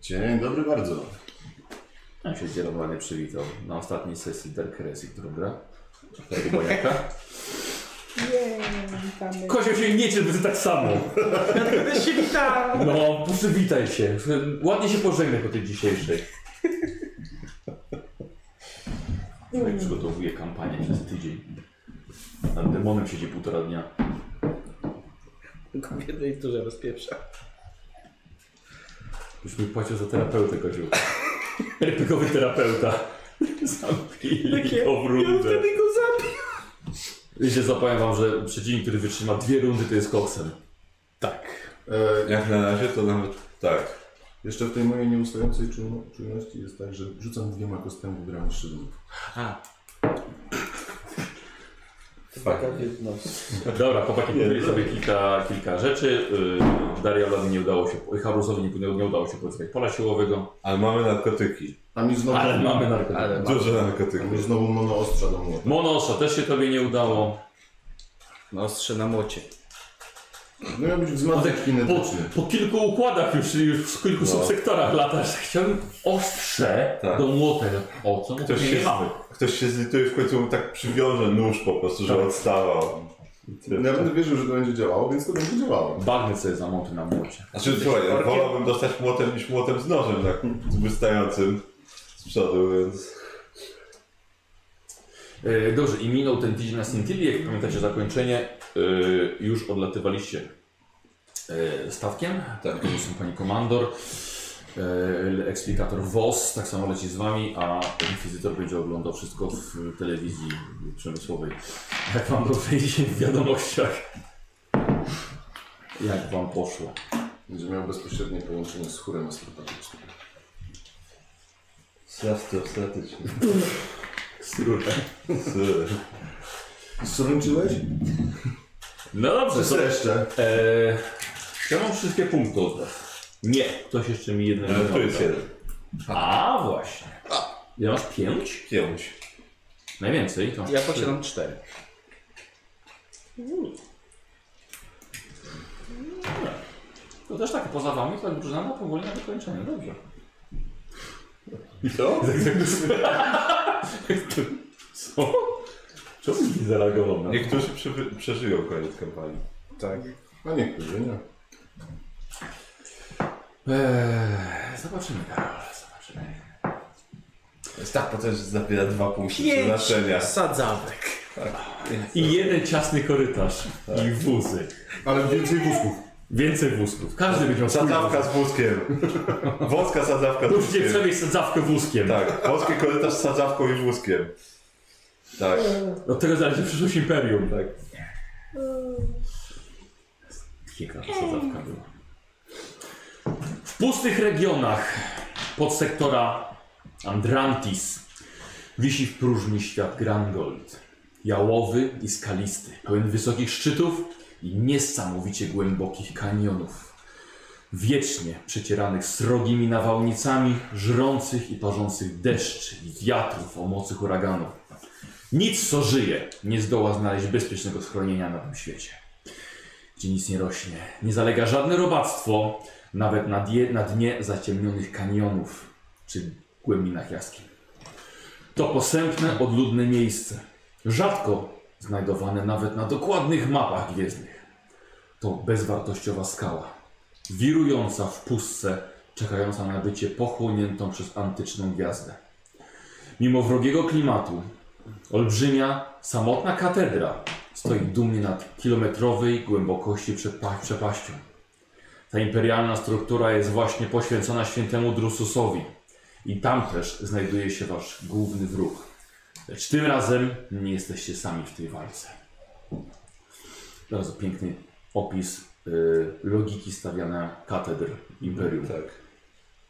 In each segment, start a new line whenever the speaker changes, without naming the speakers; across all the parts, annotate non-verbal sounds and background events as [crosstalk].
Dzień dobry bardzo.
Tam się dzielowanie przywitał na ostatniej sesji Dark Resi, którą gra. Tego [laughs] bojaka.
Jej, witamy.
Kozio się nie cieszy, że tak samo.
Też się witam.
No, przywitaj się. Ładnie się pożegnaj po tej dzisiejszej. Człowiek przygotowuje No kampanię przez tydzień. Nad demonem siedzi półtora dnia.
Tylko w jednej turze rozpieprza.
Już mi płacił za terapeutę, Koziu. Epigowy terapeuta. Zabili
Takie,
go w
Ja
rundę.
wtedy go zabił.
Wiecie, zapowiem wam, że przeciwnik, który wytrzyma dwie rundy, to jest koksem.
Tak.
E, jak na razie to nawet tak. Jeszcze w tej mojej nieustającej czujno- czujności jest tak, że rzucam dwiema kostkami w gramy szydłów.
Aha.
Dobra, chłopaki powiedzieli sobie kilka, kilka rzeczy. Yy, Darialowi nie udało się, i Harusowi nie, nie udało się pozyskać pola siłowego,
Ale mamy narkotyki.
Tam jest znowu,
ale mamy
Ale
narkotyki.
ma...
Duże narkotyki.
tam jest znowu monoostrza do młota.
Monosza też się tobie nie udało.
No ostrze na młocie.
No miał być wzmacniacz
Po,
kinetyczny.
po kilku układach już, już w kilku subsektorach latasz. Chciałbym ostrze
Tak.
do młotem. O, co? No to
Ktoś
nie
się-
mamy.
Ktoś się zlituje w końcu mu tak przywiąże nóż po prostu, że odstawał.
Ja będę wierzył, że to będzie działało, więc to będzie działało.
Bagny sobie zamonty na młocie.
Znaczy, słuchaj, ja wolałbym dostać młotem niż młotem z nożem tak z wystającym z przodu, więc...
E, Dobrze, i minął ten tydzień na Scintilli, jak pamiętacie zakończenie, e, już odlatywaliście e, statkiem, tak. to są pani komandor, e, eksplikator WOS, tak samo leci z wami, a inkwizytor będzie oglądał wszystko w telewizji przemysłowej, jak wam to wyjdzie w wiadomościach. Jak wam poszło?
Będzie miał bezpośrednie połączenie z chórem astropatrycznym.
Srastro strategiczne. [laughs]
Srączyłeś?
No dobrze, to,
Zresztę.
e, ja mam wszystkie punkty od was. Nie, ktoś jeszcze mi jednego
Ale
nie
tu jest
oddał.
jeden.
A właśnie. Ile masz? Pięć?
Pięć.
Najwięcej. To masz
Ja
trzy.
posiadam cztery.
To też tak poza wami, to drużyna ma powoli na wykończenie. Dobrze. Tak,
I
[laughs]
co?
Co? Czemu nie zareagował na
Niektórzy przewy- przeżyją koniec kampanii.
Tak.
A niektórzy nie.
Eee, zobaczymy, Karol, zobaczymy.
Jest tak potem, że zabiera dwa punkty przeznaczenia.
Pięć sadzawek.
I jeden ciasny korytarz. I wózy.
Ale więcej wózków.
Więcej wózków. Każdy będzie miał swój
Sadzawka
wóz.
z wózkiem. Wąska sadzawka z
Musicie
wózkiem.
przewieźć sadzawkę wózkiem.
Tak, wąski korytarz z sadzawką i wózkiem. Tak.
Od No tego zależy przyszłość imperium.
Tak.
Piękna ta sadzawka była. W pustych regionach podsektora Andrantis wisi w próżni świat Grangold. Jałowy i skalisty, pełen wysokich szczytów i niesamowicie głębokich kanionów. Wiecznie przecieranych srogimi nawałnicami, żrących i parzących deszcz i wiatrów o mocy huraganów. Nic, co żyje, nie zdoła znaleźć bezpiecznego schronienia na tym świecie gdzie nic nie rośnie. Nie zalega żadne robactwo, nawet na, die, na dnie zaciemnionych kanionów czy głębinach jaskiń. To posępne, odludne miejsce, rzadko znajdowane nawet na dokładnych mapach gwiezdnych. To bezwartościowa skała, wirująca w pustce, czekająca na bycie pochłoniętą przez antyczną gwiazdę. Mimo wrogiego klimatu, Olbrzymia, samotna katedra stoi dumnie nad kilometrowej głębokości przepa- przepaścią. Ta imperialna struktura jest właśnie poświęcona świętemu Drususowi i tam też znajduje się wasz główny wróg. Lecz tym razem nie jesteście sami w tej walce. Bardzo piękny opis y, logiki stawiania katedr imperium.
Tak.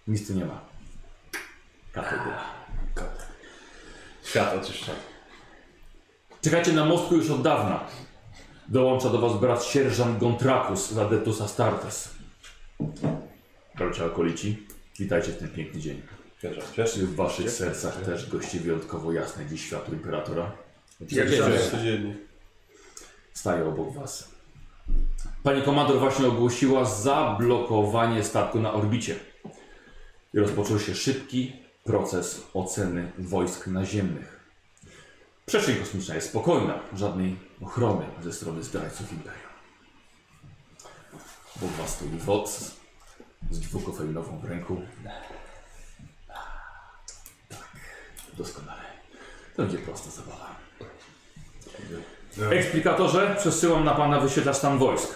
Nic tu nie ma. Katedra.
Świat oczyszczony.
Czekacie na mostku już od dawna. Dołącza do was brat sierżant Gontrakus z Adetus Astartes. Bracia akolici, witajcie w ten piękny dzień.
Świat się.
Czy w waszych sercach też goście wyjątkowo jasne dziś światło imperatora?
Jak zawsze.
Codziennie.
Staje obok was. Pani komador właśnie ogłosiła zablokowanie statku na orbicie. i rozpoczął się szybki proces oceny wojsk naziemnych. Przestrzeń kosmiczna jest spokojna, żadnej ochrony ze strony zdrajców Imperium. Obok was stoi wodz z dwukofeinową w ręku. Tak, doskonale. To będzie prosta zabawa. Eksplikatorze, przesyłam na pana wyświetlacz stan wojsk.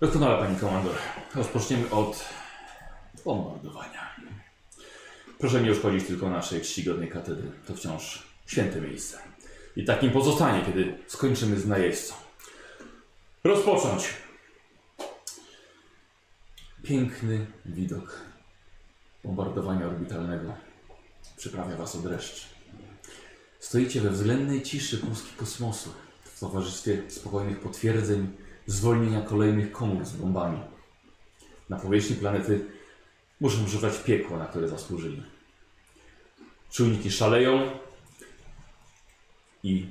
Doskonale, pani komandor. Rozpoczniemy od bombardowania. Proszę nie uszkodzić tylko naszej czcigodnej katedry. To wciąż święte miejsce. I tak nim pozostanie, kiedy skończymy z najeźdźcą. Rozpocząć. Piękny widok bombardowania orbitalnego przyprawia was o dreszcz. Stoicie we względnej ciszy puszki kosmosu, w towarzystwie spokojnych potwierdzeń zwolnienia kolejnych komór z bombami. Na powierzchni planety muszą używać piekła, na które zasłużyli. Czujniki szaleją i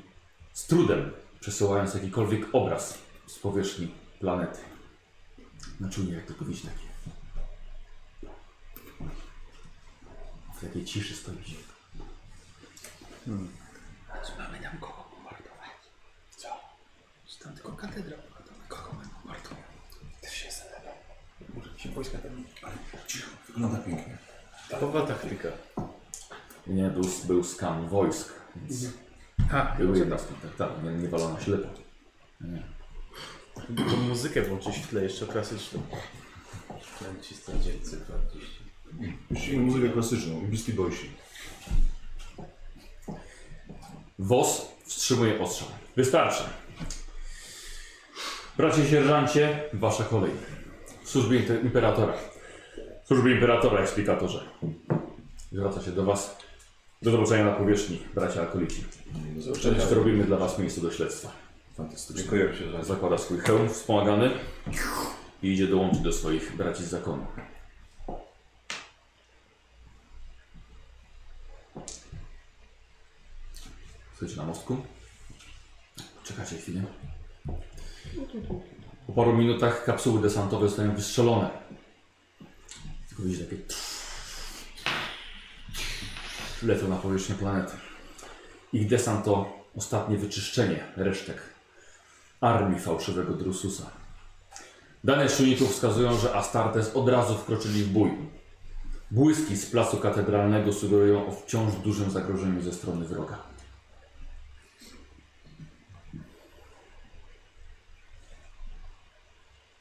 z trudem przesyłając jakikolwiek obraz z powierzchni planety. Na czujnie jak tylko widzi takie. W takiej ciszy stoicie.
Mamy tam kogo bombardować. Co? Czy tam tylko katedra bombardować? Kogo będą bombardować? Też się zalewa. Może się wojska tam...
Cicho, wygląda pięknie.
Nowa taktyka.
Nie, był, był skan wojsk, więc
Ha,
były jednostki, tak, tak, nie, nie walono ślepo. Nie.
Tą muzykę włączyć w tle jeszcze klasyczną. Nacisnę dzielcy 20.
Musimy muzykę klasyczną i Beastie Boysi.
Wos wstrzymuje ostrzał. Wystarczy. Bracie sierżancie, wasza kolej. W służbie inter- imperatora. W służbie imperatora, eksplikatorze. Zwraca się do was. Do zobaczenia na powierzchni, bracia alkolici. Cześć, zrobimy dla was miejsce do śledztwa.
Fantastycznie.
Dziękuję się za
Zakłada swój hełm wspomagany i idzie dołączyć do swoich braci z zakonu. Stoicie na mostku. Czekacie chwilę. Po paru minutach kapsuły desantowe zostają wystrzelone. Tylko widzisz takie... Lecą na powierzchnię planety. Ich desant to ostatnie wyczyszczenie resztek armii fałszywego Drususa. Dane czujników wskazują, że Astartes od razu wkroczyli w bój. Błyski z placu katedralnego sugerują o wciąż dużym zagrożeniu ze strony wroga.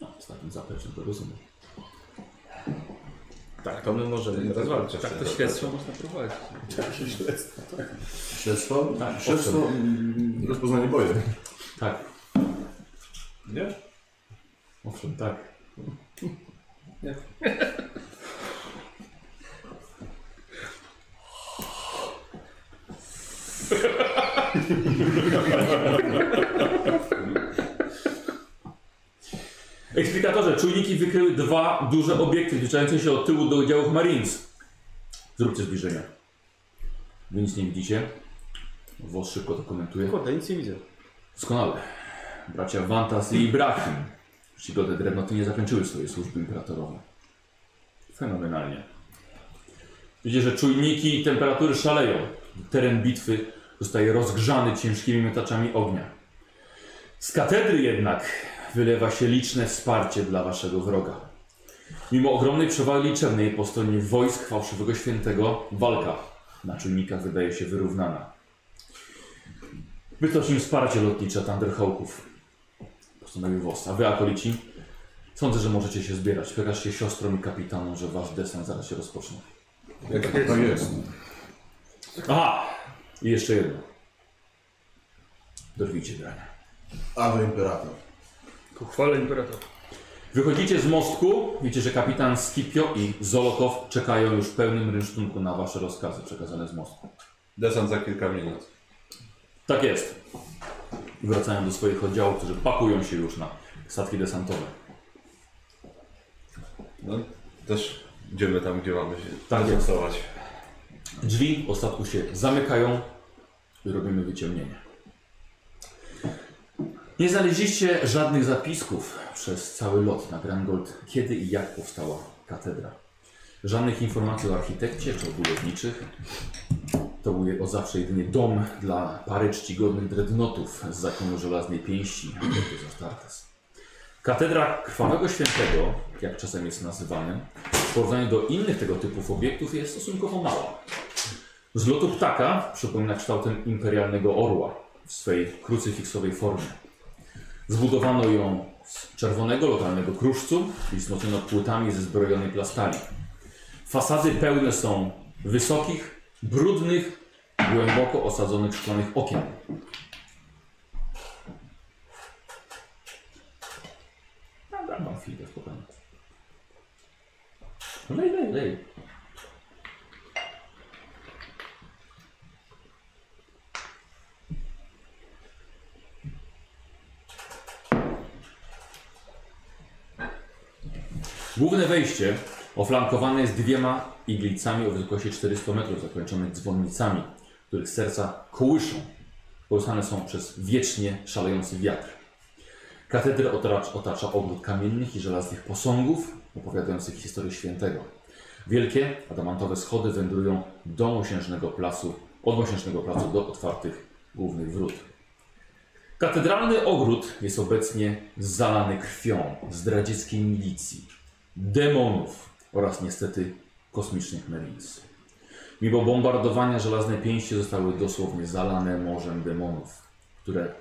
No, z takim zapleczem to rozumiem.
Tak, to my możemy teraz walczyć. Tak, to śledztwo można prowadzić.
Śledztwo?
Tak,
Śledztwo, mm, rozpoznanie boju.
Tak,
Nie?
owszem, tak. Eksplikatorze, czujniki wykryły dwa duże obiekty zbliżające się od tyłu do oddziałów Marines. Zróbcie zbliżenia. Wy nic nie widzicie. Wos szybko to komentuje.
Kurde, nic nie widzę.
Doskonale. Bracia Vantas i Ibrahim. Przygodę drewnoty nie zakończyły swojej służby imperatorowe. Fenomenalnie. Widzicie, że czujniki i temperatury szaleją. Teren bitwy zostaje rozgrzany ciężkimi miotaczami ognia. Z katedry jednak wylewa się liczne wsparcie dla waszego wroga. Mimo ogromnej przewagi liczebnej po stronie wojsk fałszywego świętego, walka na czujnikach wydaje się wyrównana. Wytocz im wsparcie lotnicze Thunderhawków. Postanowił Wosta. Wy, akolici, sądzę, że możecie się zbierać. Przekażcie siostrom i kapitanom, że wasz desant zaraz się rozpocznie. Tak
To Tak jest.
Aha! I jeszcze jedno. Dorwijcie grania.
Awe Imperator.
Ku chwale imperatora.
Wychodzicie z mostku, widzicie, że kapitan Skipio i Zolotow czekają już w pełnym rynsztunku na wasze rozkazy przekazane z mostku.
Desant za kilka minut.
Tak jest. I wracają do swoich oddziałów, którzy pakują się już na statki desantowe.
No, też idziemy tam, gdzie mamy się
Tak jest.
zastosować.
Drzwi o statku się zamykają i robimy wyciemnienie. Nie znaleźliście żadnych zapisków przez cały lot na Grangold, kiedy i jak powstała katedra. Żadnych informacji o architekcie czy o budowniczych. To był od zawsze jedynie dom dla pary czcigodnych dreadnotów z zakonu żelaznej pięści. Adeptus Astartes. Katedra Krwawego Świętego, jak czasem jest nazywany, w porównaniu do innych tego typu obiektów jest stosunkowo mała. Z lotu ptaka przypomina kształtem imperialnego orła w swej krucyfiksowej formie. Zbudowano ją z czerwonego lokalnego kruszcu i wzmocniono płytami ze zbrojonej plastali. Fasady pełne są wysokich, brudnych, głęboko osadzonych szklanych okien. Dobra, mam chwilę spokojnie. Lej, lej, lej. Główne wejście oflankowane jest dwiema iglicami o wysokości 400 metrów, zakończone dzwonnicami, których serca kołyszą. Poruszane są przez wiecznie szalejący wiatr. Katedrę otacza, otacza ogród kamiennych i żelaznych posągów opowiadających historię świętego. Wielkie, adamantowe schody wędrują do mosiężnego placu, od mosiężnego placu do otwartych głównych wrót. Katedralny ogród jest obecnie zalany krwią zdradzieckiej milicji, demonów oraz niestety kosmicznych melic. Mimo bombardowania żelazne pięści zostały dosłownie zalane morzem demonów, które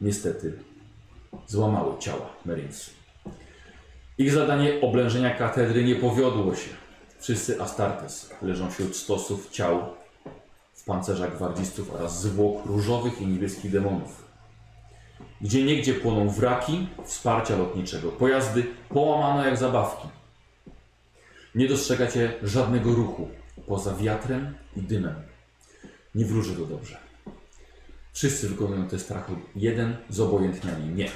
niestety złamały ciała Marines. Ich zadanie oblężenia katedry nie powiodło się. Wszyscy Astartes leżą wśród stosów ciał w pancerzach gwardzistów oraz zwłok różowych i niebieskich demonów. Gdzie niegdzie płoną wraki wsparcia lotniczego, pojazdy połamane jak zabawki. Nie dostrzegacie żadnego ruchu poza wiatrem i dymem. Nie wróży to dobrze. Wszyscy wykonują te strachy. Jeden z obojętniami nie.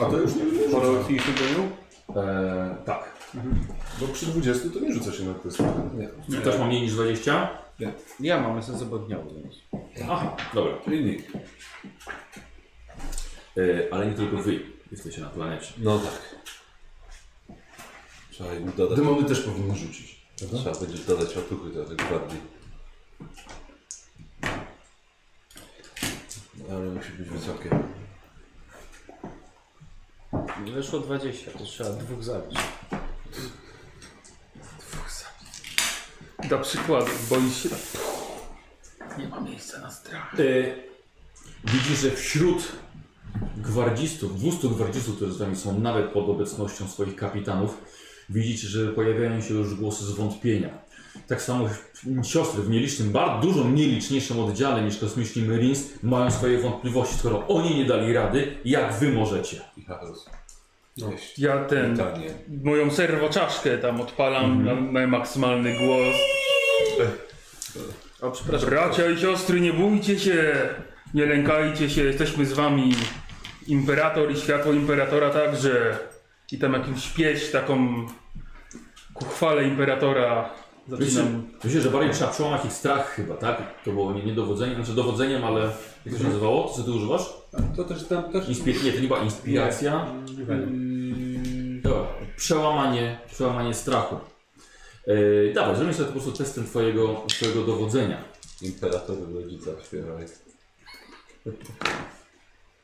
A to już nie
Po
rzuca.
rocznicy były?
Eee, tak.
Bo przy 20 to nie rzuca się na kwestię. Nie.
Czy też ma mniej niż 20?
Ja mam sens obodniały, więc.
Aha, dobra.
Czyli nikt.
Eee, ale nie tylko wy jesteście na planecie.
No tak. Trzeba im dodać.
Demony też powinny rzucić. prawda?
Trzeba będzie dodać otuchy do tej gwardii. Ale musi być wysokie.
Nie weszło 20, to trzeba dwóch zabić.
Dla przykładu, boisz się
Nie ma miejsca na strach.
Eee, widzisz, że wśród gwardzistów, 200 gwardzistów, którzy z wami są nawet pod obecnością swoich kapitanów, widzicie, że pojawiają się już głosy zwątpienia. Tak samo siostry w nielicznym, bardzo dużo mniej liczniejszym oddziale niż kosmiczni Marines mają swoje wątpliwości. Skoro oni nie dali rady, jak wy możecie?
I chaos. Jeść.
Ja ten,
Pytanie.
moją serwoczaszkę tam odpalam na, na maksymalny głos.
O, przepraszam.
Bracia i siostry, nie bójcie się, nie lękajcie się, jesteśmy z wami. Imperator i światło imperatora także. I tam jakimś pieśń taką ku chwale imperatora.
Myślę,
Zaczynam.
myślę, że bardziej trzeba przełamać ich strach chyba, tak? To było nie, nie dowodzenie, znaczy dowodzeniem, ale jak to się nazywało? To co ty używasz?
To też tam też.
Inspir- nie, to chyba inspiracja. Mm, Dobra, przełamanie, przełamanie strachu. Yy, dawaj, zrobimy sobie po prostu testem twojego, twojego dowodzenia.
Imperatorem rodzica śpiewaj.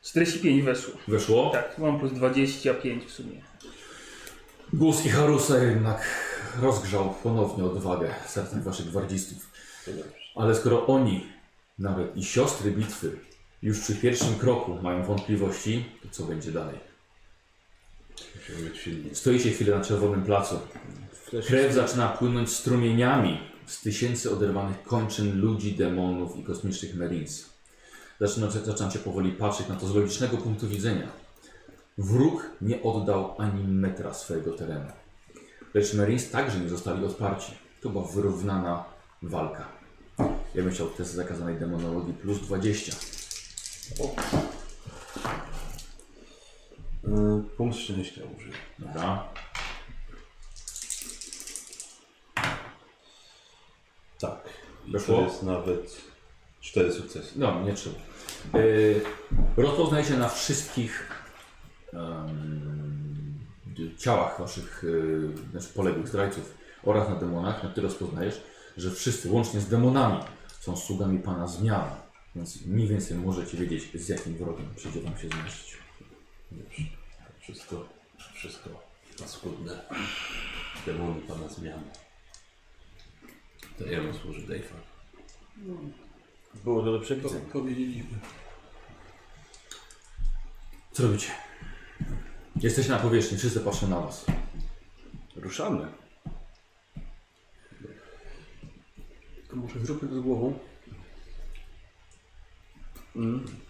45 weszło.
Weszło?
Tak, mam plus 25 w sumie.
Głos Icharusa jednak rozgrzał ponownie odwagę sercem waszych gwardzistów. Ale skoro oni, nawet i siostry bitwy, już przy pierwszym kroku mają wątpliwości, to co będzie dalej?
Musimy być silni.
Stoicie chwilę na czerwonym placu. Krew zaczyna płynąć strumieniami z tysięcy oderwanych kończyn ludzi, demonów i kosmicznych marines. Zaczyna, zaczynam się powoli patrzeć na to z logicznego punktu widzenia. Wróg nie oddał ani metra swojego terenu. Lecz marines także nie zostali odparci. To była wyrównana walka. Ja bym chciał test zakazanej demonologii plus 20.
Yy,
E,
punkt szczęścia użyję.
Dobra.
Tak. I
Weszło?
to jest nawet cztery sukcesy.
No, nie Y, trzeba. Yy, rozpoznaje się na wszystkich em, d- ciałach waszych e, znaczy poległych zdrajców oraz na demonach, na ty rozpoznajesz, że wszyscy łącznie z demonami są sługami pana zmian. Więc mniej więcej możecie wiedzieć, z jakim wrogiem przyjdzie wam się zmierzyć.
Wszystko, wszystko paskudne. Demony pana zmiany. To jemu służy Dejfa.
Było to do przewidzenia.
Powiedzieliśmy.
Co robicie? Jesteście na powierzchni, wszyscy patrzą na was.
Ruszamy.
To może zróbmy to z głową.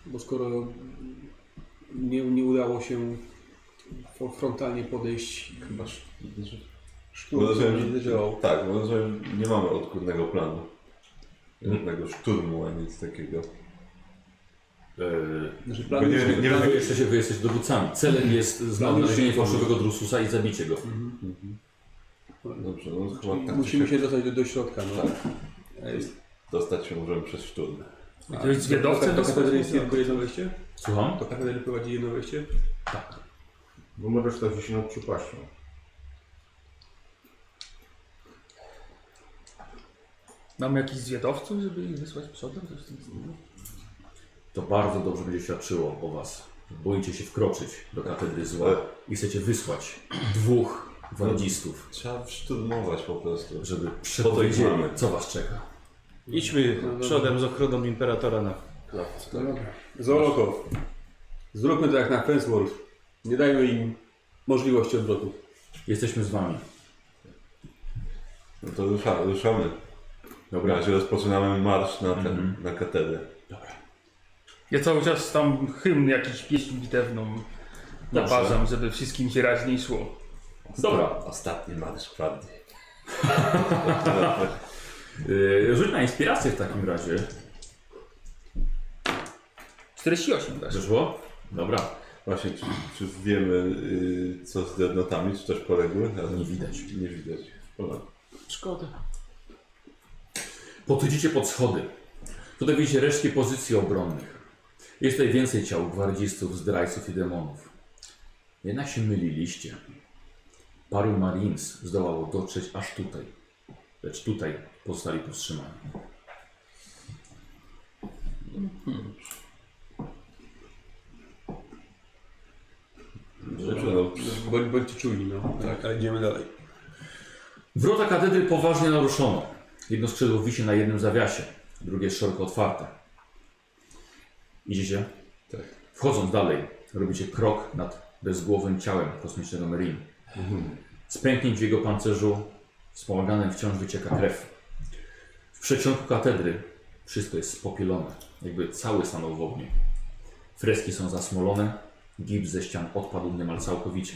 Bo skoro mm, nie, nie udało się fro- frontalnie podejść,
Chyba
sztur
Bo rozumiem,
nie
że,
działał.
tak, bo rozumiem, że nie mamy odgórnego planu.
Hmm?
Żadnego szturmu, ani nic takiego.
E,
Znaczy plan
Bo nie,
jest-
nie, nie,
Wy jesteście, wy jesteście dowódcami. Celem jest znalezienie fałszywego drususa i zabicie go.
dobrze, no chyba tak
musimy się dostać do, do środka. No.
A jest- Dostać się możemy przez szturm.
Jakiegoś zwiadowcę
Do katedry jest
dostać?
tylko jedno wejście?
Słucham?
Do katedry prowadzi jedno wejście?
Bo my reszta wisi nad przepaścią.
Mamy jakichś zwiadowców, żeby ich wysłać przodem? Coś w tym stylu?
To bardzo dobrze będzie świadczyło o was. Boicie się wkroczyć do katedry zła i chcecie wysłać dwóch wadzistów,
Trzeba szturmować po prostu.
żeby
mamy.
przepowiedzieli, co was czeka.
Idźmy przodem z ochroną imperatora na
No dobra. Zolokow, zróbmy to jak na Fensworld. Nie dajmy im możliwości odwrotu.
Jesteśmy z wami.
No to rusza, ruszamy. W
Dobra.
razie rozpoczynamy marsz na, ten,
Mhm.
na katedrę.
Ja cały czas tam hymn jakiś, pieśń bitewną naparzam, żeby wszystkim się raźniej szło.
Dobra.
Ostatni marsz prawdy.
Yy, rzuć na inspirację w takim razie.
48 też.
Przeszło? Dobra.
Właśnie, czy, czy wiemy y, co z dreadnotami, czy też poległy? Razem?
Nie widać.
Nie widać. Dobra.
Szkoda.
Podchodzicie pod schody. Tutaj widzicie resztki pozycji obronnych. Jest tutaj więcej ciał gwardzistów, zdrajców i demonów. Jednak się myliliście. Paru Marines zdołało dotrzeć aż tutaj. Lecz tutaj pozostali powstrzymani.
Dobrze, no,
Bądź, bądźcie czujni, no. Tak, ale idziemy dalej.
Wrota katedry poważnie naruszono. Jedno skrzydło wisi na jednym zawiasie, drugie jest szeroko otwarte. Idziecie?
Tak.
Wchodząc dalej, robicie krok nad bezgłowym ciałem kosmicznego Merin. Z pęknięć w jego pancerzu wspomaganym wciąż wycieka krew. W przeciągu katedry wszystko jest spopielone, jakby cały stanął w ogniu. Freski są zasmolone, gips ze ścian odpadł niemal całkowicie.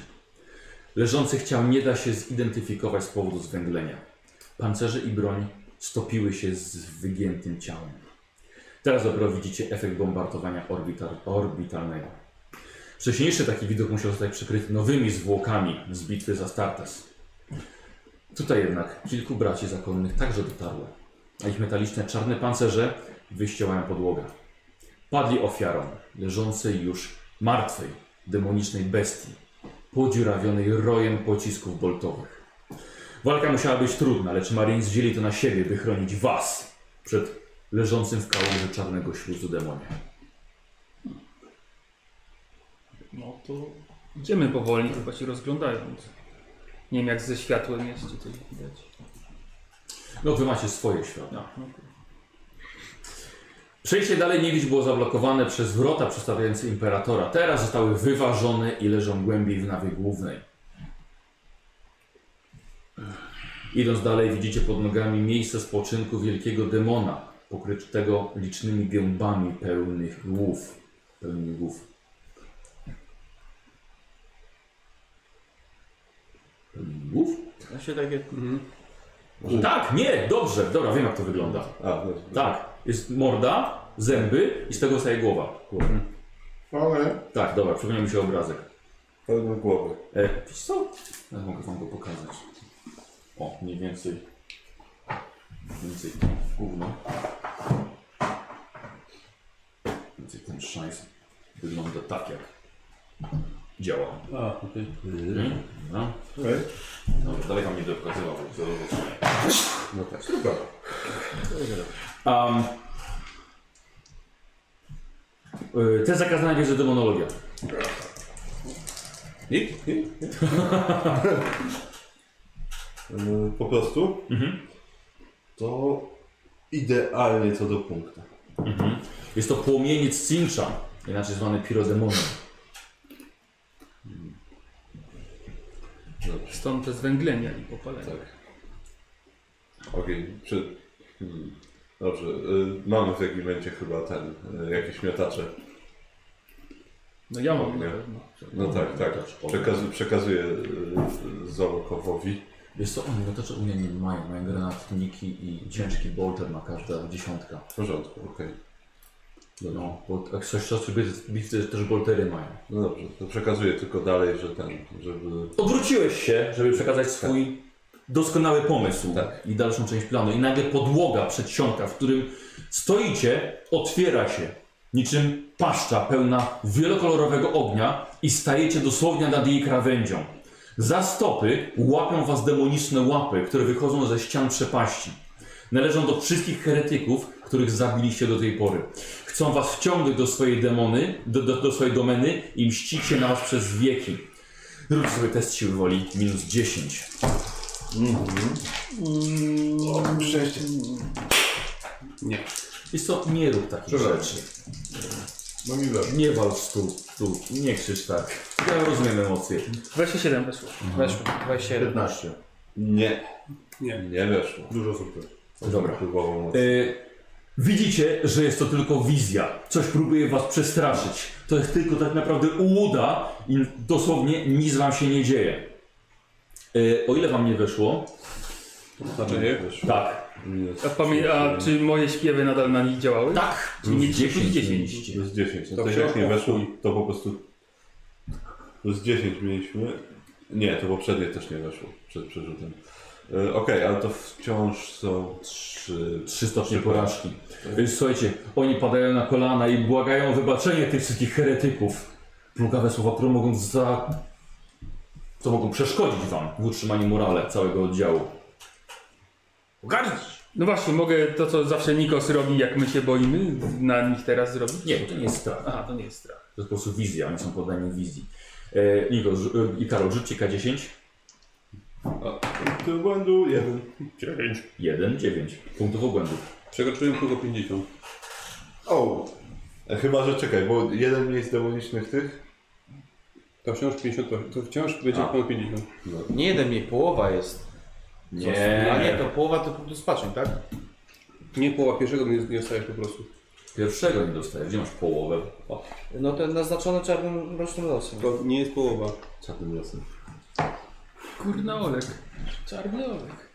Leżących ciał nie da się zidentyfikować z powodu zwęglenia. Pancerze i broń stopiły się z wygiętym ciałem. Teraz dopiero widzicie efekt bombardowania orbital, orbitalnego. Wcześniejszy taki widok musiał zostać przykryty nowymi zwłokami z bitwy za Startes. Tutaj jednak kilku braci zakonnych także dotarło, a ich metaliczne czarne pancerze wyścielają podłogę. Padli ofiarą leżącej już martwej, demonicznej bestii podziurawionej rojem pocisków boltowych. Walka musiała być trudna, lecz Marines wzięli to na siebie, by chronić was przed leżącym w kałuży czarnego śluzu demonie.
No to idziemy powoli, chyba się rozglądając. Nie wiem jak ze światłem jest, czy coś widać. no
No wy macie swoje światło. Przejście dalej niegdyś było zablokowane przez wrota przedstawiające Imperatora. Teraz zostały wyważone i leżą głębiej w nawie głównej. Idąc dalej widzicie pod nogami miejsce spoczynku wielkiego demona, pokrytego licznymi gębami pełnych głów. Pełnych głów. Pełnych głów?
Ja się Mhm. takie...
Tak, nie, dobrze, dobra, wiem jak to wygląda.
a, no, dobrze.
Tak, jest morda, zęby i z tego staje głowa.
Ale
Tak, dobra, przypomniał mi się obrazek.
Pełno głowy.
E, wiesz co? Ja mogę wam go pokazać. O, mniej więcej. Mniej więcej to gówno. Mniej więcej ten szajs wygląda tak jak. działa.
A, okej.
No,
Okej.
dobra, daleko mnie dokazywał.
No tak. Super.
Um, y, te zakazana wierzy demonologia.
Nikt? Nikt? Nikt? Yy, Po prostu?
Mhm.
To idealnie co do punktu.
Jest to płomieniec cincha, inaczej zwany pirodemonem.
Stąd te zwęglenia i popalenia.
Tak. Ogień. Przy... Hmm. Dobrze. y, mamy w regimencie chyba ten, y, jakieś miotacze.
No ja mam
Nie.
na pewno.
No tak, tak. Przekaz, przekazuję y, Zolokowowi.
Wiesz co, oni miotacze u mnie nie mają. Mają granatniki i ciężki bolter ma każda dziesiątka.
W porządku, okej.
No, bo jak coś siostry bitwy też boltery mają.
No dobrze, to przekazuję tylko dalej, że ten, żeby...
Odwróciłeś się, żeby przekazać swój doskonały pomysł
Tak.
i dalszą część planu. I nagle podłoga przedsionka, w którym stoicie, otwiera się niczym paszcza pełna wielokolorowego ognia i stajecie dosłownie nad jej krawędzią. Za stopy łapią was demoniczne łapy, które wychodzą ze ścian przepaści. Należą do wszystkich heretyków, których zabiliście do tej pory. Chcą was wciągnąć do swojej demony, do, do, do swojej domeny i mścić się na was przez wieki. Rób sobie test siły woli, minus 10.
Szczęście.
Wiesz co, nie rób takich
Przepraszam.
rzeczy.
Mam ile?
Nie walcz tu, tu, nie krzycz tak. Ja rozumiem emocje.
27 weszło.
Weszło, 27.
15.
Nie.
Nie.
Nie weszło.
Dużo super.
Dobra.
Próbował mocno.
Y, widzicie, że jest to tylko wizja. Coś próbuje was przestraszyć. To jest tylko tak naprawdę ułuda i dosłownie nic wam się nie dzieje. Y, o ile wam nie wyszło?
Znaczy nie weszło.
Tak.
Minus,
A, pamię- a czy moje śpiewy nadal na nich działały?
Tak.
Czyli mieliście plus 10.
mieliście.
plus 10. No
To
to
się
jak nie weszło, to po prostu... Plus 10 mieliśmy. Nie, to poprzednie też nie weszło przed przerzutem. Y, Okej, ale to wciąż są 3...
Trzy stopnie porażki. Y, Słuchajcie, oni padają na kolana i błagają o wybaczenie tych wszystkich heretyków. Plugawe słowa, które mogą za... To mogą przeszkodzić wam w utrzymaniu morale całego oddziału.
Ogarnij!
No właśnie, mogę to, co zawsze Nikos robi, jak my się boimy, na nich teraz zrobić?
Nie, bo to nie jest strach.
Aha, to nie jest strach.
To jest po prostu wizja, oni są poddani wizji. E, Niko rzu- e, i Karol, rzućcie K10.
Ty błędu jeden.
9.
1, 9. Punktów obłędu.
Przekroczyłem tylko 50.
O! E, Chyba, że czekaj, bo jeden mniej z demonicznych tych.
To wciąż 50, to wciąż będzie
A.
No.
ponad 50.
Nie jeden mniej, połowa jest. A nie, to połowa to punktów spaczeń, tak?
Nie połowa pierwszego nie, nie dostajesz po prostu.
Pierwszego nie dostajesz, gdzie masz połowę? O,
No to naznaczone czarnym rocznym losem.
To nie jest połowa.
Czarnym losem.
Kurna Olek.
Czarny olek.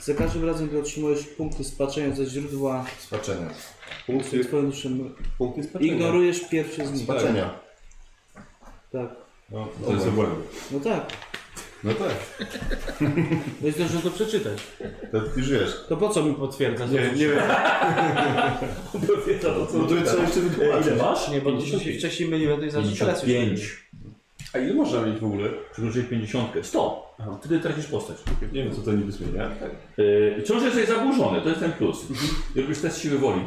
Za każdym razem, gdy otrzymujesz punkty spaczenia ze źródła
Spaczenia.
Punkty,
twoim duszym,
punkty spaczenia.
ignorujesz pierwszy z nich.
Spaczenia.
Tak.
No,
To jest obłędu.
No tak.
No
[laughs]
tak.
No i zdążę to przeczytać.
To ty żyjesz.
To po co mi potwierdzać?
Nie, nie wiem. No to trzeba jeszcze
E, Ile
wytłumaczyć.
masz?
Nie, bo to się wcześniej myliłem, to i zaraz teraz już
55.
A ile można mieć w ogóle?
Przekroczyłeś 50. 100. Wtedy tracisz postać.
Nie wiem, co to niby zmienia.
Yy, ciąż jesteś zaburzony, to jest ten plus. I robisz test siły woli.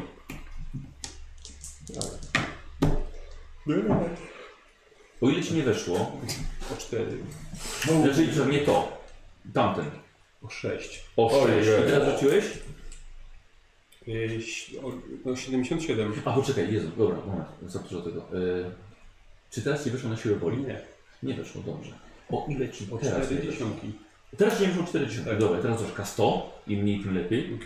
O ile ci nie weszło,
O 4,
znaczy że nie to, tamten.
o 6.
O 6. I teraz rzuciłeś?
No 77.
A poczekaj, Jezu, dobra, moment, za dużo tego. Yy, czy teraz ci wyszło na siłę woli?
Nie.
Nie weszło, dobrze. O ile ci
O
teraz nie
4
weszło?
dziesiątki.
Teraz ci nie weszło 40. Tak. Dobra, teraz troszkę 100, im mniej tym lepiej.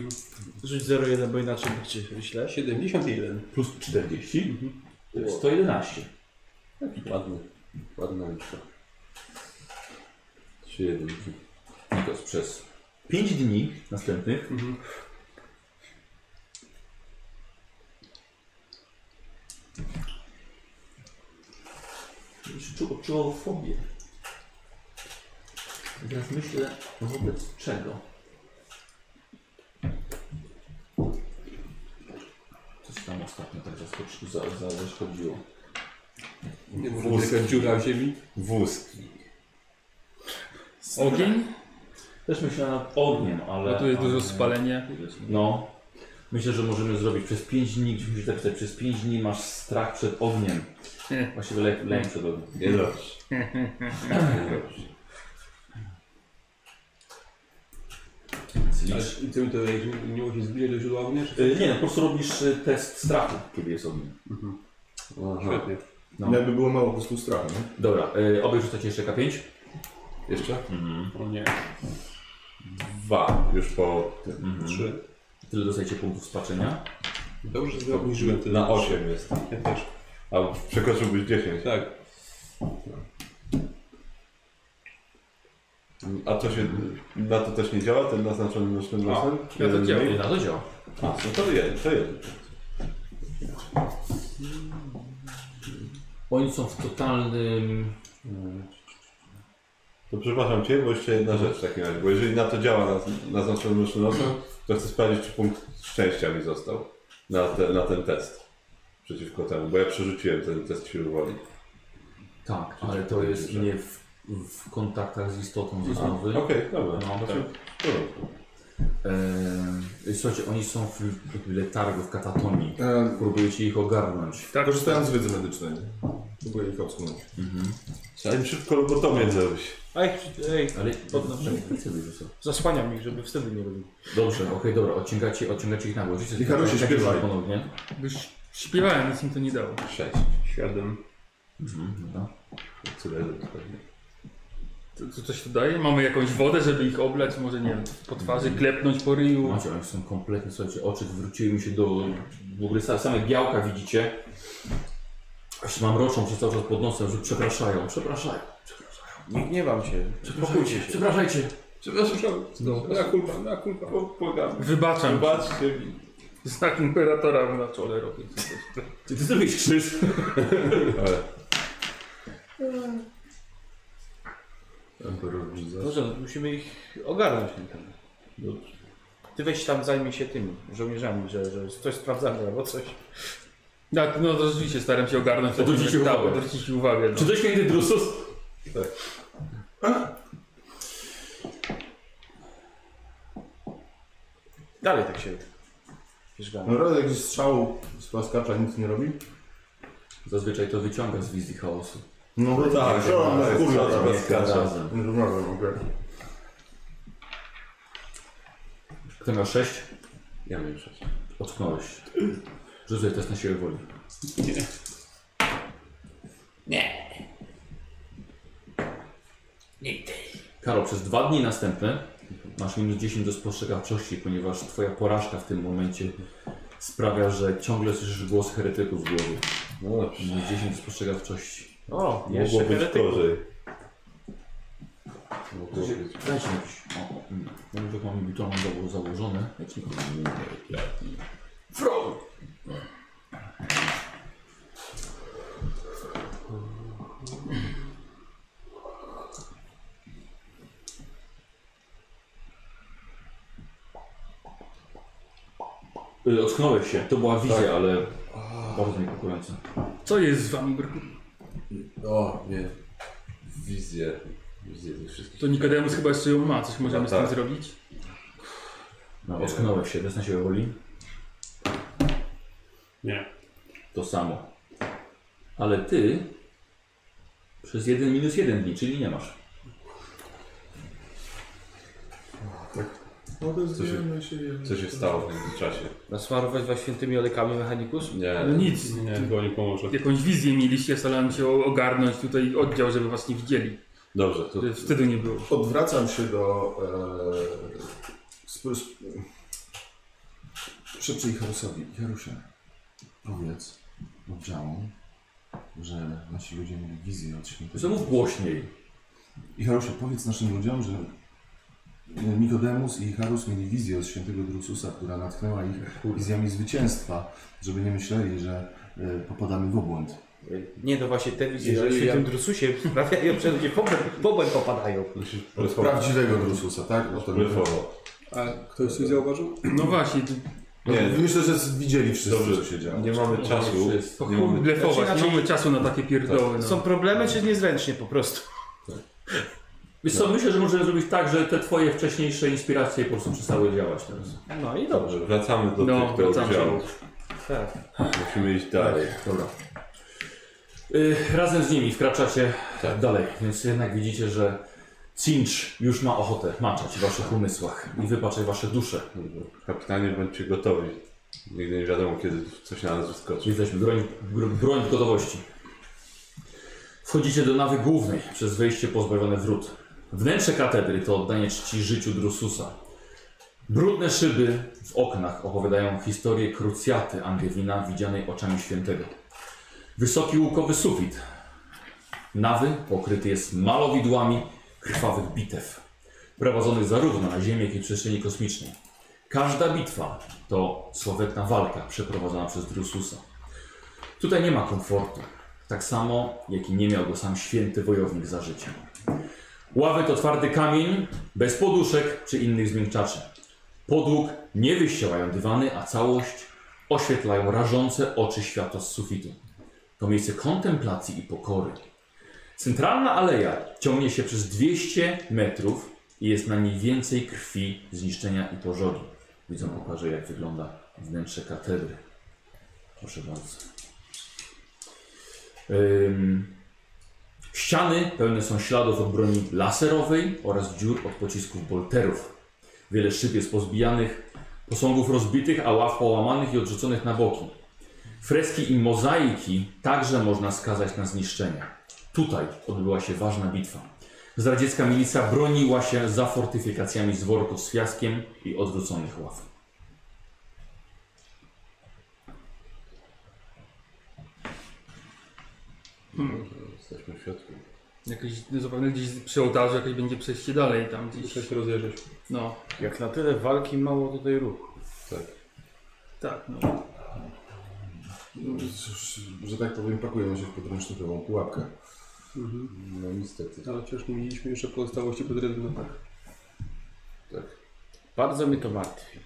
Rzuć 0,1, bo inaczej cię wyślę.
71.
Plus 40, to
Mhm.
jest 111.
Ładny. Ładna liczba. Trzy jedynki.
Nikos przez 5 dni następnych
Mhm.
Już czu- odczuwał fobię. I Teraz myślę, no wobec czego. Coś tam ostatnio tak zaskoczy- za- za- zaszkodziło.
Nie może
Wózki.
tylko dziura w ziemi.
Wózki.
Ogień?
Też myślę nad ogniem, ale...
Bo tu jest
ale-
dużo spalenia.
No. Myślę, że możemy zrobić przez 5 dni, gdzieś musisz tak pisać, przez 5 dni masz strach przed ogniem.
Nie.
Właściwie le- lęk przed ogniem.
Nie no. dobrze. Nie dobrze.
Ale i tym to jak nie- nie musisz zbliżyć do źródła ognia? Czy...
Y, Nie, no, po prostu robisz y, test strachu, kiedy jest ogień.
Aha.
Świetnie.
No.
Jakby było mało po prostu strachu, nie?
Dobra, y, obie rzucacie jeszcze K5.
Jeszcze?
O nie.
Dwa. Już po tym.
Trzy.
Tyle dostajecie punktów spaczenia.
Dobrze, że obniżyłem te
Na osiem jest.
Ja też.
A przekroczyłbyś 10.
Tak.
A to się na to też nie działa, ten naznaczony nocnym losem?
ja to działa.
I No. Y, na to działa.
A, no to jeden, to jeden.
Oni są w totalnym...
To przepraszam Cię, bo jeszcze jedna rzecz w takim razie, bo jeżeli na to działa naz- naznaczony nocnym losem, to chcę sprawdzić, czy punkt szczęścia mi został na, te, na ten test przeciwko temu, bo ja przerzuciłem ten test siły woli.
Tak, ale to jest nie w, w kontaktach z istotą znowu.
Okej,
No,
dobra. Znaczy, w porządku.
Eee, słuchajcie, oni są w w letargu, w katatonii.
E,
Próbujecie ich ogarnąć.
tak. Korzystając z wiedzy medycznej. nie? Próbuję ich odsunąć.
Trzeba im szybko lobotomię zrobić.
Ej, ej,
Ale
Podnoszę.
Nie chcę wyrzucać.
zasłaniam ich, żeby wstydu nie robił.
Dobrze, okej, dobra, odciągacie, odciągacie ich na górę. Rzućcie
Michalu, się
sobie
śpiewaj.
rzuć ponownie.
Bo Już śpiewałem, nic mi to nie dało.
Sześć.
Siedem.
Mhm, Dobra.
Tyle, że pewnie.
To, to coś tu daje? Mamy jakąś wodę, żeby ich oblać? Może nie wiem, po twarzy klepnąć po
No.
ryju?
Macie, oni są kompletnie, słuchajcie, oczy wróciły mi się do... W ogóle sa- same białka widzicie. Aż mam roczą przez cały czas pod nosem, że przepraszają, przepraszają.
Nie gniewam się.
Przepraszajcie, przepraszajcie.
Przepraszam, no. na kulpa, na kulpa, błagam.
Wybaczam.
Zobaczcie mi.
Znak imperatora mu na czole robię.
Ty, ty zrobisz krzyż.
Ale
Emperor Jesus.
Dobrze, no, musimy ich ogarnąć. Ty weź tam zajmij się tymi żołnierzami, że, że coś sprawdzamy albo coś.
Tak, no to rzeczywiście staram się ogarnąć.
Odwrócić
Tak,
uwagę.
Odwrócić uwagę. No.
Czy coś kiedy drusus?
Dalej tak się wierzgamy.
No raz jakiś strzał z paskacza nic nie robi?
Zazwyczaj to wyciąga z wizji chaosu.
No, no
tak,
strzał
tak,
na kurwa
strzał
teraz.
z paskacza.
razem.
No, no, okej.
Kto miał 6?
Ja miałem sześć.
Ocknąłeś. Rzucaj test na siłę woli.
Nigdy.
Karol, przez dwa dni następne masz minus 10 do spostrzegawczości, ponieważ twoja porażka w tym momencie sprawia, że ciągle słyszysz głos heretyków w głowie.
No dobrze.
Minus 10 do spostrzegawczości.
O,
Mogło
jeszcze
być
heretyków.
gorzej. Mogło być.
Dajcie mi jakiś... O, o, mm. ja już jak mam biton zało- założone. Dajcie mi Frog! Y, Ocknąłeś się. To była wizja, ale bardzo niepokojąca.
Co jest z wami, bro?
O, nie. Wizję. Wizję tych wszystkich.
To Nikodemus chyba jeszcze ją ma, coś możemy z tym
Tak.
zrobić?
No, ocknąłeś się. Test na siłę woli.
Nie.
To samo. Ale ty przez 1 minus 1 dni, czyli nie masz.
No to
się-
zjemy się.
Co się stało w międzyczasie?
Nasmarować was świętymi olejkami mechanikus?
Nie.
No nic.
Nie, to nie pomoże.
Jakąś wizję mieliście, starałem się o- ogarnąć tutaj oddział, żeby was nie widzieli.
Dobrze, to
Żeby wstydu nie było.
Odwracam się do e, sp, sp, szybciej Harusowi. Jarusia, powiedz oddziałom, że nasi ludzie mieli wizję od świętego.
Zamów głośniej.
I Harusia, powiedz naszym ludziom, że e, Nikodemus i Harus mieli wizję od świętego Drususa, która natchnęła ich wizjami zwycięstwa, żeby nie myśleli, że e, popadamy w obłęd.
Nie, to właśnie te wizje
Jeżeli
Jeżeli o
ja-
świętym drususie sprawiają, że ludzie pobę, pobę popadają.
musisz
Od prawdziwego Drususa, tak? O to mi chodzi.
Bryfowo.
A ktoś coś zauważył?
No właśnie, ty-
Nie, nie.
Myślę, że widzieli wszyscy,
Dobrze.
co się działo.
Nie mamy czasu. No, Nie mamy... Tak.
Blefować,
Znaczy,
nie mamy czasu na takie pierdoły.
Są
No.
problemy, czy niezręcznie po prostu?
Wiesz co, myślę, że możemy zrobić tak, że te twoje wcześniejsze inspiracje po prostu przestały działać teraz.
No i dobrze.
Dobrze, wracamy do
No,
tych, które
wracamy.
oddziału.
Tak.
Musimy iść dalej.
Dobra. Y, razem z nimi wkraczacie dalej, więc jednak widzicie, że Cinch już ma ochotę maczać w waszych umysłach i wypaczać wasze dusze.
Kapitanie, bądźcie gotowi. Nigdy nie wiadomo, kiedy coś na nas wyskoczy.
Jesteśmy broń, bro- broń w gotowości. Wchodzicie do nawy głównej przez wejście pozbawione wrót. Wnętrze katedry to oddanie czci życiu Drususa. Brudne szyby w oknach opowiadają historię krucjaty Angewina widzianej oczami świętego. Wysoki łukowy sufit nawy pokryty jest malowidłami krwawych bitew, prowadzonych zarówno na Ziemi, jak i przestrzeni kosmicznej. Każda bitwa to słowetna walka przeprowadzona przez Drususa. Tutaj nie ma komfortu, tak samo jak i nie miał go sam święty wojownik za życiem. Ławy to twardy kamień, bez poduszek czy innych zmiękczaczy. Podłóg nie wyścielają dywany, a całość oświetlają rażące oczy światła z sufitu. To miejsce kontemplacji i pokory. Centralna aleja ciągnie się przez 200 metrów i jest na niej więcej krwi, zniszczenia i pożogi. Widzą pokażę, jak wygląda wnętrze katedry. Proszę bardzo. Ym, ściany pełne są śladów od broni laserowej oraz dziur od pocisków bolterów. Wiele szyb jest pozbijanych, posągów rozbitych, a ław połamanych i odrzuconych na boki. Freski i mozaiki także można skazać na zniszczenia. Tutaj odbyła się ważna bitwa. Zdradziecka milicja broniła się za fortyfikacjami z worków z fiaskiem i odwróconych ław.
Jesteśmy w środku.
Jakieś, no zupełnie gdzieś przy ołtarzu jakieś będzie przejście dalej tam gdzieś.
się rozjeżdżać.
No,
Jak na tyle walki, mało tutaj ruchu.
tak, no.
No,
Cóż, że tak powiem, pakujemy się w podręcznikową pułapkę.
E.
No niestety.
Ale przecież mówiliśmy już o pozostałości po dreadnoughtach.
Tak.
Bardzo mnie to martwi.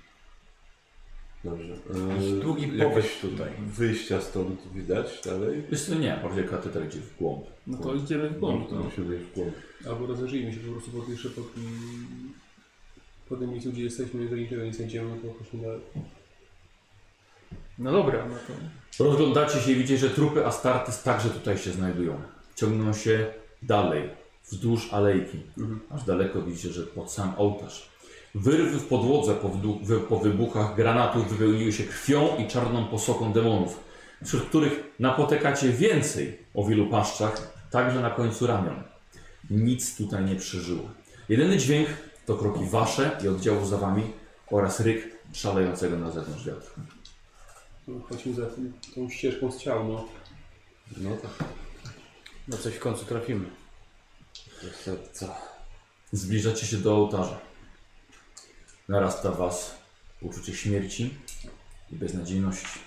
Dobrze.
Jakiś długi
Yy,
pobyt
jakieś
tutaj.
Wyjścia stąd widać dalej.
Wiesz co, nie, bardziej katedra idzie w głąb.
No to idziemy w głąb.
To
No.
musimy iść w głąb.
Albo rozejrzyjmy się po prostu po, jeszcze po, tym- po tym miejscu, gdzie jesteśmy. Jeżeli tego nie znajdziemy, to chodźmy dalej.
No dobra, no to.
Rozglądacie się i widzicie, że trupy Astartes także tutaj się znajdują. Ciągną się dalej, wzdłuż alejki. Aż daleko widzicie, że pod sam ołtarz. Wyrwy w podłodze po, wdu- wy- po wybuchach granatów wypełniły się krwią i czarną posoką demonów, wśród których napotykacie więcej o wielu paszczach, także na końcu ramion. Nic tutaj nie przeżyło. Jedyny dźwięk to kroki wasze i oddziału za wami oraz ryk szalejącego na zewnątrz wiatru.
No, Chodźmy za tym, tą ścieżką z ciał, no.
No tak.
No coś w końcu trafimy.
Do serca.
Zbliżacie się do ołtarza. Narasta was uczucie śmierci i beznadziejności.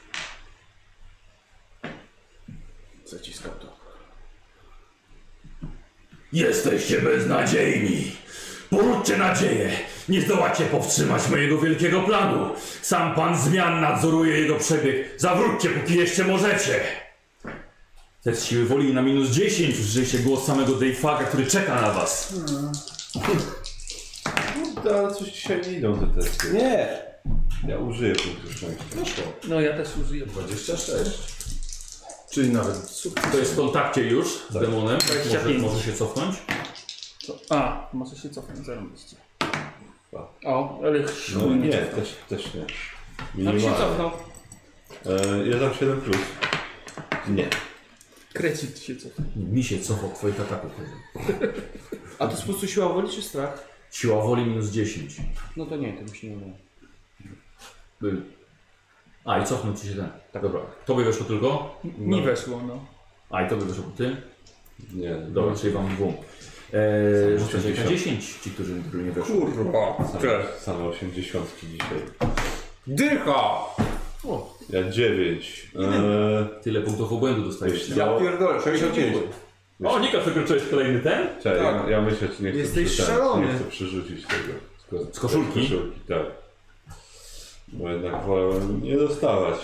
Zaciskam to.
Jesteście beznadziejni! Poródźcie nadzieję! Nie zdołacie powstrzymać mojego wielkiego planu! Sam pan zmian nadzoruje jego przebieg. Zawróćcie, póki jeszcze możecie! Test siły woli na minus 10 usłyszeliście głos samego Dejfaga, który czeka na was.
Kurde, ale coś dzisiaj nie idą te testy.
Nie!
Ja użyję punktu szczęścia.
No ja też użyję.
26. Czyli nawet
To jest w kontakcie już z demonem. Może,
25.
może się cofnąć.
A, może się cofnąć, zarobiście.
A.
O, ale
No
chuj,
nie,
nie.
też, też nie.
No i się
Minimalnie.
cofnął.
E, ja dam 7 plus. Nie.
Krecik się cofnął.
Mi się cofał twoich ataków.
A to jest po prostu siła woli czy strach?
Siła woli minus 10.
No to nie, to mi się nie udało.
Był. A, i cofnął ci się ten. Dobra. To by weszło tylko?
Mi weszło, no.
A, i to by weszło ty?
Nie.
Dobra, czyli wam dwóm. Eee, Rzucę sobie na
80.
10, ci, którzy którym nie weszło.
Kurwa!
Same, same 80 dzisiaj.
Dycha!
Ja 9. E,
Tyle punktów obłędu dostajecie.
Ja
pierdolę, 69.
O, Nika, przekroczyłeś kolejny ten?
Czekaj, ja, ja myślę, czy nie chcę
Jesteś
przerzucać,
szalony.
Nie chcę przerzucić tego. Tylko-
Z koszulki?
Z koszulki, tak. Bo jednak wolałem nie dostawać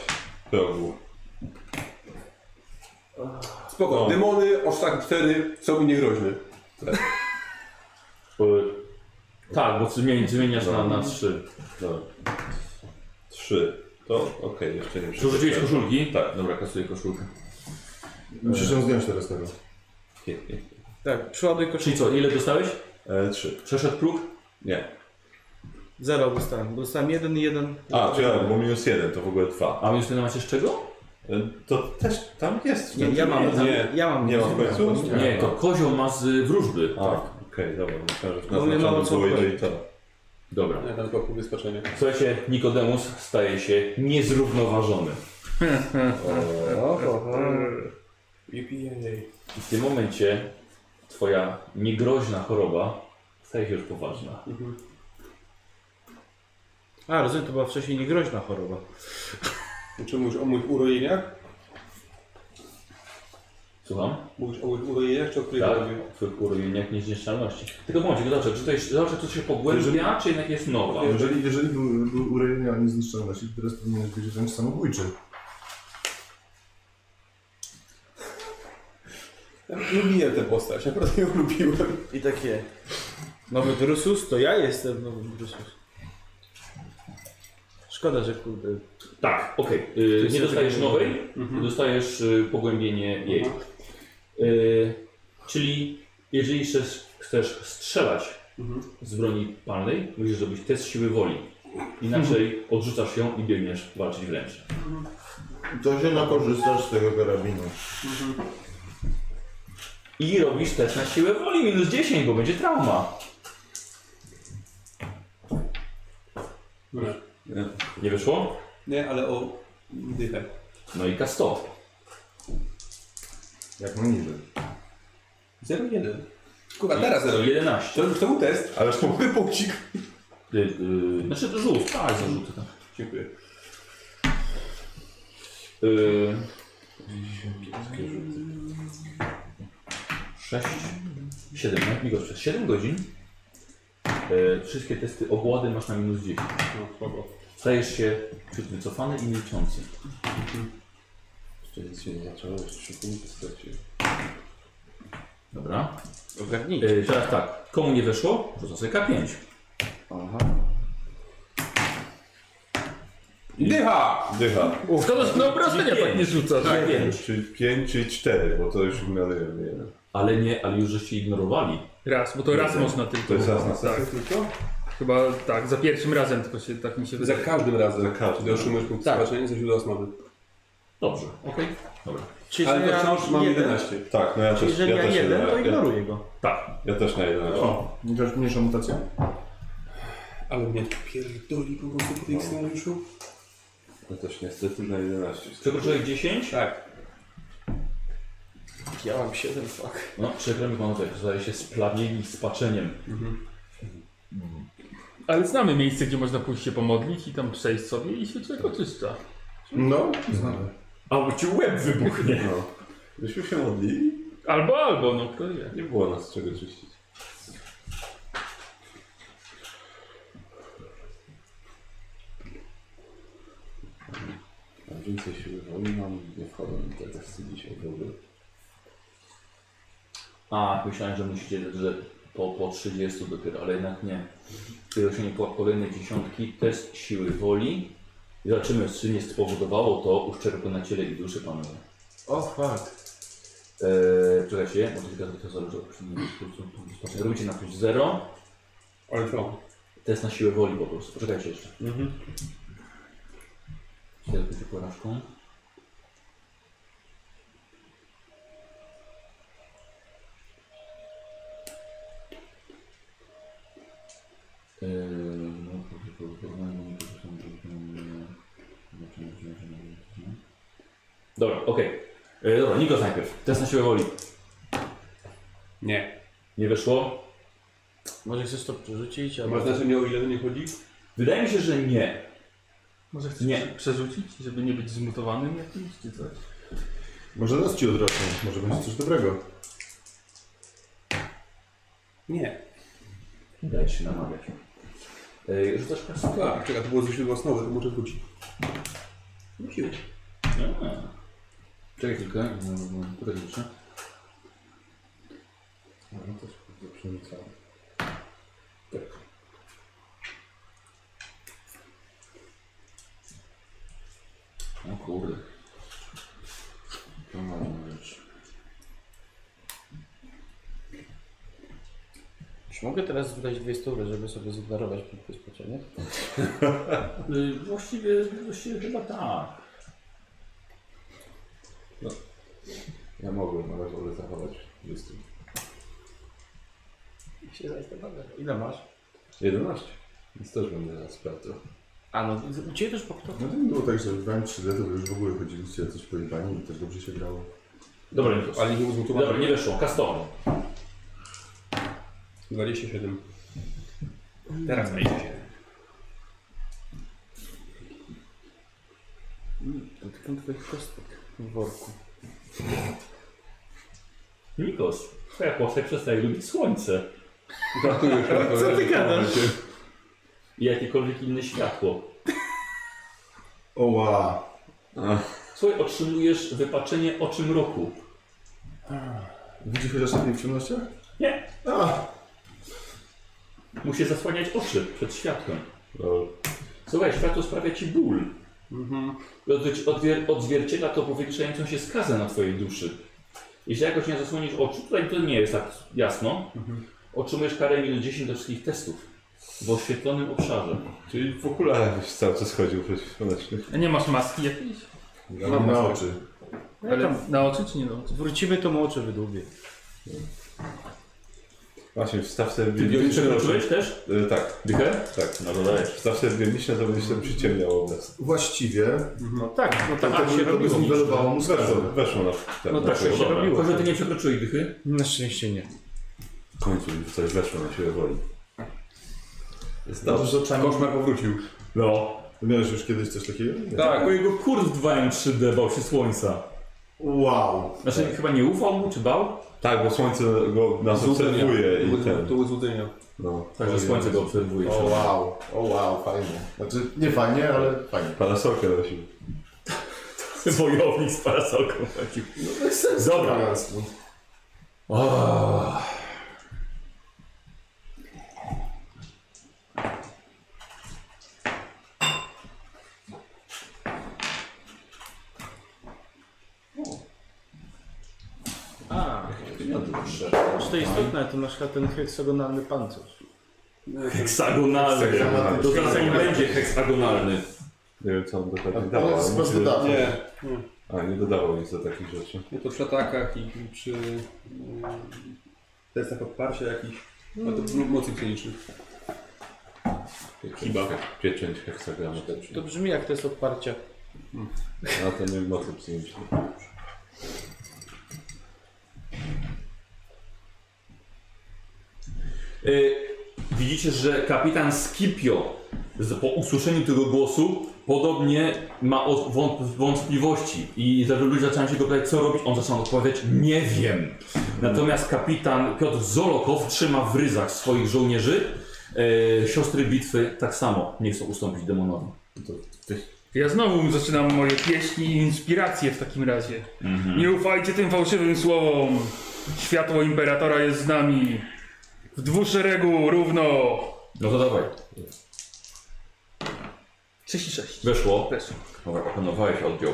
progu.
Spoko,
No.
demony, oszczak 4 są mi niegroźne.
E, Tak, bo ty zmieni- zmieniasz na, na trzy.
No. Trzy. To okej, jeszcze nie
Przerzuciłeś koszulki?
Tak.
Dobra, kasuję koszulkę.
Musisz ją zdjąć teraz tego.
Tak, przyładuj koszulkę.
Czyli co, ile dostałeś?
E, trzy.
Przeszedł próg?
Nie.
Zero dostałem, bo dostałem jeden i jeden.
A, czekaj, bo minus jeden, to w ogóle dwa.
A minus jeden macie z czego?
E, to też tam jest.
Nie,
wtedy.
ja mam, tam-
Nie,
ja mam. tak.
nie mam w końcu?
Nie, to kozioł ma z wróżby.
Tak.
Tak.
A, okej, dobra, myślałem, że
Bo mnie mało
naznaczone
co
było i to
obchodzi.
i to.
Dobra.
Ja tam tylko próbuję skoczenia.
Słuchajcie, Nikodemus staje się niezrównoważony.
Yippee.
I w tym momencie twoja niegroźna choroba staje się już poważna.
A, rozumiem, to była wcześniej niegroźna choroba.
Czy mówisz o moich urojeniach?
Słucham?
Mówisz o moich urojeniach, czy o których
Tak,
mówię?
w uruchomieniach niezniszczalności. Tylko bądź, zobaczę, czy to jest, zobaczę, czy to się pogłębia, czy jednak jest nowa.
Jeżeli, jeżeli był, był urojenia o niezniszczalności, to teraz powinien być wręcz samobójczy.
Ja lubiłem tę postać, naprawdę ją [laughs] lubiłem.
I takie. Nowy Drusus, to ja jestem no, nowym Drusus. Szkoda, że kurde.
Tak, okej. Y, Nie dostajesz nowej, dostajesz y, pogłębienie jej. Y, Czyli jeżeli chcesz, chcesz strzelać z broni palnej, musisz zrobić test siły woli. Inaczej odrzucasz ją i biegniesz walczyć wręcz.
To się nakorzystasz z tego karabinu.
I robisz test na siłę woli minus 10, bo będzie trauma.
Nie.
Nie wyszło?
Nie, ale o dychę.
No i K100.
Jak najniżej.
0,1. Kurwa, teraz 0,1.
11.
To, to był test.
Ale szkoda.
Mój punkcik.
Ty, y, znaczy to rzut, tak, zarzut. Tak.
Dziękuję.
Y, 6, 7, tak? Mikołaj, przez 7 godzin y, wszystkie testy ogłady masz na minus 10.
No, spoko.
Stajesz się czy wycofany i milczący.
Jeszcze nic się nie zaczęło, jeszcze trzy punkty straciłem.
Dobra.
Ogarnij.
Y, teraz tak, komu nie weszło, rzuca sobie K5.
Aha.
Dycha!
Dycha.
Szkoda, że na obrażenia
Czyli
tak nie rzucasz.
K5.
Czyli pięć, czyli cztery, bo to już ignorujemy jeden.
Ale nie, ale już żeście ignorowali.
Raz, bo to raz można tylko.
To jest raz na
Tak,
Tylko?
chyba tak, za pierwszym razem tylko się tak mi się
Za
wydaje.
każdym razem.
Za każdym.
Gdy otrzymujesz punkt
Tak.
zobaczenia, coś do osnowy.
Dobrze, okej. Dobra.
Czyli,
Ale
że
to
ja
wciąż mam
jeden-
11.
Tak, no ja
Czyli,
też,
że
ja
ja
też
jeden, to
ja,
ignoruję go.
Tak.
ja też na jeden.
O, nie też mniejsza mutacja?
Ale mnie pierdoli po prostu po tym scenariuszu.
Ja też niestety na 11.
Przekroczyłeś 10?
Tak.
Ja mam siedem, fuck.
No, przekręt panowie, zdaje się splawieni spaczeniem.
Ale znamy miejsce, gdzie można pójść się pomodlić i tam przejść sobie i się człowiek oczyszcza.
No, znamy.
A ci łeb wybuchnie.
No. Myśmy się modlili,
Albo, albo, no kto wie.
nie było nas czego czyścić. Mam więcej siły woli, mam nie wchodzę na te testy dzisiaj w ogóle.
A, myślałem, że musicie, że po, po 30 dopiero, ale jednak nie. Wyroczenie po kolejne dziesiątki, test siły woli. I Zobaczymy, czy nie spowodowało to uszczerbku na ciele i duszy panowie.
O, fuck.
Eee, czekajcie, bo to tylko to zależy od przyjemności. Robicie na plus 0,
Ale co?
test na siłę woli po prostu. Poczekajcie jeszcze. Mhm. Tylko porażką. Eee, no, po- po- po- porównaniu, to są- to są, e, zobaczymy, czy- czy- czy- czy- Dobra, okej. E, Dobra, Nikos najpierw. Test na siłę woli.
Nie.
Nie weszło?
Może chcesz to przerzucić,
Ma
albo...
znaczenie o ile to nie chodzi?
Wydaje mi się, że nie.
Może chcesz
Nie.
prze- przerzucić, żeby nie być zmutowanym jakimś czy coś?
Może nas ci odrosną, może będzie coś dobrego.
Nie.
Dajcie się namawiać. E, Rzucasz kostką.
Tak, czekaj, to było ze źródła snowy, to może wróci. Wróciło.
Czekaj chwilkę, no, no, to tak muszę. No kurde. To mam rzecz.
Czy mogę teraz wydać dwie stówy, żeby sobie zdeklarować punkt ubezpieczenia?
E, Właściwie, właściwie chyba tak.
Ja mogłem, ale wolę zachować listę.
I się zastanawiam. Ile masz?
11. Więc też będę teraz sprawdzał.
A no, u Ciebie też pokryto.
No to nie było tak, że wam 3 d to wy już w ogóle chodziliście coś pojebani i też dobrze się grało.
Dobra, nie
Ale nie było zmutowane.
Dobra, nie weszło. Kaston.
27.
Teraz będzie. Dotykam Twoich kostek w worku.
Nikos, twoja postać przestaje lubić słońce
Gratuluję,
Co ty gadasz?
i jakiekolwiek inne światło.
Oła!
Słuchaj, otrzymujesz wypaczenie oczym roku.
Widzi chociaż na nieprzyjemnościach?
Nie.
A.
Musisz zasłaniać oczy przed światłem.
No,
Słuchaj, światło sprawia ci ból. I odwi- odwier- odzwierciedla to powiększającą się skazę na twojej duszy. Jeśli jakoś nie zasłonisz oczu, tutaj to nie jest tak jasno, otrzymujesz karę minus 10 do wszystkich testów w oświetlonym obszarze.
Czyli w okularach byś cały czas chodził przeciwsłonecznych.
A nie masz maski jakiejś?
Mam na oczy.
No
Ale na oczy czy nie na oczy?
Wrócimy, to mu oczy wydłubię.
Właśnie, wstaw sobie
Ty
bieliczne-
przekroczyłeś też?
E, Tak,
Dychę?
tak.
No dodajesz.
Wstaw sobie bieliczne, to będzie się przyciemniał obraz.
Właściwie
No tak, no tak,
to, by, to by zniwelowało mu
Weszło,
skazę.
weszło na ten
No
na
tak,
siłę
się
woli.
robi.
Tylko, że ty nie przekroczyłeś dychy.
Na szczęście nie.
W końcu coś weszło na siłę woli. Jest
Dobrze,
dobrze.
że oczami.
Koszmar powrócił.
No.
Miałeś już kiedyś coś takiego? Nie.
Tak, mojego kurs w 2M3D bał się słońca.
Wow!
Znaczy chyba nie ufał mu, czy bał?
Tak, bo słońce go nas obserwuje i ten.
To były złudzenia.
No.
Także słońce go obserwuje.
O wow, o wow, fajnie. Znaczy, nie fajnie, ale fajnie.
Parasolkę nosił.
Wojownik z parasolką takim. Dobra.
A, czy to istotne, to na przykład ten heksagonalny pancerz.
Heksagonalny.
Heksagonalny.
To zaraz nie będzie heksagonalny.
Nie wiem co on dokładnie
Ale
dawał.
to jest
ale
bez
musi-
dodatku.
Nie,
A, nie dodawał nic do takich rzeczy.
nie to przy atakach i i przy mm, testach odparcia jakichś. No to m- mocy psionicznych.
Pieczęć, Chyba. Tak, Pieczęć heksagramu.
To brzmi jak to jest odparcia.
A to nie mocy psychicznej.
Y, Widzicie, że kapitan Scipio z- po usłyszeniu tego głosu podobnie ma o- wąt- wątpliwości i za- ludzie zaczynają się go pytać, co robić. On zaczyna odpowiadać, nie wiem. Natomiast kapitan Piotr Zolokow trzyma w ryzach swoich żołnierzy. Y, siostry bitwy tak samo nie chcą ustąpić demonowi.
Ja znowu zaczynam moje pieśni i inspiracje w takim razie.
Mhm.
Nie ufajcie tym fałszywym słowom. Światło imperatora jest z nami. W dwuszeregu równo.
No to dawaj.
36.
Weszło.
Weszło.
Dobra, opanowałeś oddział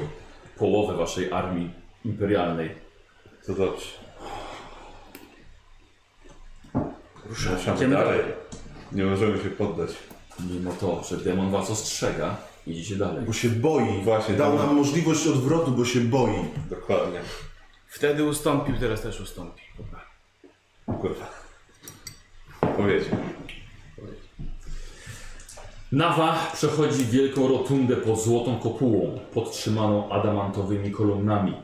połowy waszej armii imperialnej.
To dobrze. Ruszamy
Idziemy
dalej. Nie możemy się poddać.
Mimo to, że demon was ostrzega, idziecie dalej.
Bo się boi.
Właśnie,
Dał
to-
nam możliwość odwrotu, bo się boi.
Dokładnie.
Wtedy ustąpił, teraz też ustąpi.
Kurwa. Powiedz.
Nawa przechodzi wielką rotundę pod złotą kopułą, podtrzymaną adamantowymi kolumnami.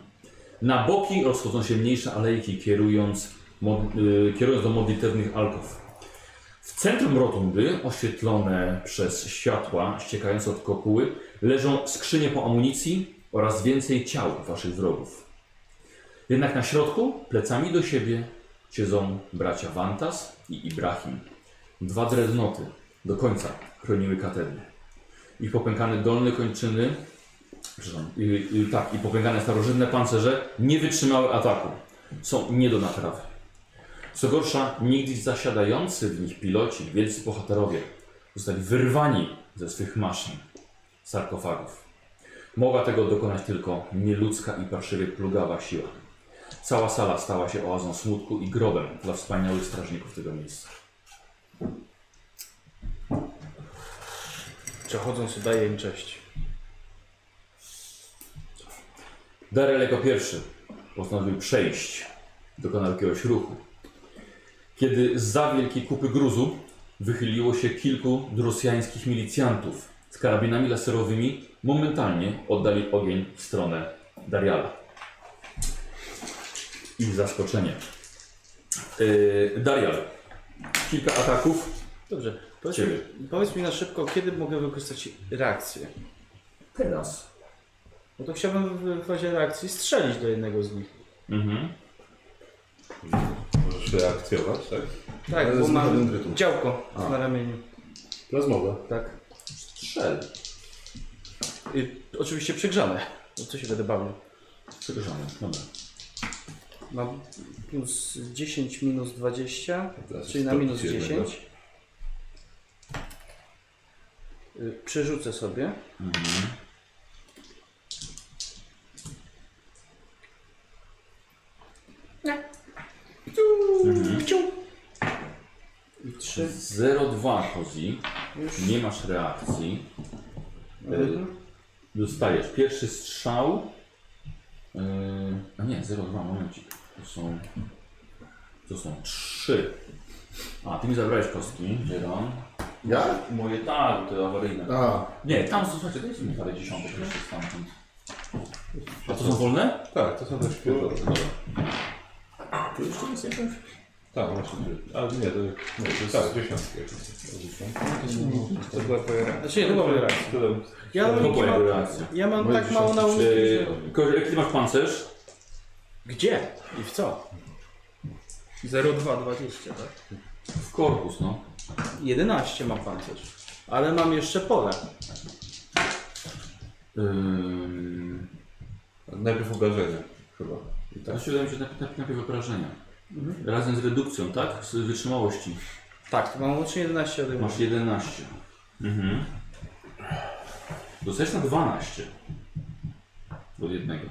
Na boki rozchodzą się mniejsze alejki, kierując, mod, y, kierując do modlitewnych alków. W centrum rotundy, oświetlone przez światła ściekające od kopuły, leżą skrzynie po amunicji oraz więcej ciał waszych wrogów. Jednak na środku, plecami do siebie, siedzą bracia Vantas i Ibrahim. Dwa dreadnoty do końca chroniły katedrę. Ich popękane dolne kończyny, przepraszam, y, y, tak, i popękane starożytne pancerze nie wytrzymały ataku. Są nie do naprawy. Co gorsza, niegdyś zasiadający w nich piloci, wielcy bohaterowie, zostali wyrwani ze swych maszyn, sarkofagów. Mogła tego dokonać tylko nieludzka i parszywie plugawa siła. Cała sala stała się oazą smutku i grobem dla wspaniałych strażników tego miejsca.
Przechodząc daję im cześć.
Darel jako pierwszy postanowił przejść, dokonał jakiegoś ruchu. Kiedy za wielkiej kupy gruzu wychyliło się kilku drosjańskich milicjantów z karabinami laserowymi, momentalnie oddali ogień w stronę Dariala. Ich zaskoczenie. Yy, Darial, kilka ataków.
Dobrze. Powiedz mi,
Ciebie.
powiedz mi na szybko, kiedy mogę wykorzystać reakcję?
Teraz.
No to chciałbym w w fazie reakcji strzelić do jednego z nich.
Mhm.
Możesz reakcjować, tak?
Tak, bo
z
mam
dendrytu.
działko na ramieniu.
Plazmowe.
Tak.
Strzel.
Y, oczywiście przegrzane. No co się będę bawił?
Przegrzany. Dobra.
Mam plus 10, minus 20,
teraz
czyli na
jest
minus
jednego.
10. Y, Przerzucę sobie. I 3.
0,2 Kozi. Nie masz reakcji.
Mhm.
Y, Dostajesz pierwszy strzał. Y, A nie, 0,2, momencik. To są. To są 3. A, ty mi zabrałeś kostki, Jeron.
Ja?
Moje tak, te awaryjne.
A,
Nie, tam są, słuchajcie, to jest mi parę dziesiątek jeszcze stamtąd. A to są wolne?
Tak, to są też świeże. no.
To jeszcze jest jakaś.
Tak, właśnie. Ale nie, to, nie, to jest tak, dziesiątki jakieś.
To była twoja reakcja. Znaczy nie, to była moja reakcja.
Tyle-
Ja mam,
To
ja
była
mam,
reakcja.
ja mam
Moje
tak mało na umyśle,
Czy,
że...
Kozie, jaki ty masz pancerz?
Gdzie? I w co?
0220, tak?
W korpus, no.
11 mam pancerz. Ale mam jeszcze pole.
Ym...
Najpierw obrażenia chyba.
Tak.
I
Mhm.
tak.
Znaczy, wydaje mi się, że najpierw, najpierw, najpierw obrażenia. Razem z redukcją, tak? Z wytrzymałości.
Tak, to mam łącznie 11 ode mnie.
Masz 11. Mhm. Dostajesz na 12. Od jednego.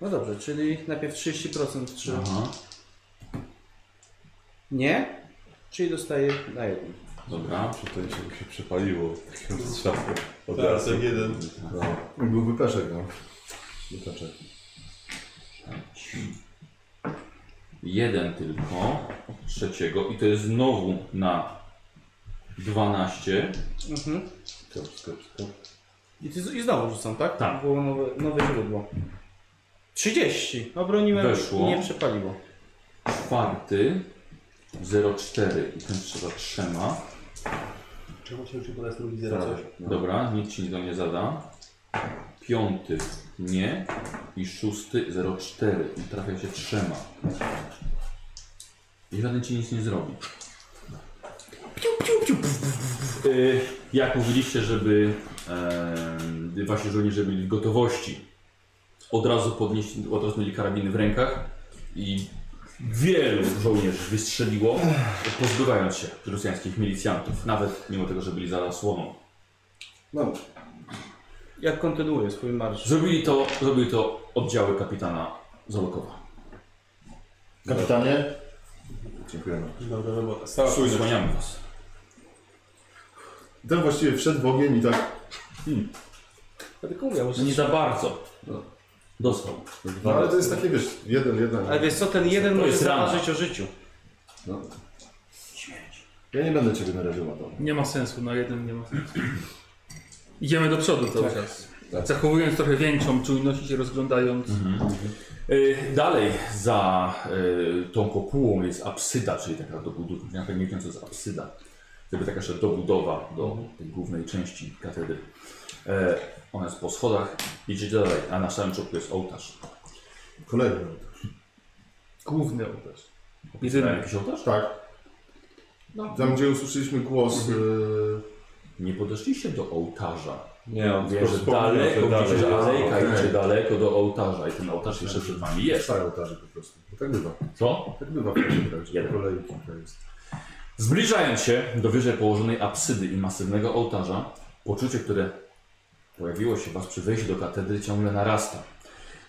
No dobrze, czyli najpierw 30% czy...
Aha.
Nie? Czyli dostaję na jednym.
Dobra.
Tutaj się, się przepaliło takiego strzału. Od
Teraz
razu.
ten jeden.
No.
był wypeszek, no. Wypeszek.
Jeden tylko. Trzeciego. I to jest znowu na 12.
Mhm.
Skop, skop, skop.
I, ty, I znowu rzucam, tak?
Tak.
Było nowe, nowe źródło. 30. Obroniłem
Weszło.
i nie przepaliło.
Czwarty. 04. I ten trzeba trzema.
Czemu cięższy po nas drugi zero coś?
Tak, no.
Dobra, nikt ci do nie zada. Piąty nie i szósty 04 i trafia się trzema. I żaden ci nic nie zrobi. Piu, piu, piu, puf, puf, puf. Y, Jak mówiliście, żeby em, wasi żołnierze byli w gotowości, od razu podnieśli, od razu mieli karabiny w rękach i wielu żołnierzy wystrzeliło, pozbywając się rosjańskich milicjantów, nawet mimo tego, że byli za słoną.
No,
Ja kontynuuję swój marsz.
Zrobili to, zrobili to oddziały kapitana Zolokowa.
kapitanie. Dziękujemy.
Dobra robota. Stała
Przysłaniamy was.
Ten właściwie wszedł w ogień i tak...
Ja tylko mówię, że...
Nie za bardzo. Dostał.
No, ale to jest takie, wiesz, jeden, jeden.
Ale wiesz co, ten jeden
To
może
jest rana.
zaważyć o życiu.
No. Ja nie będę ciebie na razie ładował.
Nie ma sensu, na jednym nie ma sensu. Idziemy do przodu
Tak.
cały czas. Zachowując trochę większą czujność i się rozglądając.
Y, Dalej za y, tą kopułą jest apsyda, czyli taka dobudowa, tak nie wiem co to jest apsyda, gdyby taka jeszcze dobudowa do tej głównej części katedry. E, Ona jest po schodach, idziecie dalej, a na samym czubku jest ołtarz.
Kolejny.
Główny ołtarz.
Na jakiś ołtarz?
Tak. Tam, gdzie usłyszeliśmy głos, y,
Nie podeszliście do ołtarza.
Nie, on
Wiesz,
tylko
że
wspomniał, że
daleko,
dalej
dalej,
jest.
dalejka
Okej.
idzie daleko do ołtarza i ten ołtarz jeszcze przed wami jest.
stare ołtarze po prostu. Bo tak bywa.
Co?
Tak bywa w każdym razie. Po
Jeden.
kolei kilka jest.
Zbliżając się do wyżej położonej apsydy i masywnego ołtarza, poczucie, które pojawiło się w was przy wejściu do katedry ciągle narasta.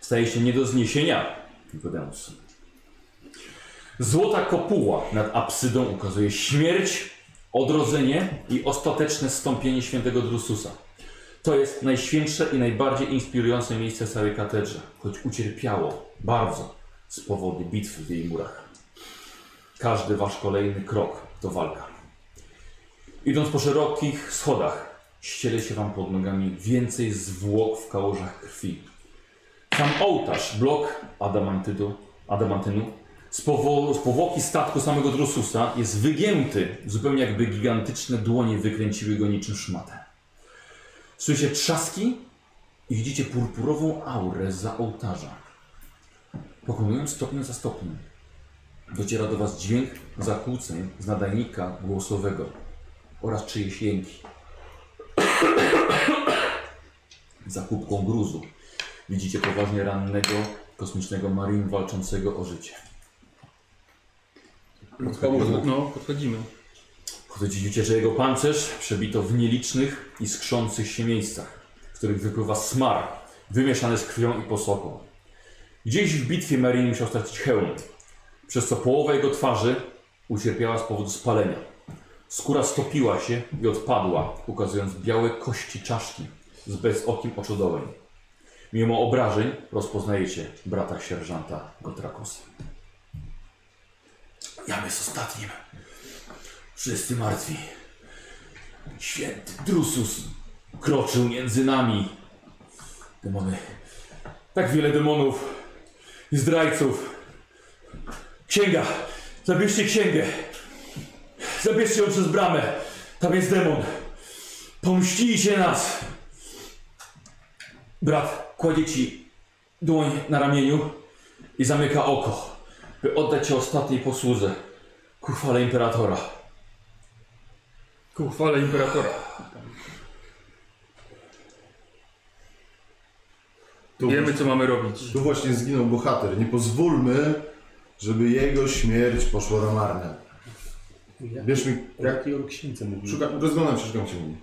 Staje się nie do zniesienia, Nikodemus. Złota kopuła nad apsydą ukazuje śmierć, odrodzenie i ostateczne stąpienie świętego Drususa. To jest najświętsze i najbardziej inspirujące miejsce w całej katedrze, choć ucierpiało bardzo z powodu bitwy w jej murach. Każdy wasz kolejny krok to walka. Idąc po szerokich schodach, ściele się wam pod nogami więcej zwłok w kałużach krwi. Sam ołtarz, blok adamantydu, adamantynu, z, powo- z powłoki statku samego Drususa jest wygięty, zupełnie jakby gigantyczne dłonie wykręciły go niczym szmatę. Słyszycie trzaski i widzicie purpurową aurę za ołtarza. Pokonując stopniu za stopniem, Dociera do Was dźwięk zakłóceń z nadajnika głosowego oraz czyjeś jęki. [coughs] Za kubką gruzu widzicie poważnie rannego kosmicznego Marine walczącego o życie.
Pomóż
No, podchodzimy.
Widzicie, że jego pancerz przebito w nielicznych i skrzących się miejscach, z których wypływa smar wymieszany z krwią i posoką. Gdzieś w bitwie Marine musiał stracić hełm, przez co połowa jego twarzy ucierpiała z powodu spalenia. Skóra stopiła się i odpadła, ukazując białe kości czaszki z bezokim oczodołem. Mimo obrażeń rozpoznajecie brata sierżanta Gotrakosa. Jam jest ostatnim. Wszyscy martwi. Święty Drusus kroczył między nami. Demony. Tak wiele demonów i zdrajców. Księga! Zabierzcie księgę! Zabierzcie ją przez bramę! Tam jest demon! Pomścijcie nas! Brat kładzie ci dłoń na ramieniu i zamyka oko, by oddać cię ostatniej posłudze ku chwale imperatora.
Ku chwale imperatora.
Tu,
Wiemy, co mamy robić.
tu właśnie zginął bohater. Nie pozwólmy, żeby jego śmierć poszła na marne. Wiesz mi, jak...
Jaki o księdze mówił?
Szukam, rozglądam się, szukam księgi.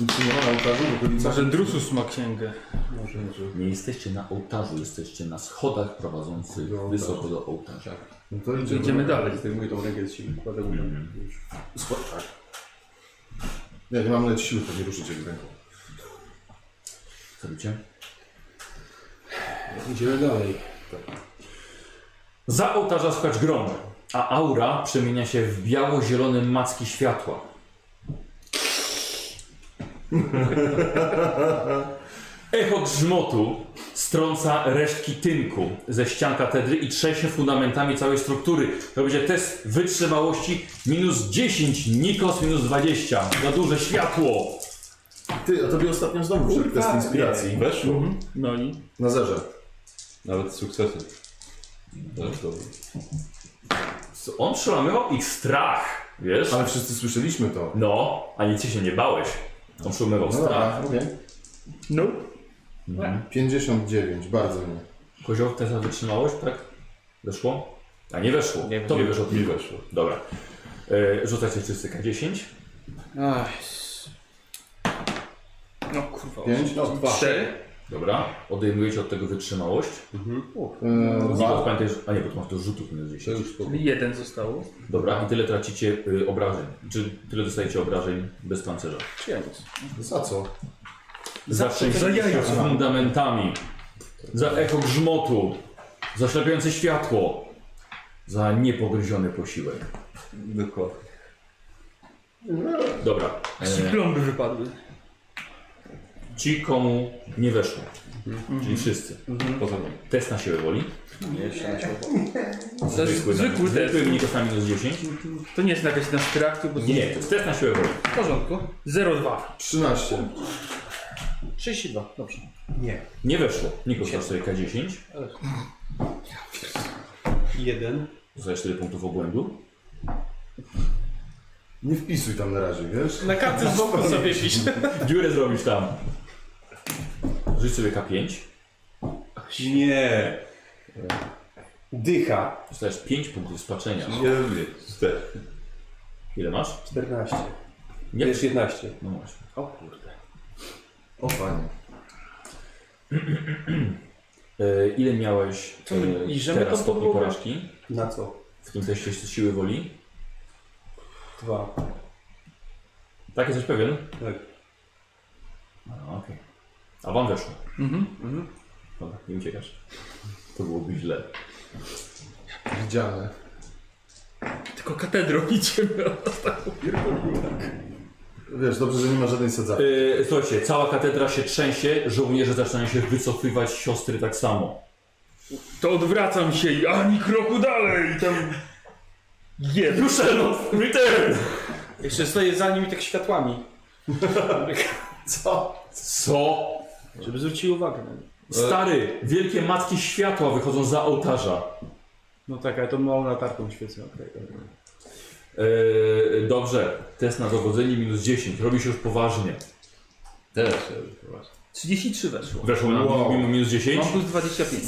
Nic nie ma na ołtarzu, w okolicach.
Może Drusus ma księgę.
Może, może.
Nie jesteście na ołtarzu, jesteście na schodach prowadzących
Do ołtarza.
wysoko do ołtarza.
No to idzie.
Idziemy dalej.
Zdejmuję tą rękę z siebie, kładę mu tam. Już.
Ja nie mam nawet siły, to nie ruszyć jego ręką.
Co robicie?
Idziemy dalej.
Za ołtarza słychać grom, a aura przemienia się w biało-zielone macki światła. [laughs] Echo grzmotu strąca resztki tynku ze ścian katedry i trzęsie fundamentami całej struktury. To będzie test wytrzymałości minus 10, Nikos minus 20. Za duże światło.
Ty, a tobie ostatnio znowu wszedł test inspiracji.
Weszło.
Mhm.
No i?
Na zerze.
Nawet z sukcesem. Zresztą.
Co, On przełamywał ich strach, wiesz?
Ale wszyscy słyszeliśmy to.
No, a nic ci się nie bałeś. On
No
przełamywał strach.
mówię.
No.
59, bardzo nie.
Kozioł testa wytrzymałość, tak? Weszło? A nie weszło.
Nie,
Tobie
nie
weszło,
Mi
mi weszło.
weszło.
Dobra. E, rzucajcie wszyscy K10.
Ach. No kurwa.
5, no, 2.
Cztery?
Dobra. Odejmujecie od tego wytrzymałość.
E,
Nikos, pamiętaj, że... A nie, bo tu masz do rzutów minus
To
10.
już po...
Czyli jeden zostało.
Dobra, i tyle tracicie y, obrażeń. Czy tyle dostajecie obrażeń bez pancerza.
Czy ja nic?
Za co?
Zawsze
za jaja.
z fundamentami. Za echo grzmotu. Za ślepiące światło. Za niepogryziony posiłek.
Dokładnie.
Dobra.
Ci
E,
plomby wypadły.
ci, komu nie weszło. Czyli wszyscy.
Mhm.
Poza mną.
Test na siłę woli.
To jest zwykły test. Mhm.
Zwykły wynik na minus 10.
To nie jest jakaś nasz traktu, bo
Nie, to jest test na siłę woli.
W porządku.
0,2.
13.
32. Dobrze.
Nie weszło. Niko, masz sobie K10.
jeden.
Dostajesz 4 punktów obłędu.
Nie wpisuj tam na razie, wiesz?
Na kartce z boku sobie pisz.
Dziurę zrobisz tam. Rzuć sobie K5.
Nie!
Dycha.
Dostajesz 5 punktów spaczenia.
Nie lubię. Cztery.
Ile masz?
14.
Nie.
Jest 11.
No właśnie.
O kurde.
O panie.
E, ile miałeś
To my
e,
liżemy
teraz
tą
stopni
podłogę?
porażki?
Na co?
W tym teście siły woli?
Dwa.
Tak, jesteś pewien?
Tak.
No, okej. A wam weszło.
Mhm.
Dobra, nie uciekasz. To byłoby źle.
Widziane.
Tylko katedrą idziemy.
Wiesz, dobrze, że nie ma żadnej sadzawki.
Yy, słuchajcie, cała katedra się trzęsie, żołnierze zaczynają się wycofywać, siostry tak samo.
To odwracam się i ani kroku dalej i tam... Jeb.
You shall not return!
Jeszcze stoję za nim i tak światłami.
Co?
Co?
Żeby zwrócili uwagę na nie.
Stary, wielkie matki światła wychodzą za ołtarza.
No tak, ale to małą latarką świecę. okej, dobra.
Yy, dobrze, test na dowodzenie minus 10, robi się już poważnie.
Teraz się robi, poważnie.
33 weszło.
Weszło na
Wow.
minus 10.
Mam plus 25.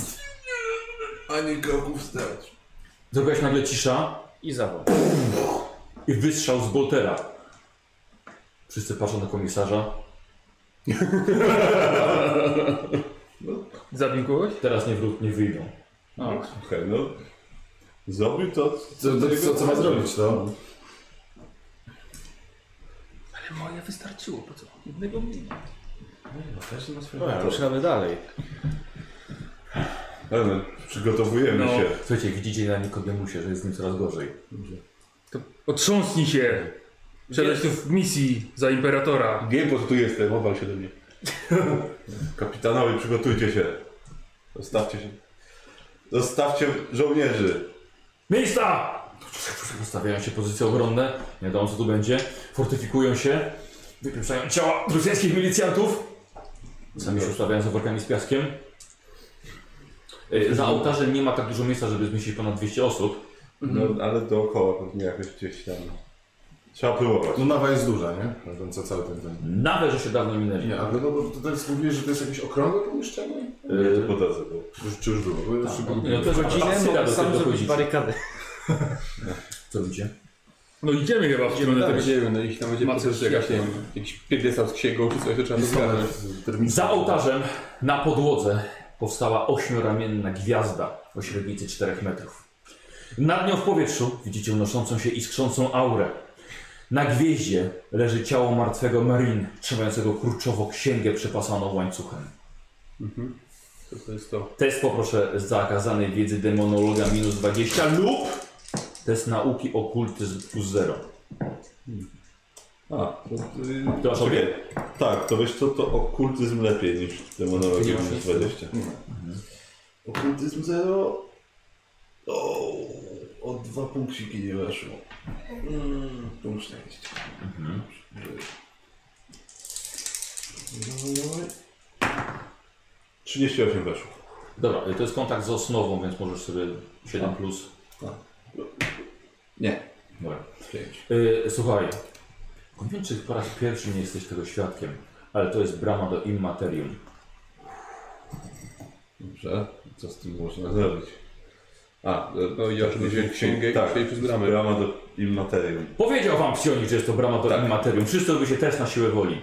Ani kroku wstać.
Zrobiłaś nagle cisza
I zawał.
i wystrzał z boltera. Wszyscy patrzą na komisarza.
Zabił kogoś?
Teraz nie, wró- nie wyjdą.
Słuchaj, no. Zrobił to,
Co, to, co, co ma zrobić, no? to?
Ale moje wystarczyło, po co?
Jednego mniej.
Każdy ma swoje
Dobra,
metody.
Ruszamy dalej.
Ale przygotowujemy
No.
się.
Słuchajcie, widzicie na Nikodemusie, że jest z nim coraz gorzej.
To otrząsnij się! Przedać tu w misji za imperatora.
Wiem, po co tu jestem, obal się do mnie. Kapitanowie, przygotujcie się. Zostawcie się. Zostawcie żołnierzy.
Miejsca! Ustawiają się pozycje obronne, nie wiadomo co tu będzie. Fortyfikują się, wypieprzają ciała druzyńskich milicjantów. Sami się ustawiają z workami z piaskiem. Y, Za ołtarzem nie ma tak dużo miejsca, żeby zmieścić ponad 200 osób.
No, ale dookoła pewnie jakoś gdzieś tam. Trzeba próbować.
No nawa jest duża, nie? Na ten, co cały ten... ten.
Nawet, że się dawno minęli.
Nie, ale no bo tutaj mówiłeś, że to jest jakieś okrągłe pomieszczenie?
Nie,
Y,
to po drodze było.
Już- Czy już było? Bo ja szybko
nie, Tak. No, to jest
Godzinę
absurda
mogę
do
sam
tego
zrobić
dochodzić.
barykadę.
Co robicie?
No idziemy chyba w stronę tego.
Będziemy, no i tam będzie po
Macie
prostu jakaś, nie
światło.
wiem, jakiś pierdesał z księgą czy coś, to trzeba to zgarnąć.
Za ołtarzem na podłodze powstała ośmioramienna gwiazda o średnicy 4 metrów. Nad nią w powietrzu widzicie unoszącą się iskrzącą aurę. Na gwieździe leży ciało martwego Marin, trzymającego kurczowo księgę przepasaną łańcuchem.
To, to jest to.
Test poproszę z zakazanej wiedzy demonologa minus 20 lub test nauki okultyzm plus 0.
A, to, y,
To sobie?
czekaj. Tak, to wiesz co, to okultyzm lepiej niż demonologia
Nie ma
minus 20. Mhm.
Okultyzm zero. O, o dwa punkciki nie weszło. Mm, punkt szczęścia. Dawaj, dawaj.
38 weszło.
Dobra, to jest kontakt z osnową, więc możesz sobie 7 plus.
Nie.
Dobra.
5.
Yy, słuchaj, nie wiem, czy po raz pierwszy nie jesteś tego świadkiem, ale to jest brama do immaterium.
Dobrze, co z tym można zrobić? A, e,
No i ja żeby wziąć księgę i
tak,
przejść przez bramę.
brama do immaterium.
Powiedział wam psionik, że jest to brama do immaterium. Wszyscy robi się test na siłę woli.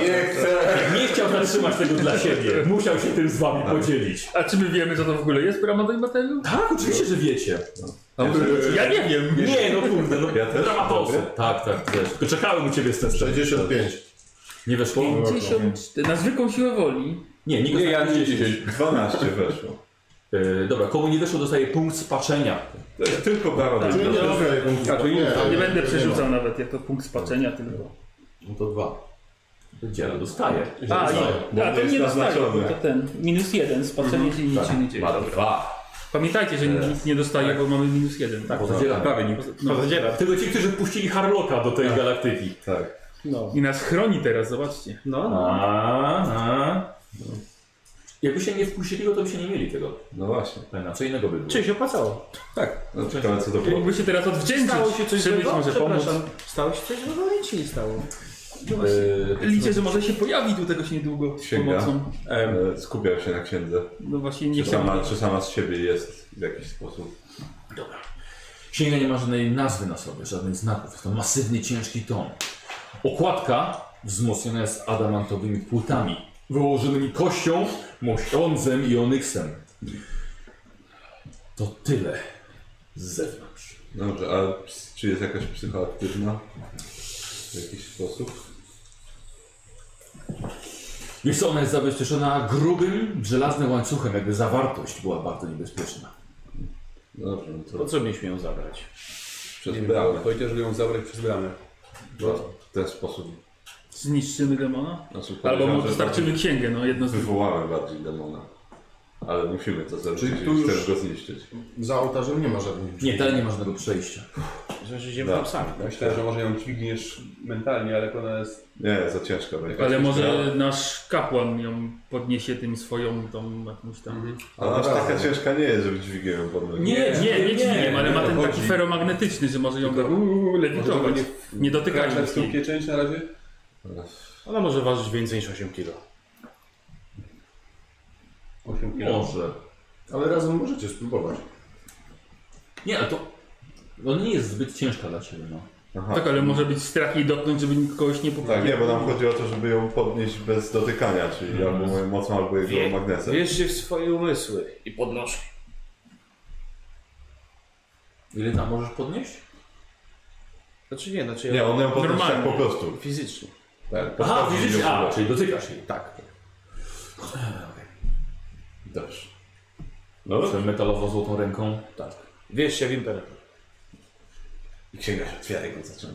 Nie chcę!
Nie chciał zatrzymać tego dla siebie. Musiał się tym z wami podzielić.
A czy my wiemy, co to w ogóle jest brama do immaterium?
Tak, oczywiście, że wiecie.
Ja nie wiem.
Nie, no kurde, no.
Ja też?
Dramatosy. Tak, tak, też. Tylko czekałem u ciebie z testem.
65.
Nie weszło?
54. Na zwykłą siłę woli.
Nie, nikt
Nie, ja nie
12 weszło.
Yy, dobra, komu nie weszło, dostaje punkt spaczenia.
To jest Tylko brama
Tak,
do
Czyli nie
immaterium.
dostaję punktów.
A, czyli nie dostaję.
Nie będę
ma.
przerzucał nawet, jak to punkt spaczenia tylko.
No to dwa.
Dziela dostaje.
A, i,
bo
a
to
to
jest
nie dostaje,
naznaczone.
to ten. Minus jeden, spaczenie
Mhm.
się nic
Tak,
się nie dzieje.
Ma dwa.
Pamiętajcie, że nic nie dostaje, bo mamy minus jeden. Tak.
Pozadzielamy.
Prawie nie. No, zadziera.
Tylko ci, którzy puścili Harlocka do tej galaktyki.
Tak.
No.
I nas chroni teraz, zobaczcie.
No, no.
A, a. Jakbyście nie wpuścili go, to byście nie mieli tego.
No właśnie.
To Inaczej innego by było.
Czyli się opłacało.
No, ciekawe co to było.
Jakby się teraz odwdzięczyć,
Stało się coś
przybyć
złego?
może pomóc.
Przepraszam. Stało się coś złego? Nic się nie stało.
Eee,
E, Liczę, że może się pojawi tu tegoś niedługo z
Księga.
pomocą.
E, Skupiał się na księdze.
No właśnie nie
Czy
chciałem.
sama, czy sama z siebie jest w jakiś sposób.
Dobra. Księga nie ma żadnej nazwy na sobie, żadnych znaków. Jest to masywny, ciężki tom. Okładka wzmocniona jest adamantowymi płytami, wyłożonymi kością, mościądzem i onyksem. To tyle z zewnątrz.
Dobrze, a ps- czy jest jakaś psychoaktywna w jakiś sposób?
Wiesz co, ona jest zabezpieczona grubym, żelaznym łańcuchem, jakby zawartość była bardzo niebezpieczna.
Dobrze, no
Po
to
co mieliśmy ją zabrać?
przez bramę.
Powiedział, żeby ją zabrać przez bramę.
No, w ten sposób.
Zniszczymy demona?
Znaczy,
Albo
podejrzewam,
mu
że
dostarczymy księgę, no jedno z
Wywołamy bardziej demona. Ale musimy to zrobić,
Czyli tu
jeśli
już-
chcesz go zniszczyć.
Za ołtarzem nie ma żadnych drzwi.
Nie, dalej nie ma żadnego przejścia.
Że idziemy
Tak.
tam sami, tak?
Myślę, że może ją dźwigniesz mentalnie, ale jak ona jest...
Nie, za ciężka będzie.
Ale może nasz kapłan ją podniesie tym swoją tą jakąś tam...
Ale aż taka ciężka nie jest, żeby dźwigiem ją podnosić.
Nie, nie, nie dźwigiem, ale ma ten
chodzi-
taki ferromagnetyczny, że może ją go uuu, lewitować.
nie
Nie dotykajmy
wkraczać w
z
tą
niej.
pieczęć na razie?
Ona może ważyć więcej niż 8 kg.
8 kg.
Może.
Ale razem możecie spróbować.
Nie, ale to... On nie jest zbyt ciężka dla Ciebie, no.
Aha.
Tak, ale może być strach jej dotknąć, żeby nikogoś nie popukał.
Tak, nie, bo nam chodzi o to, żeby ją podnieść bez dotykania, czyli albo moją mocą, albo jego
Wie-
magnesem.
Wierzcie w swoje umysły i podnosz.
Ile tam możesz podnieść?
Znaczy nie, znaczy ja
Nie, on ją podnosi tak
Normalnie.
po prostu.
fizycznie.
Tak,
Aha,
podnosi
widzisz?
ją po
A,
prostu.
czyli dotykasz jej.
Tak.
Dobrze. No,
Swoją metalową złotą ręką.
Tak. Wierzcie w imperator.
i księgarz otwiera jego zaczyna.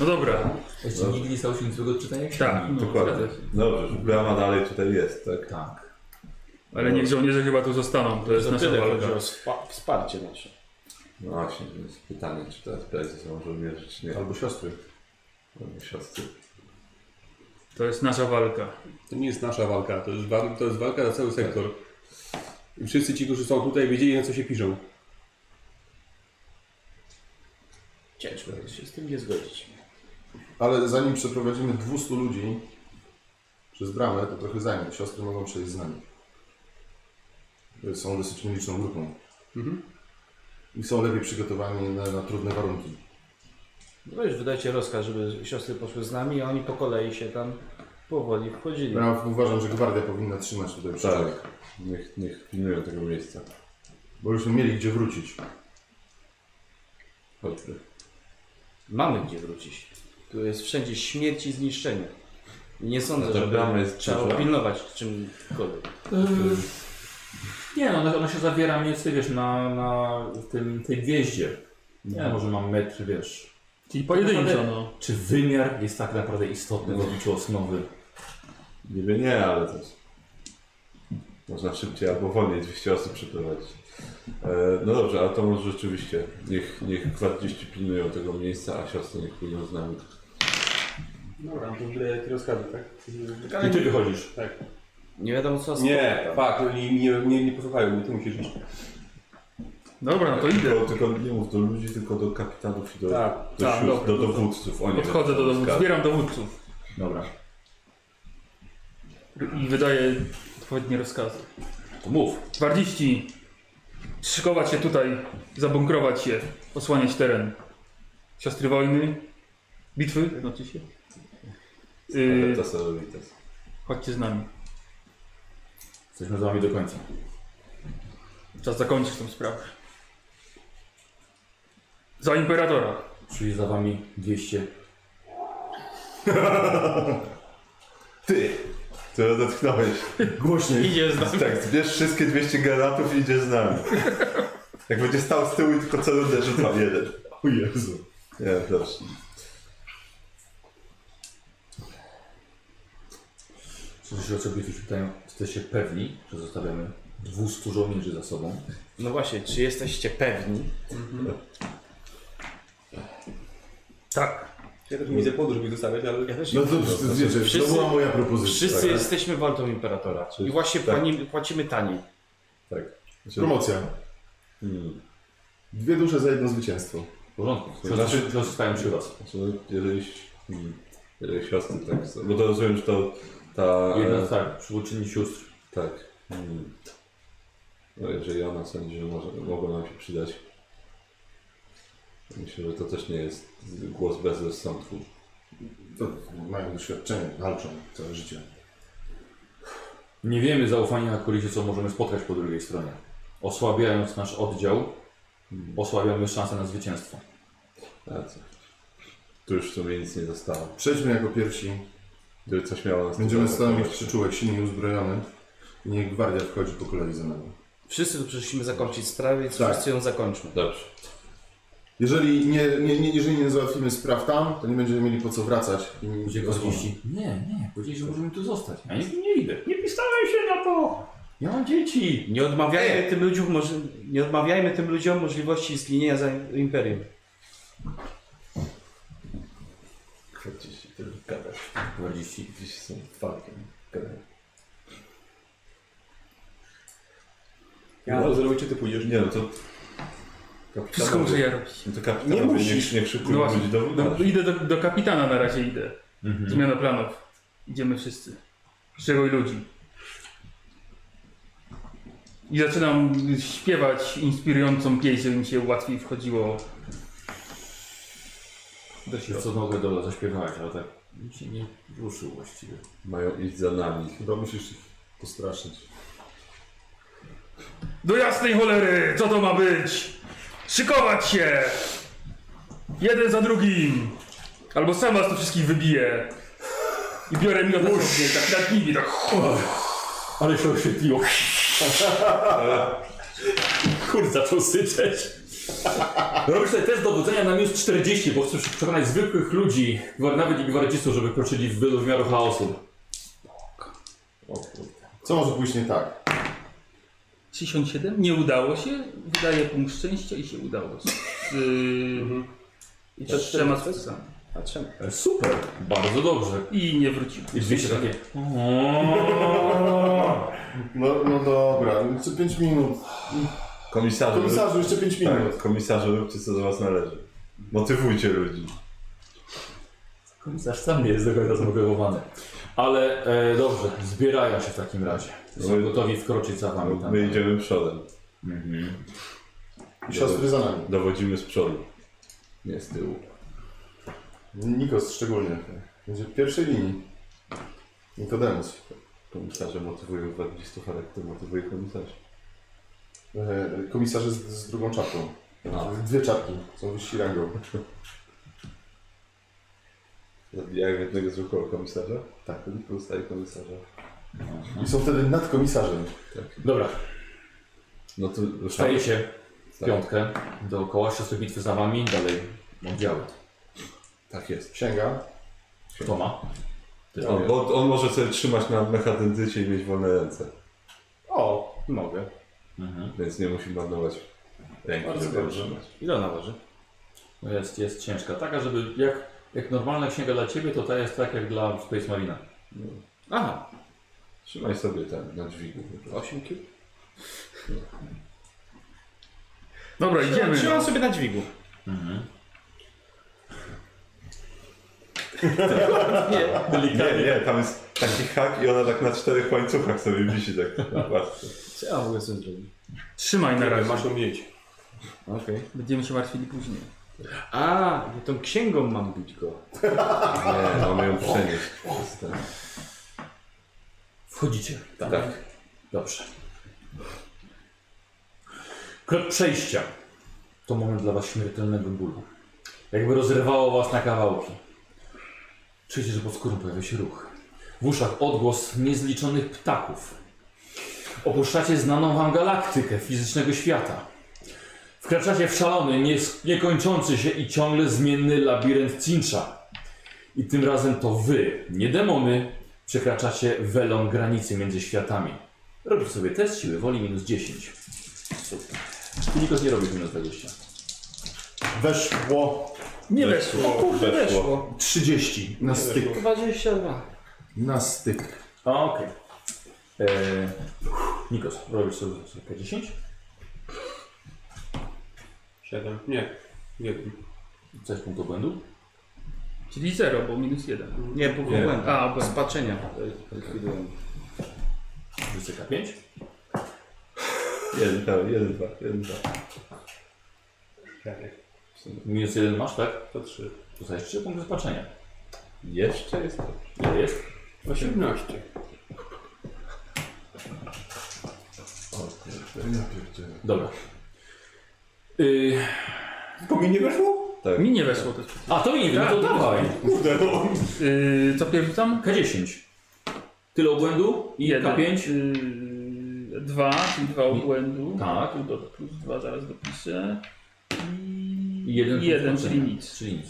No dobra,
Jeszcze nigdy nie stało się nic złego od czytania książki.
Tak, no,
Dokładnie.
zgadza
Dobrze, brama dalej tutaj jest, tak?
Tak.
ale niech żołnierze chyba tu zostaną, to jest
To
nasza
tyle
walka.
chodzi o spa- wsparcie nasze.
No właśnie, to jest pytanie, czy teraz prezes są żołnierze, czy nie.
Albo siostry.
Albo siostry.
To jest nasza walka.
To nie jest nasza walka, to jest, wa- to jest walka za cały sektor. I wszyscy ci, którzy są tutaj, wiedzieli na co się piszą.
Ciężko jest się z tym nie zgodzić.
Ale zanim przeprowadzimy 200 ludzi przez bramę, to trochę zajmie. Siostry mogą przejść z nami. E, Są dosyć liczną grupą. I są lepiej przygotowani na, na trudne warunki.
No już wydajcie rozkaz, żeby siostry poszły z nami, a oni po kolei się tam powoli wchodzili.
Ja uważam, że gwardia powinna trzymać tutaj przyczep,
Tak. Niech, niech pilnują tego miejsca.
bo już mieli gdzie wrócić.
Chodźmy.
Mamy gdzie wrócić. Tu jest wszędzie śmierć i zniszczenie. I nie
No
sądzę,
to
że
brama jest
trzeba
duża.
pilnować czymkolwiek.
Yy. Nie no, ona- ona się zawiera mniej więcej, wiesz, na, na tym, tej gwieździe. Nie, może mam metr, wiesz. Tak
Czyli pojedynczo, no.
Czy wymiar jest tak naprawdę istotny w obliczu osnowy?
Niby nie, ale to jest... Można szybciej albo wolniej 200 osób przeprowadzić. E, no dobrze, ale to może rzeczywiście. Niech, niech kwartyści pilnują tego miejsca, a siostry niech pójdą z nami.
Dobra, to wydaje jakieś rozkazy, tak?
I ty wychodzisz.
Tak.
Nie wiadomo co
Nie, fakt, oni nie, nie, nie posłuchają, mnie, ty musisz iść.
Dobra, no to idę.
Tylko, tylko nie mów do ludzi, tylko do kapitanów i do,
Tak,
do,
tak,
sióstr,
dobra,
do dowódców. Oni
Podchodzę do
będą
dowódców,
skargi.
zbieram dowódców
Dobra.
i wydaję odpowiednie rozkazy.
To mów.
Gwardziści, szykować się tutaj, zabunkrować się, osłaniać teren. Siostry wojny, bitwy, znaczy się. Yy,
Adeptas Auroritas.
chodźcie z nami.
Jesteśmy z wami do końca.
Czas zakończyć tą sprawę. Za imperatora.
Czyli za wami 200.
Ty! Ty odetchnąłeś.
Głośniej.
Idzie z nami.
Tak, zbierz wszystkie 200 granatów i idziesz z nami. Jak będzie stał z tyłu i tylko co rundę rzucam jeden.
O Jezu.
Nie, dobrze.
Przecież się oczywiście pytają, jesteście pewni, że zostawiamy 200 żołnierzy za sobą?
No właśnie, czy jesteście pewni?
Tak.
Ja też nie widzę podu, żeby ich zostawiać, ale...
Ja też
No to, to, wiecie, to
Wszyscy-
była moja propozycja.
Wszyscy
Tak.
jesteśmy waltą imperatora. I właśnie
tak.
płani- płacimy taniej.
Promocja.
Hmm.
Dwie dusze za jedno zwycięstwo.
W porządku.
Znaczy-
Znaczy, zostałem przy was.
Znaczy, no, jeżeli, hmm, jeżeli siostry tak są, bo to rozumiem, że to ta... e,
Jedna tak, przywódczyni sióstr.
Tak. Hmm. No, jeżeli ona sądzi, że może, mogą nam się przydać. Myślę, że to też nie jest głos bez rozsądku.
To mają doświadczenie, walczą całe życie.
Nie wiemy zaufania na kulisie, co możemy spotkać po drugiej stronie. Osłabiając nasz oddział, Hmm. osłabiamy szansę na zwycięstwo.
Racja. Tu już w sumie nic nie zostało.
Przejdźmy jako pierwsi.
Gdyby coś miało nas...
Będziemy
tutaj
stanowić
atakować.
przyczółek silnie uzbrojony. I niech gwardia wchodzi po kolei za nami.
Wszyscy tu przyszliśmy zakończyć sprawę, więc
Tak.
wszyscy ją zakończmy.
Dobrze.
Jeżeli nie, nie, nie, jeżeli nie załatwimy spraw tam, to nie będziemy mieli po co wracać. i
Gdzie
nie
kosmiści? Nie, nie, powiedzieli, że możemy tu zostać. Ja nigdy nie idę. Nie pisałem się na to! Ja mam dzieci!
Nie odmawiajmy, tym ludziom, moż- nie odmawiajmy tym ludziom możliwości istnienia za imperium.
Chodźcie się, tylko gadasz.
40.
Dziś są fucking gadają.
Ja to zrobię, czy ty pójdziesz?
Nie no, to...
Wszystko
Kapitanowi-
muszę ja robić.
No to kapitanowi
musisz.
nie, nie
No
krzykują
właśnie.
ludzi do
Do, idę do, do kapitana na razie idę. Zmiana planów. Idziemy wszyscy. Szeroj ludzi. I zaczynam śpiewać inspirującą pieśń, żeby mi się łatwiej wchodziło.
Co nogę dole zaśpiewałeś, ale tak nic się nie ruszył właściwie.
Mają iść za nami.
Chyba musisz ich postraszyć.
Do jasnej cholery! Co to ma być? Szykować się! Jeden za drugim! Albo sam was tu wszystkich wybiję. I biorę mi od tak nad nimi, tak.
Ale się
[laughs]
oświetliło. Kurde, zaczął syczeć. Robisz tutaj test dowodzenia na minus 40, bo chcesz przekonać zwykłych ludzi, gwar- nawet i gwardzistów, żeby kroczyli w w miarę chaosu.
Co może pójść nie tak?
67? Nie udało się. Wydaje punkt szczęścia i się udało. Z, z,
Mhm.
I to z trzema sukcesami.
E, Super, bardzo dobrze.
I nie wróciłem.
I drzwi się takie...
No, no dobra, jeszcze 5 minut.
Komisarzu,
Komisarzu, jeszcze 5 minut.
tak, komisarzu, róbcie co do was należy. Motywujcie ludzi.
Komisarz sam nie jest do końca zmotywowany. Ale e, dobrze, zbierają się w takim razie. Są
No i-
gotowi wkroczyć za wami tam.
My idziemy przodem.
I siostry za nami.
Dowodzimy z przodu. Nie z tyłu.
Nikos szczególnie. Będzie w pierwszej linii. Nikodemus.
Komisarze motywują gwardzistów, ale kto motywuje komisarzy?
E, Komisarze z, z drugą czapką. Dwie czapki, są wyżsi rangą.
Zabijają jednego zwykłego komisarza? Tak, oni pozostali komisarza.
I są wtedy nad komisarzem.
Dobra,
No to ruszamy.
staje się w
Tak.
piątkę dookoła, szesne bitwy za wami, dalej oddziały.
Tak jest.
Księga.
Kto ma?
On, bo on może sobie trzymać na mechadyndycie i mieć wolne ręce,
O, mogę.
więc nie musi marnować ręki,
Bardzo
żeby ją
dobrze.
trzymać.
Ile ona waży?
No Jest, jest ciężka. Taka, żeby jak, jak normalna księga dla ciebie, to ta jest tak jak dla Space Marina.
Aha,
Trzymaj sobie ten na dźwigu.
8 kg.
Dobra, idziemy.
Trzymam sobie na dźwigu.
Nie, nie, tam jest taki hak i ona tak na czterech łańcuchach sobie wisi tak na płasce.
Co ja mogę sobie zrobić?
Trzymaj na razie.
Masz ją mieć.
Okej.
Będziemy się martwili później.
A, ja tą księgą mam bić go.
Nie, mamy ją przenieść. przez ten-
Wchodzicie. Tak.
Tak.
Dobrze. Krok przejścia. To moment dla was śmiertelnego bólu. Jakby rozrywało was na kawałki. Czujecie, że pod skórą pojawia się ruch. W uszach odgłos niezliczonych ptaków. Opuszczacie znaną wam galaktykę fizycznego świata. Wkraczacie w szalony, nies- niekończący się i ciągle zmienny labirynt cincha. I tym razem to wy, nie demony, przekraczacie welon granicy między światami. Robisz sobie test siły woli minus 10. Nikos nie robisz minus 20.
Weszło.
Nie weszło. O kurde, weszło.
30 na styk.
22.
Na styk.
A, Okej. Okay. Nikos, robisz sobie K10?
7. Nie. Jeden.
Chcesz punktu błędu?
Czyli 0, bo minus 1.
Nie, po błędu.
A, bo-
Spaczenia.
Rzucę K5?
Jeden, tam, jeden, dwa, jeden, dwa.
Cztery.
Minus 1 masz, tak?
To trzy.
Dostajesz 3 punkty zobaczenia.
Jeszcze jest dobrze.
Ile jest?
18.
Dobra. Yy,
To mi nie weszło? Tak.
Mi nie weszło też.
a to nie, no
Tak,
to dawaj.
Kurde, no.
Yy, co pierw tam?
K10. Tyle obłędu i
Jeden.
K5.
Yy, dwa, czyli dwa obłędu.
Tak.
Tu do- Plus dwa zaraz dopiszę.
I jeden punkt
Jeden,
zobaczenia.
czyli nic.
Czyli nic.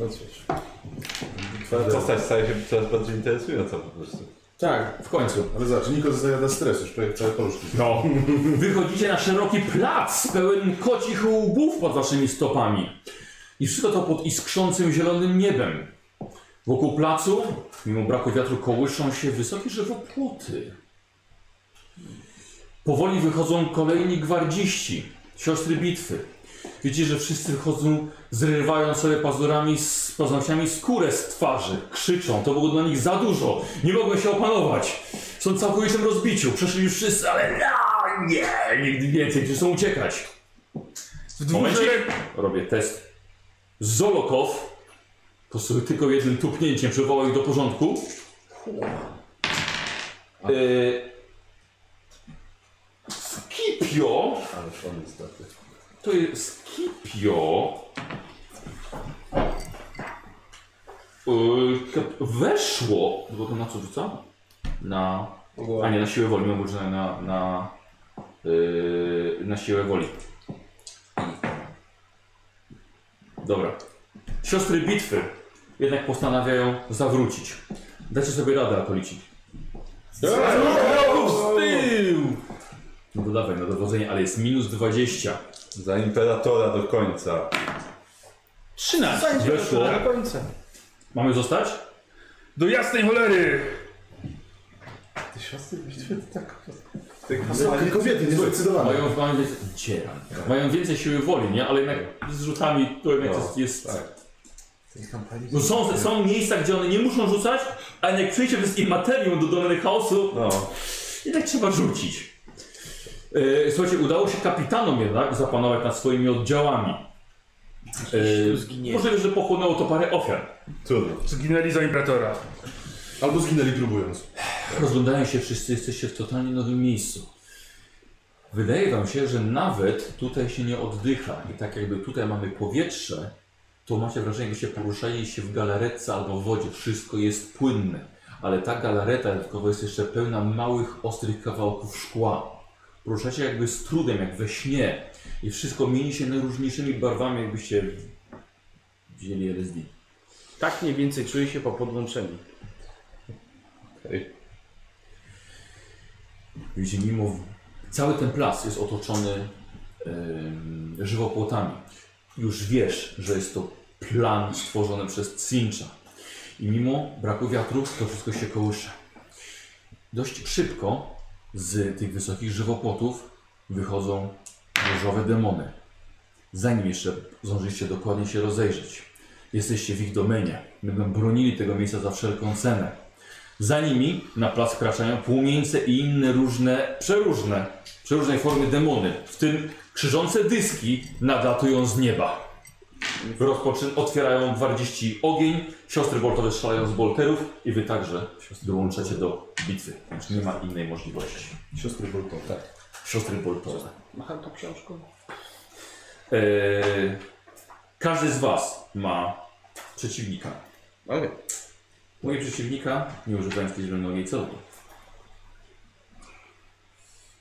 No cóż. Postać staje się coraz bardziej interesująca po prostu.
Tak. W końcu.
Ale zobacz, Niko zajada stres już prawie całe poruszki.
No. [laughs] Wychodzicie na szeroki plac pełen kocich łbów pod waszymi stopami. I wszystko to pod iskrzącym zielonym niebem. Wokół placu, mimo braku wiatru, kołyszą się wysokie żywopłoty. Powoli wychodzą kolejni gwardziści, siostry bitwy. Widzicie, że wszyscy wychodzą, zrywając sobie pazurami z paznokciami skórę z twarzy. Krzyczą, to było dla nich za dużo. Nie mogą się opanować. Są w całkowitym rozbiciu. Przeszli już wszyscy, ale no, nie, nigdy więcej. Czy są uciekać?
W dwóch
Momencik.
szereg-
Robię test. Zolokow po prostu tylko jednym tupnięciem przywołał ich do porządku. Yy, Skipio
Ależ on jest taki.
to jest Skipio. Yy, kap- Weszło. Bo to na co rzuca? Na. A nie, na siłę woli. Mam na, na, na, yy, na siłę woli. Dobra. Siostry bitwy jednak postanawiają zawrócić. Dacie sobie radę, akolici.
Z tyłu!
No to dawaj na dowodzenie, ale jest minus 20.
Za imperatora do końca.
13.
Weszło.
Do końca.
Mamy zostać?
Do jasnej cholery!
Ty siostry bitwy to tak...
Ale kobiety,
Tak.
niezdecydowane.
Mają, mają, więcej, dzieram. mają więcej siły woli, nie? Ale jednak z rzutami to jednak
Tak. No,
jest... jest
tak. Tej kampanii...
no są, są miejsca, gdzie one nie muszą rzucać, ale jak przyjdzie wszystkim materium do domeny chaosu,
No.
jednak trzeba rzucić. E, słuchajcie, udało się kapitanom jednak zapanować nad swoimi oddziałami. E, możliwe, że pochłonęło to parę ofiar.
Trudno.
Zginęli za imperatora.
Albo zginęli próbując.
Rozglądają się wszyscy, jesteście w totalnie nowym miejscu. Wydaje wam się, że nawet tutaj się nie oddycha i tak jakby tutaj mamy powietrze, to macie wrażenie, jakby się poruszali się w galaretce albo w wodzie. Wszystko jest płynne, ale ta galareta dodatkowo jest jeszcze pełna małych, ostrych kawałków szkła. Poruszacie jakby z trudem, jak we śnie i wszystko mieni się najróżniejszymi barwami, jakbyście wzięli LSD.
Tak mniej więcej czuję się po podłączeniu.
Widzicie, mimo cały ten plac jest otoczony em, żywopłotami. Już wiesz, że jest to plan stworzony przez Cincha. I mimo braku wiatru to wszystko się kołysze. Dość szybko z tych wysokich żywopłotów wychodzą różowe demony. Zanim jeszcze zdążyliście dokładnie się rozejrzeć. Jesteście w ich domenie. Będą bronili tego miejsca za wszelką cenę. Za nimi na plac wkraczają płomieńce i inne różne, przeróżne, przeróżnej formy demony, w tym krzyżące dyski nadlatują z nieba. Rozpoczyn otwierają gwardziści ogień, siostry boltowe strzelają z bolterów i wy także dołączacie do bitwy. Już nie ma innej możliwości.
Siostry Boltowe. Tak.
Siostry boltowe.
Macham tą książką.
Eee, każdy z was ma przeciwnika.
Okej.
Moje przeciwnika nie używając tej zielonej celu.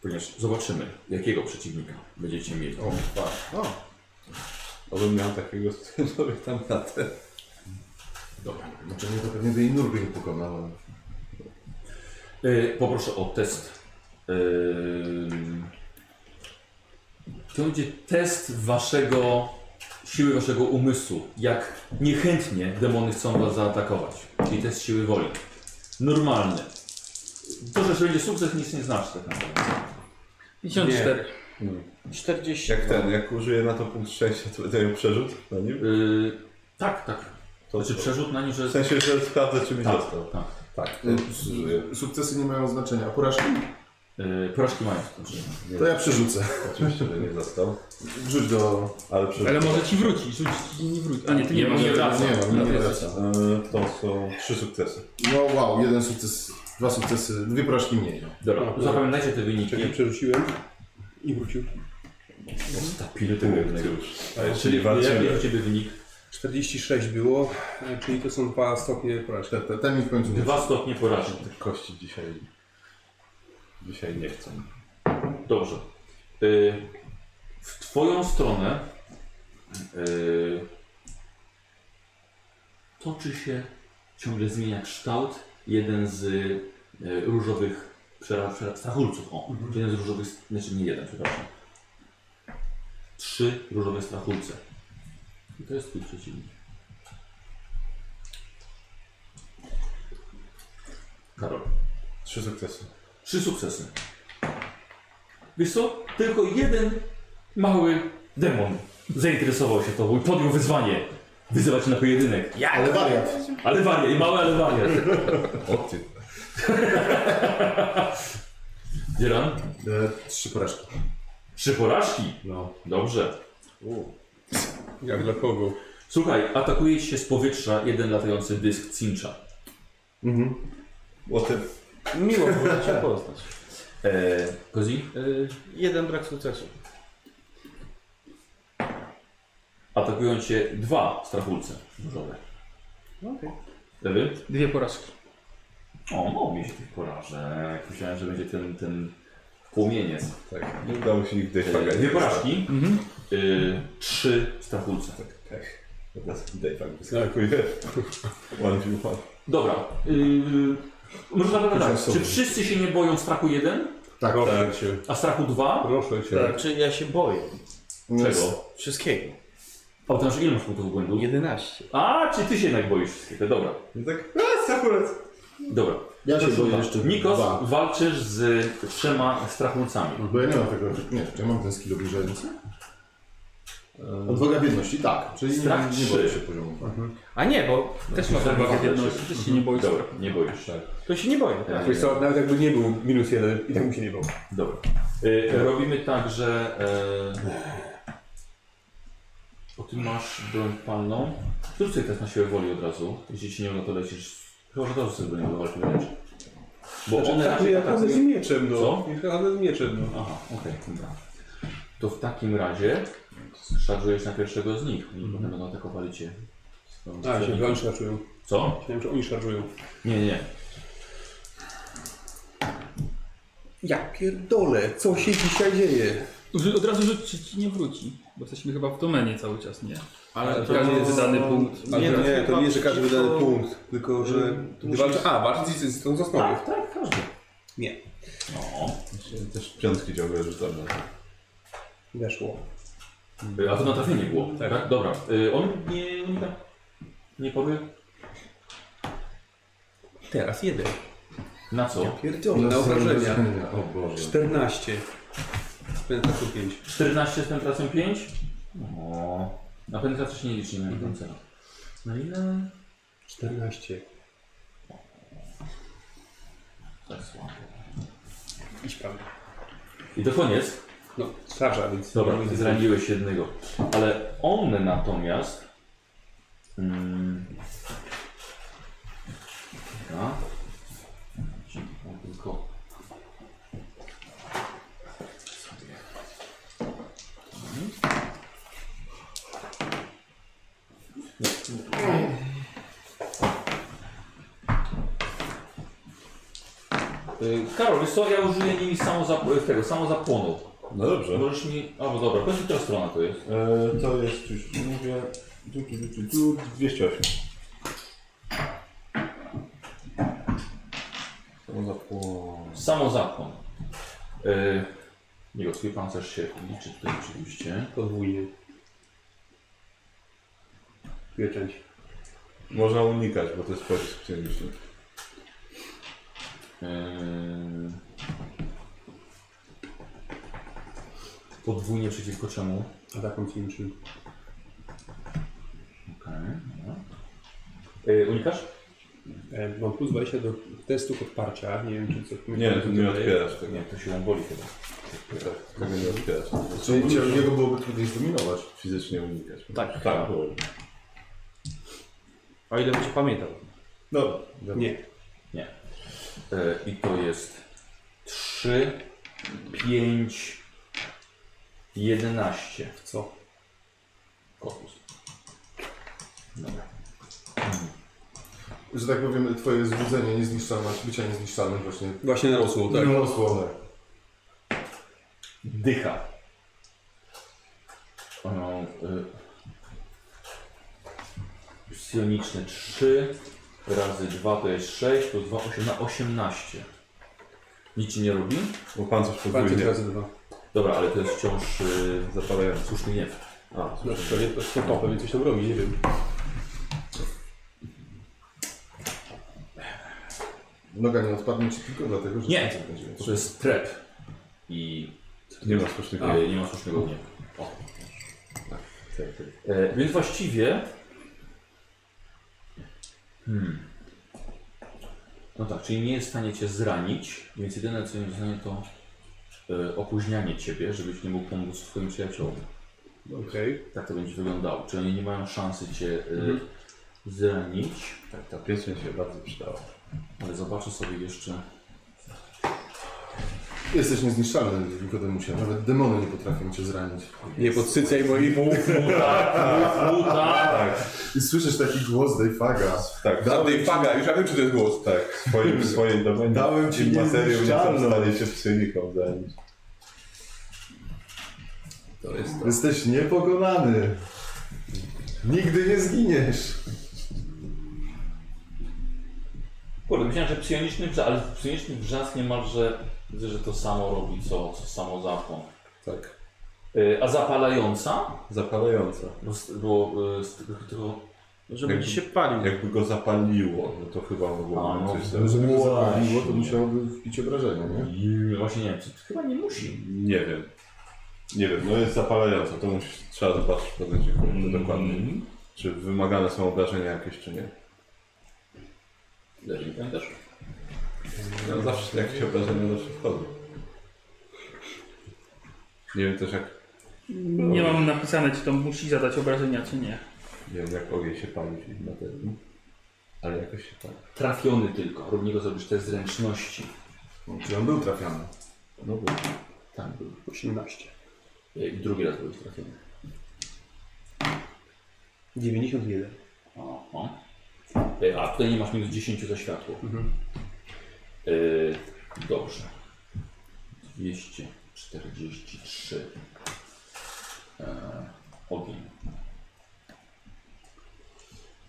Ponieważ zobaczymy, jakiego przeciwnika będziecie mieli.
O, tak. O. Obym miał takiego sobie tam na te.
Dobra.
Znaczy mnie to pewnie by i Nurbin pokonał. ale-
Y, poproszę o test y, Ym, To będzie test waszego, siły waszego umysłu. Jak niechętnie demony chcą was zaatakować. Czyli test siły woli. Normalny. To, że będzie sukces, nic nie znaczy tak naprawdę.
54.
40.
Jak ten, jak użyję na to punkt szczęścia, to będę miał przerzut na nim.
Yy, tak, tak.
To,
Znaczy przerzut na nim, że...
w sensie, że sprawdzę, czy mi
Tak,
został.
tak.
Tak, to użyję.
Sukcesy nie mają znaczenia, a porażki?
Yy, porażki mają. Znaczy,
To ja przerzucę.
Oczywiście, że nie został.
Wrzuć do...
Ale przerzut.
Ale może ci wróci, rzuć i nie wróci. A nie, ty nie,
Nie,
masz.
nie wraca.
Nie mam, nie wraca.
Yy, To są trzy sukcesy.
No wow, jeden sukces, dwa sukcesy, dwie porażki mniej. no.
Dobra, zapamiętajcie te wyniki.
Czekaj, przerzuciłem i wrócił.
Tapile tego jednego.
A jeszcze
Czyli
nie walczymy.
jaki u ciebie wynik?
46 było, e, czyli to są dwa stopnie porażki.
Te- te- Ten mi w końcu nie
Dwa stopnie porażki.
Te kości dzisiaj... Dzisiaj nie chcą.
Dobrze. Y, W twoją stronę y, toczy się, ciągle zmienia kształt, jeden z y, różowych przera- przera- strachulców. O, jeden z różowych, znaczy nie jeden, przepraszam. Trzy różowe strachulce. I to jest twój przeciwnik. Karol.
Trzy sukcesy.
Trzy sukcesy. Wiesz co? Tylko jeden mały demon zainteresował się tobą i podjął wyzwanie. Wyzywać na pojedynek. Jak?
Ale wariat.
Ale wariat, i mały, ale wariat.
[laughs] O ty.
[laughs] Dzielan?
E, trzy porażki.
Trzy porażki.
No.
Dobrze.
Jak dla kogo?
Słuchaj, atakuje ci się z powietrza jeden latający dysk cincha.
O ty.
Miło było cię poznać.
Eee, Kozi?
Y, jeden brak sukcesu.
Atakują cię dwa strachulce różowe.
Okej.
Lewy?
Dwie porażki.
O, no, mi się tych porażek. Myślałem, że będzie ten, ten płomieniec.
Tak, nie udało się nigdy
Eee,
faga.
dwie porażki.
Mhm.
Eee, trzy strachulce.
Tak, tak. Teraz Dayfag wyskakuje. One view one.
Dobra. Yy, może zapytam tak. Czy wszyscy się nie boją strachu 1,
Tak,
Proszę cię,
a strachu 2?
proszę cię.
Znaczy ja się boję.
Czego?
Wszystkiego.
A to masz ile masz punktów błędu?
11.
A, czy ty się jednak boisz wszystkiego? Dobra.
No tak, a, sakurat.
Dobra.
Ja się boję jeszcze
Nikos,
dwa. Mm.
walczysz z trzema strachulcami.
Bo ja nie mam tego, nie, czy ja mam ten skill obniżający? E, Odwaga biedności, tak. Czyli nie,
Strach
nie boję
trzy.
się poziomu.
A nie, bo
No,
też mam
Strach
odwagę
dwa.
jedności.
Też się nie boisz.
tak Dobra, nie boisz. Tak.
To się nie boję.
Ja
Wiesz co, nawet jakby nie był minus jeden, i tak bym się nie bał.
Dobra. Y, robimy tak, że. Y, o ty masz broń palną. Zrób sobie test na siłę woli od razu. Jeśli ci nie uda, to lecisz. Chyba, że to sobie broń do walki wręcz. Bo
Znaczy,
one
Tak,
raczej
ja chodzę z
atakują.
mieczem, no.
Co?
Ja chodzę z mieczem, no.
Aha, okej, dobra. To w takim razie szarżujesz na pierwszego z nich.
Mhm.
Oni potem będą atakowali cię. swoją
Tak,
A, się
celniką.
oni szarżują.
Co?
Myślałem, że oni szarżują.
Nie, nie, nie.
Ja pierdolę, co się dzisiaj dzieje?
Rzu- Od razu rzuć czy ci nie wróci, bo jesteśmy chyba w domenie cały czas, nie?
Ale
Każdy wydany punkt.
Ale
Nie,
nie,
no,
nie, to
chyba
nie, że każdy
przeciwko-
wydany punkt, tylko że... Ty walczy... A, walczy z, z tą zasnową.
Tak, tak, każdy.
Nie.
No.
Też piątki ciągle rzucam na to.
Weszło.
A to na trafienie było, tak?
Tak.
Dobra. Y, on nie unika. Nie powie?
Teraz jeden.
Na co?
Pierdolę, na obrażenia.
O Boże.
14. Spędzę tu 5.
14 z penetracją 5? No. Na penetrację się nie liczy, nie mam celu. Mhm. Na ile?
14.
Tak słabo.
Idź pan.
I to koniec.
No, straża, więc...
Dobra,
więc
zraniłeś jednego. Ale one natomiast. Mm, ja. Tylko. sobie. Mhm. Y, Karol, wiesz co, ja użyję nimi samozap tego, samozapłonu.
No dobrze.
Możesz mi. A bo dobra, powiedz mi, która strona to jest.
E, to jest, już ci mówię, tu, tu, tu, tu, tu, 208. Samo zapłon.
Samozapłon. E, jego twój pancerz się liczy tutaj oczywiście.
Podwójnie. Pieczęć.
Można unikać, bo to jest pocisk psioniczny.
E, Eee, Podwójnie przeciwko czemu?
Atakom klinicznym.
Okej. no. Eee, Unikasz?
E, mam plus 20 do testu podparcia. Nie wiem, czy coś
Nie, tu nie otwierasz tego.
Nie, to siłą woli chyba.
Tego nie otwierasz.
Czyli niego byłoby trudniej zdominować.
Fizycznie unikać.
Tak.
Tak, było.
O ile będzie pamiętał.
Dobra.
No,
Nie.
Eee, I to jest 3, 5, 11.
Co?
Korpus.
Że tak powiem, twoje zbudzenie niezniszczalności, bycia niezniszczalnym właśnie
Właśnie narosło, tak.
narosło.
Dycha. Ono, y, psioniczne 3 razy 2 to jest 6 plus 2 8 na 18. Nic ci nie robi?
Bo pan coś
Pancerz
podwójnie
razy dwa.
Dobra, ale to jest wciąż y,
zapalający.
słuszny gniew.
A,
No to nie, to się to pewnie coś tam robi, nie wiem.
Noga nie odpadnie ci tylko dlatego, że...
Nie.
co będzie.
To jest trep. I
nie ma słusznego.
y, nie ma słusznego gniewu.
Tak, tak.
E, więc właściwie. Hmm. No tak, czyli nie jest w stanie cię zranić, więc jedyne co jest w stanie to e, opóźnianie ciebie, żebyś nie mógł pomóc swoim przyjaciołom.
Okej.
Tak to będzie wyglądało. Czyli oni nie mają szansy cię e, zranić.
Tak, ta pieczęć się bardzo przydała.
Ale zobaczę sobie jeszcze.
Jesteś niezniszczalny w Nikodemusie. Nawet demony nie potrafią cię zranić.
Nie podsycaj moich
Uda!
Tak,
I słyszysz taki głos Dejfaga.
tak.
Dawnej faga, już ja wiem, czy to jest głos.
Tak,
[laughs]
swoim, swoim domenie.
Dałem ci
materiał, nie są w
niezniszczalność.
stanie się psioniką zająć.
To jest to.
Jesteś niepokonany. Nigdy nie zginiesz.
Kurde, myślałem, że psioniczny wrzask, ale psioniczny wrzask niemalże widzę, że to samo robi, co, co samo zapłon.
Tak.
E, a zapalająca?
Zapalająca.
Bo, z- bo y, z tego, tego
Że będzie się palił.
Jakby go zapaliło, no to chyba mogło
A,
mu
no.
coś
Ale
zrobić.
żeby go zapaliło, to
Właśnie.
musiałoby wbić obrażenia, nie?
I właśnie nie wiem, czy- chyba nie musi.
Nie wiem. Nie wiem, no jest zapalająca, to musisz, trzeba zobaczyć w podręczniku
Mhm.
to dokładnie.
Mm.
Czy wymagane są obrażenia jakieś, czy nie.
Leży mi ten też.
No, zawsze jakieś obrażenia zawsze wchodzą. Nie wiem też jak,
Nie mam napisane, czy to musi zadać obrażenia, czy nie.
nie wiem jak ogień się pali w materii, ale jakoś się pali.
Trafiony tylko. Rób niego zrobić te zręczności.
Czyli on był trafiany.
No bo
Tam był.
18.
Y, I drugi raz był trafiony.
91.
Oho. Y, A tutaj nie masz minus 10 za światło. Y, dobrze. 243. E, ogień.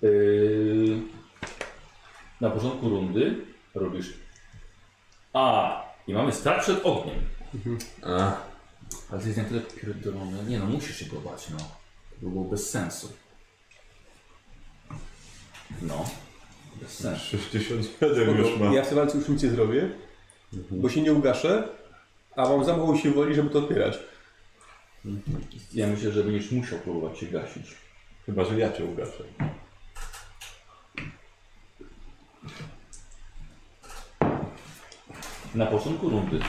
Y, na początku rundy robisz. A! I mamy strach przed ogniem.
A,
Ale to jest na tyle pierdolone. Nie no, musisz się go bać, no. To było bez sensu. No. Bez sensu.
67 już ma.
No
Mhm.
Ja w tej walce już nic nie zrobię, bo się nie ugaszę, a mam za mało siły woli, żeby to otwierać.
Ja myślę, że będziesz musiał próbować się gasić.
Chyba, że ja cię ugaszę.
Na początku rundy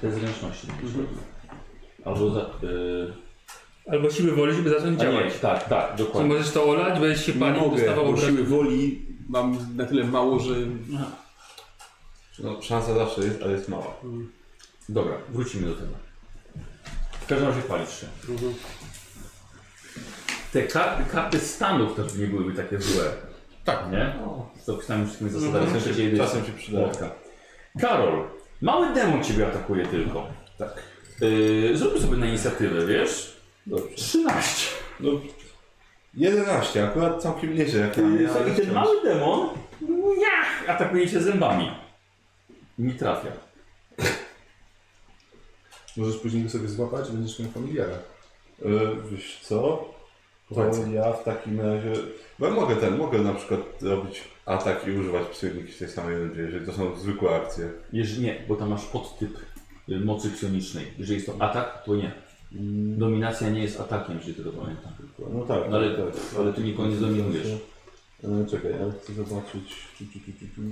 te zręczności będziesz robił. Albo za... Yy,
Albo siły woli, żeby zacząć
a nie,
działać.
tak, tak,
Czy
dokładnie.
możesz to olać, będziesz się
Nie
palił,
mogę,
dostawał
bo
obrażenia.
siły woli mam na tyle mało, że
No, szansa zawsze jest, ale jest mała.
Dobra, wrócimy do tego. W każdym razie palisz się. Te karty, karty stanów też nie byłyby takie złe. Tak. Nie? Z opisanymi wszystkimi zasadami. W sensie, kiedy-
no, Czasem się przyda.
Łotka. Karol, mały demon ciebie atakuje tylko.
Tak.
Yy, zróbmy sobie na inicjatywę, wiesz?
Dobrze.
13.
No, 11, akurat całkiem nieźle jak na mnie, ale
I ten
wciąż.
Yy, mały demon ja, atakuje cię zębami. Nie trafia.
Możesz później go sobie złapać i będziesz miał familiara.
E, Wiesz co? To
Powiedz.
ja w takim razie. Bo ja mogę ten, mogę na przykład robić atak i używać psioniki w tej samej rundzie, jeżeli to są zwykłe akcje.
Jeżeli nie, bo tam masz podtyp y, mocy psionicznej. Jeżeli jest to atak, to nie.
Mm.
Dominacja nie jest atakiem, jeżeli tego pamiętam.
No tak,
No ale-
tak.
ale ty nikogo nie zdominujesz.
E, Czekaj, ja chcę zobaczyć. Ciu, ciu, ciu, ciu, ciu.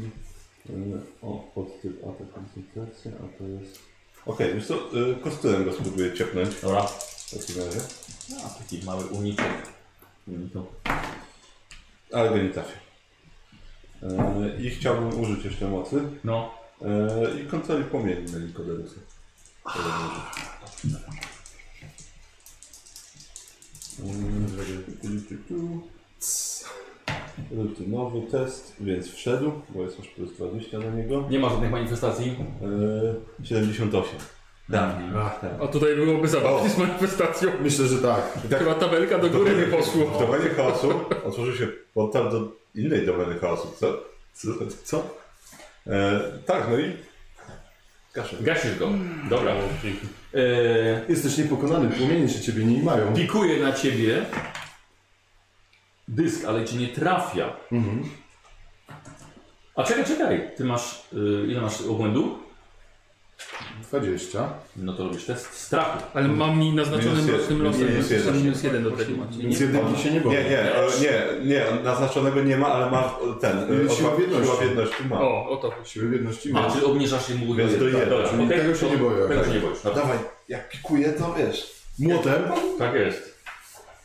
E, O, pod typ atak koncentracja, a to jest. Okej, wiesz co, e, kostylem go spróbuję ciepnąć
Dobra.
w takim razie.
A, taki mały uniczek. Yy, Uniko.
Ale go nie trafię. E, I chciałbym użyć jeszcze mocy.
No,
E, I kontroli płomieni na Nikodemusa. Rutynowy test, więc wszedł, bo jest już plus 20 na niego.
nie ma żadnych manifestacji.
E, 78.
Dawniej.
tak.
A tutaj byłoby zabawnie
O.
z manifestacją.
Myślę, że tak.
Chyba tabelka do góry nie
W
poszło.
domenie chaosu otworzył się portal do innej domeny chaosu, co? Co? co? E, tak, no i... Kaszę.
Gasisz go. Dobra. E,
Jesteś niepokonany, płomienie się ciebie nie mają.
pikuje na ciebie dysk, ale cię nie trafia.
Mhm.
A czekaj, czekaj. Ty masz, y, ile masz obłędu?
20.
No to robisz test strachu.
Ale mam mi naznaczony
Minus
mrocznym
jeden,
losem.
minus jeden.
Minus, minus jeden do tego macie.
Więc jedynki się nie boi.
Nie, nie, e, nie, nie, naznaczonego nie ma, ale ma ten. e,
Siła
odwa-
biedności.
Siła biedności ma.
O, o to chodzi.
Siły jedności
A,
masz.
czyli obniżasz jemu
Więc do
jeden.
jeden.
Dobra,
Czyli
okej,
tego się
to-
No. nie boję. tak.
Tego się nie boisz. No Dobra.
Dawaj, jak pikuje, to wiesz.
Młotem
Tak jest.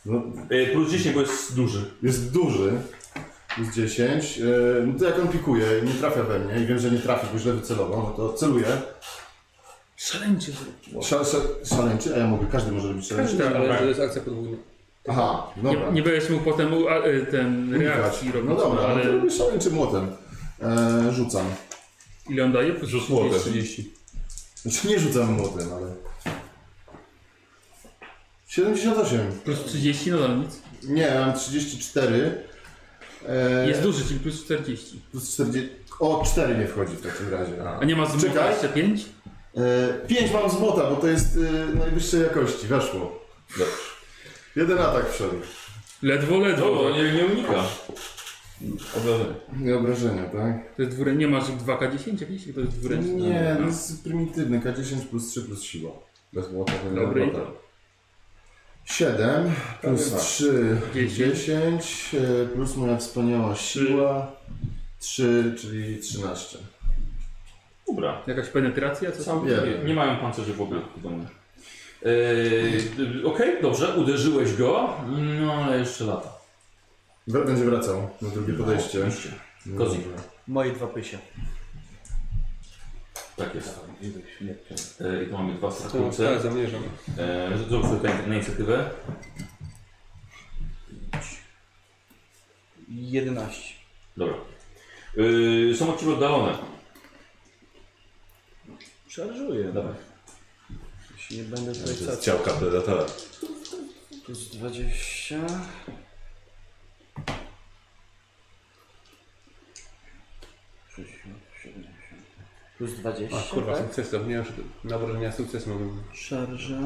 no,
E, plus 10, bo jest duży.
jest duży. Jest 10. E, No to jak on pikuje i nie trafia we mnie i wiem, że nie trafi, bo źle wycelował, no to celuję.
Szaleńczy.
Sza, sza, szaleńczy, a ja mogę, każdy może robić szaleńczy.
Tak,
Ale to jest akcja podwójna.
Aha, dobra.
Nie, nie będziesz mógł potem u, a, y, ten
Unikać.
reakcji robić.
No dobra, ale...
ale
no to robię szaleńczy młotem. E, rzucam.
ile on daje? Plus
Rzuć młotem.
30.
Znaczy nie rzucam młotem, ale... 78.
Plus 30, no dalej nic.
Nie, mam 34. E,
Jest duży, czyli plus 40.
Plus 40. O, 4 nie wchodzi w takim razie.
A nie ma z
Czekaj.
młotem jeszcze 5?
E, 5 mam z młota, bo to jest e, najwyższej jakości. Weszło.
Dobrze.
Jeden atak wszedł.
Ledwo, ledwo.
Dobra, nie, nie unikasz.
Obrażenie.
Nie obrażenia, tak?
To jest dwurę... Nie masz 2K10 jakiś? To jest no. dwuręczny.
Nie, to jest prymitywny. K10 plus 3 plus siła.
Bez młota to nie
Dobry.
ma młota.
7 plus
Prawie
3,
Dziesięć.
10, plus moja wspaniała siła, 3, czyli 13.
Dobra.
Jakaś penetracja? Co?
Sam,
Jeden.
nie, nie mają pancerzy w ogóle w domu. Yy, Okej, dobrze, uderzyłeś go, no ale jeszcze lata.
Wr- Będzie wracał na drugie podejście. No,
Kozik.
dobra.
Moje dwa pysie.
Tak jest. Yy, I tu mamy dwa
To tak,
strachujące.
zamierzam.
Yy, Zrób sobie tutaj na inicjatywę.
11.
Dobra. Yy, są od ciebie oddalone.
Szarżuję.
Dawaj.
Jeśli nie będę
To
tutaj
jest
cacy.
ciałka predatora.
Plus 20. Plus 20.
A kurwa,
tak?
sukces, zapomniałem, że na obrażenia sukces mam.
Szarża.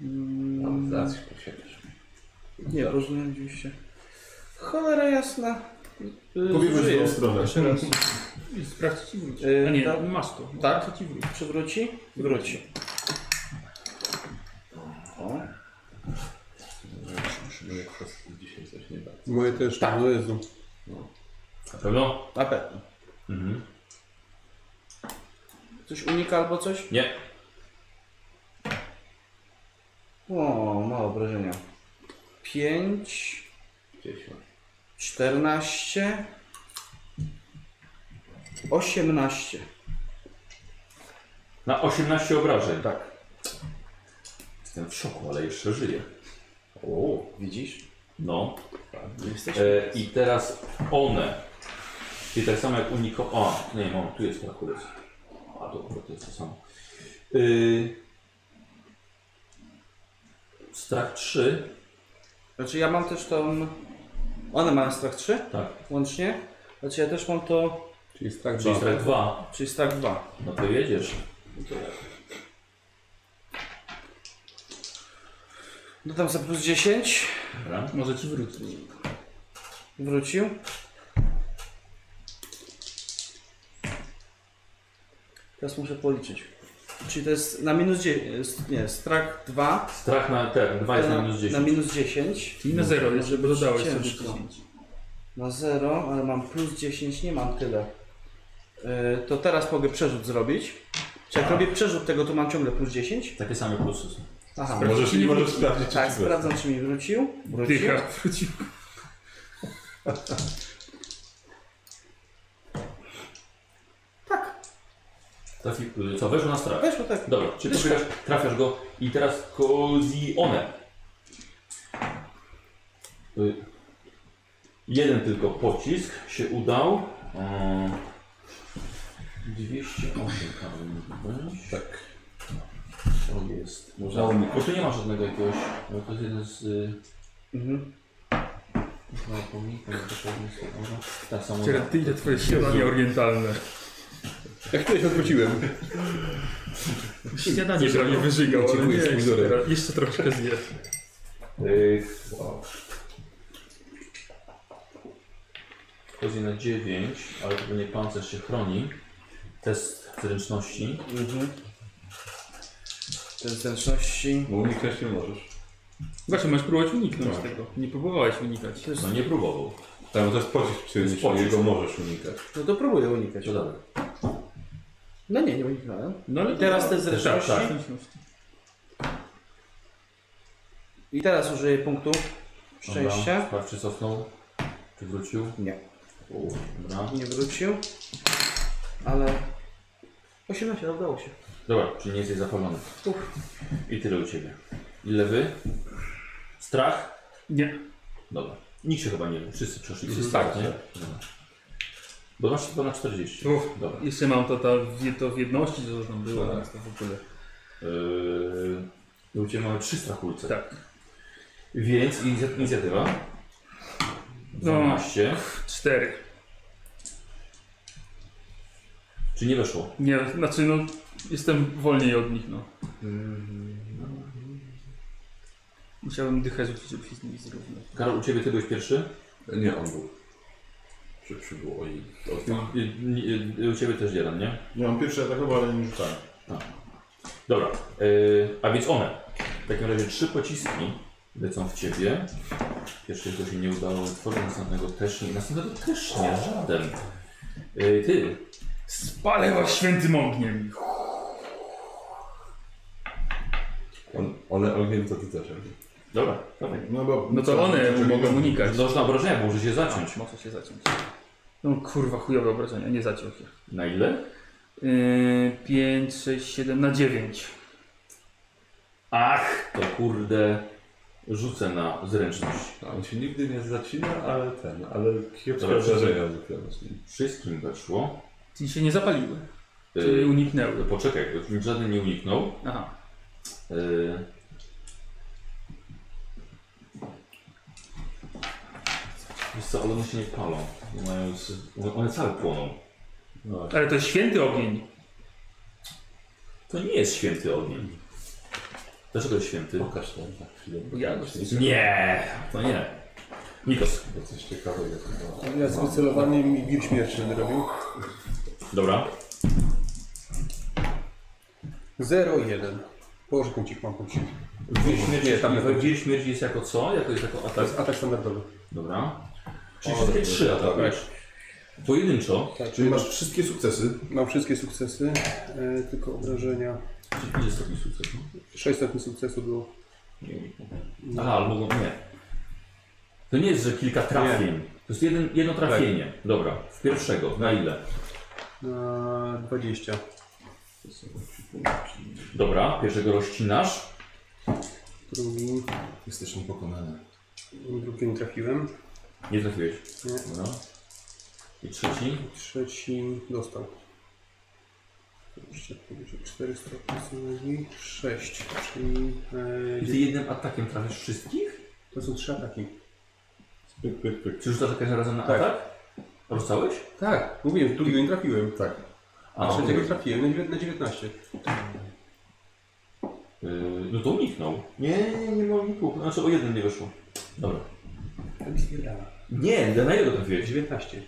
Mm, nie, rozumiem oczywiście. Cholera jasna. Yy,
Pobiegłeś w
żyję.
drugą stronę.
Jeszcze raz.
I Sprawdź ci wróci.
Yy,
A nie,
tak.
masz to.
Tak?
Co ci wróci?
Przywróci? Wróci. O.
Dzisiaj coś nie da.
Moje też, tak. no Jezu.
Na pewno?
Na pewno.
Mhm.
Coś unika albo coś?
Nie.
O, ma obrażenia. 5,
10.
14, 18.
Na 18 obrażeń.
Tak.
Jestem w szoku, ale jeszcze żyję.
O, widzisz?
No.
Jesteś.
E, I teraz one. Czyli tak samo jak uniko. O, nie mam, tu jest akurat. A to akurat jest to samo. Y... Strach 3.
Znaczy ja mam też tą... One mają strach 3
Tak.
łącznie. Znaczy ja też mam to...
Czyli tak strach
Czyli No
dwa.
strach 2.
Czyli strach 2.
No to jedziesz.
No tam za plus 10.
Dobra.
Może ci wrócić.
Wrócił. Teraz muszę policzyć. Czyli to jest na minus 10. Nie, strach 2.
Strach na ten, 2 jest na minus 10.
Na minus 10.
Czyli na zero jest, bo dodałeś sobie
Ciężko.
10.
Na 0, ale mam plus 10, nie mam tyle. Yy, to teraz mogę przerzut zrobić. Czy jak robię przerzut tego, to mam ciągle plus 10?
Takie same plusy są.
Aha,
Możesz, możesz sprawdzić, czy
tak,
ci weszło.
sprawdzam czy mi wrócił. Wrócił.
Dycha wrócił.
Trafi, y, co, weszło na strach.
Weszło tak.
Dobra, czyli trafiasz, trafiasz go i teraz kozione. Y, Jeden tylko pocisk się udał. Mm, 208 powinien być.
Tak.
To jest. Można umyć. Bo tu nie ma żadnego jakiegoś. No to jest jeden z. y,
Mhm.
No, pomnik, pomnik, pomnik, pomnik. Tak samo.
Ciera, ty ile twoje śniadanie orientalne.
Jak kiedyś odwróciłem.
Śniadanie prawie wyżygał, ale nie,
Dziękuję,
jeszcze,
sponsorem.
teraz- jeszcze troszkę zjesz.
Yy, wow. Chodzi na 9, ale to nie pancerz się chroni. Test zręczności.
Mhm. To jest zręczności.
Bo uniknąć nie możesz.
Właśnie, masz próbować uniknąć tego. Nie próbowałeś unikać.
To jest...
No nie próbował.
Tam Tak, to jest pocisk
Jest
przyjemny,
pocisk.
jego możesz unikać.
No to próbuję unikać.
To dobra.
No nie, nie uniknąłem.
No ale to-
Teraz te
Tak,
zręczności.
tak.
I teraz użyję punktu
Dobra,
szczęścia.
Sprawdź czy cofnął. Czy wrócił?
Nie.
U, Dobra.
Nie wrócił. Ale 18, no udało się.
Dobra, czyli nie jesteś zapalony. I tyle u ciebie. Ile wy? Strach?
Nie.
Dobra. Nikt się chyba nie wie. Wszyscy przeszli. Wszyscy tak, nie? Dobra. Bo masz chyba na 40.
Uff.
Dobra.
Jeszcze mam to, ta, w- to w jedności, co to tam było,
Tak.
więc to w ogóle.
Yy, u ciebie mamy 300 kulce.
Tak.
Więc inicja- inicjatywa.
No.
12.
Cztery.
Czy nie weszło?
Nie, znaczy no, jestem wolniej od nich, no. Musiałbym dychę rzucić, żeby się z nimi zrównać.
Karol, u ciebie ty byłeś pierwszy?
Nie, on był. Przy, przybyło i odpadł.
Y, y, y, U ciebie też dzielam, nie?
Nie mam pierwszy atak, ale nie rzucałem.
Dobra, y, a więc one. W takim razie trzy pociski lecą w ciebie. Pierwszego się nie udało otworzyć, następnego też nie. Następnego też nie, żaden. Y, Ty,
Spalę was świętym ogniem!
On, one ogniem to ty też. Emil.
dobra, dawaj.
No, bo,
No to one mogą unikać.
Można obrażenia, bo może się zaciąć.
Muszę się zaciąć. No kurwa, chujowe obrażenia, nie zaciął się.
Na ile?
Yy, 5, 6, 7, na 9.
Ach, to kurde, rzucę na zręczność.
On się nigdy nie zacina, ale ten, ale kiepskie
Dobra,
wrażenia zwykle masz.
Wszystkim weszło.
Czyli się nie zapaliły, czyli
Y,
uniknęły.
Poczekaj, żaden nie uniknął.
Aha.
Y, Wiesz co, ale one się nie palą. Nie Mają z... one- One całe płoną.
Ale to jest święty ogień.
To nie jest święty ogień. Dlaczego jest święty?
Pokaż tam na chwilę.
Bo ja go się-
Nie, to nie. Nikos.
Bo coś ciekawego chyba.
Ja z wycelowaniem i wir śmierci będę robił.
Dobra.
0-1. Położę kącik, mam kącik.
Wój śmierci,
tam
tam wój śmierci jest jako co? Jako jest jako
To
atak.
jest atak standardowy.
Dobra. Czyli wszystkie trzy
dobra.
atakujesz. Pojedynczo.
Czyli masz wszystkie sukcesy.
Mam wszystkie sukcesy, e, tylko obrażenia.
Czyli Ile stopni sukcesu?
6 stopni sukcesu było.
Nie uniknął. Aha, albo go- nie. To nie jest, że kilka trafień. To jest jeden, jedno trafienie. Dobra, w pierwszego. Na ile?
Na 20.
Dobra, pierwszego rozcinasz.
Drugi,
Jesteś niepokonany.
drugi nie trafiłem.
Nie trafiłeś.
Nie.
Dobra. I trzeci.
Trzeci dostał. Jeszcze powiedział 4 stopnie synergii. 6, czyli e,
I ty jednym atakiem trafisz wszystkich?
to są 3 ataki.
Pyk, pyk, pyk.
Czy rzucasz jakaś razem na
Tak.
atak? Rozcałeś?
Tak, mówiłem, drugiego nie trafiłem.
Tak.
A
okej.
trzeciego trafiłem na dziewię- na 19.
Yy, no to uniknął. Nie, nie, nie ma uników. Znaczy o jeden nie wyszło. Dobra.
Tak mi wybrała.
Nie, na ile go trafiłeś?
19.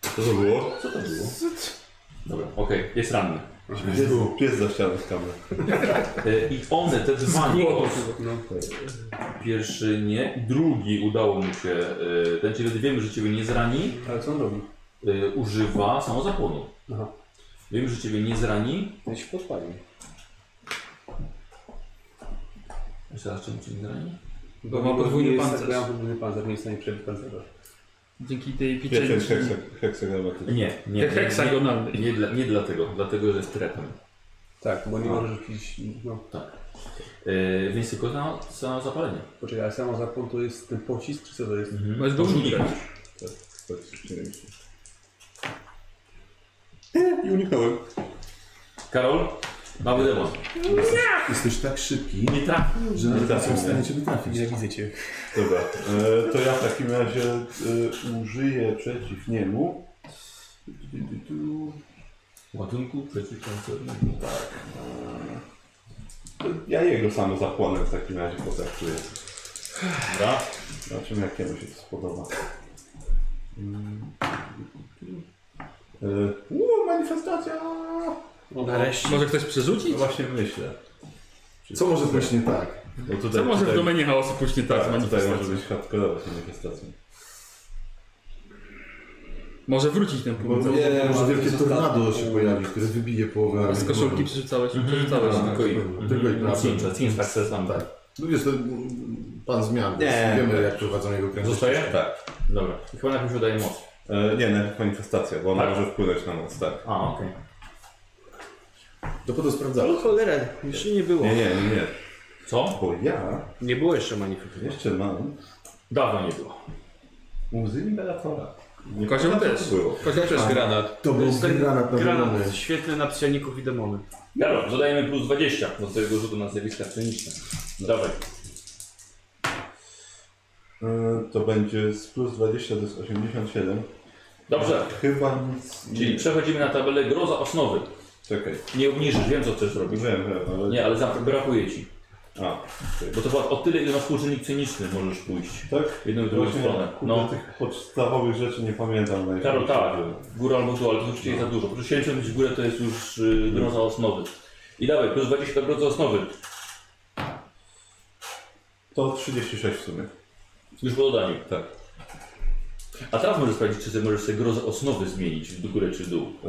Co to było?
Co to było? Dobra, okej, jest ranny.
Pies, pies za ścianą z kamerą.
E, I one, te dwa nikos,
No.
pierwszy nie, drugi udało mu się, e, ten czyli wiemy, że ciebie nie zrani,
Ale co on robi?
e, używa samozapłonu.
Aha.
Wiem, że ciebie nie zrani.
Ja się podpalił.
Jeszcze raz, czemu cię nie zrani?
Bo
ma
ma
podwójny
podwójny
pancerz.
pancerz. Ja mam podwójny pancerz, nie jest w stanie przebić pancerza.
Dzięki tej
Pies jest
pieczęci.
heksag- heksagramatyczny.
Nie, nie.
Te heksagonalne.
Nie, nie, dla, nie dlatego, dlatego, że jest trepem.
Tak, bo nie możesz pić, no.
E, więc tylko na, na zapalenie. Mhm.
Poczekaj, ale samo zapłon to jest ten pocisk, czy co to jest?
Masz go unikać.
To jest przyjemniejsze. E, I uniknąłem.
Karol, mały demon.
Jesteś tak szybki,
Nie trafi.
że nawet nie jestem w
trafił,
stanie Ciebie trafić.
widzę cię.
Dobra, e, to ja w takim razie e, użyję przeciw niemu.
Ładunku przeciwpancernego.
Ja jego samo zapłonę w takim razie potraktuję.
Dobra.
Zobaczymy jak jemu się to spodoba. Mm. E, Uuu, manifestacja!
Nareszcie.
Może ktoś przerzucić?
No właśnie myślę. Czy-
Co może być nie tak?
No tutaj,
Co może w
tutaj-
domenie chaosu pójść nie tak
Tak,
z
tutaj może
manifestacją?
być hardkorowa z manifestacją.
Może wrócić ten punkt.
Nie, może
ale
wielkie
to jest
tornado
ostatni-
się pojawi, które wybije połowę
Z
armii.
koszulki Mhm. przerzucałeś, przerzucałeś.
Tak,
Tylko i.
tylko i
na
pracy.
cięcia, cięcia, tak tam.
Tak. No wiesz, to mm, pan zmian,
Nie.
wiemy jak prowadzą jego kręgi.
Zostaje?
Tak.
Dobra. I chyba najpierw udaje moc.
E, nie, najpierw manifestacja, bo ona
Tak.
może wpłynąć na nas, tak.
A, okej.
To po to sprawdzałem.
O cholera, jeszcze nie było.
Nie, nie, nie, nie.
Co?
Bo ja
Nie było jeszcze manifestacji.
jeszcze mam
Dawno nie było.
łzy imperatora. Nie
Kozioł
pamiętam, co
też.
to było.
Chociaż też granat.
To był
ten
granat na demony.
Granat świetny na psioników i demony.
Dobra, dodajemy plus 20 do swojego rzutu na zjawiska sceniczne. No Dawaj.
E, To będzie z plus 20 to jest 87.
Dobrze,
Chyba nic. nie-
czyli przechodzimy na tabelę groza osnowy.
Czekaj,
Nie obniżysz, wiem co chcesz zrobić.
wiem, wiem, ale.
Nie, ale za- brakuje ci.
A,
Bo to była o tyle, ile masz współczynnik cyniczny możesz pójść.
tak?
Jedną i drugą
Właśnie,
stronę.
Kurde,
No.
tych podstawowych rzeczy nie pamiętam. najpierw.
Karol, tak, góra albo dół, ale to już jest za dużo. Proszę 70 być w górę, to jest już y, groza osnowy. I dawaj, plus 20 do groza osnowy.
To 36 w sumie.
Już po dodaniu.
Tak.
A teraz możesz sprawdzić, czy ty możesz sobie grozę osnowy zmienić w górę czy w dół.
E,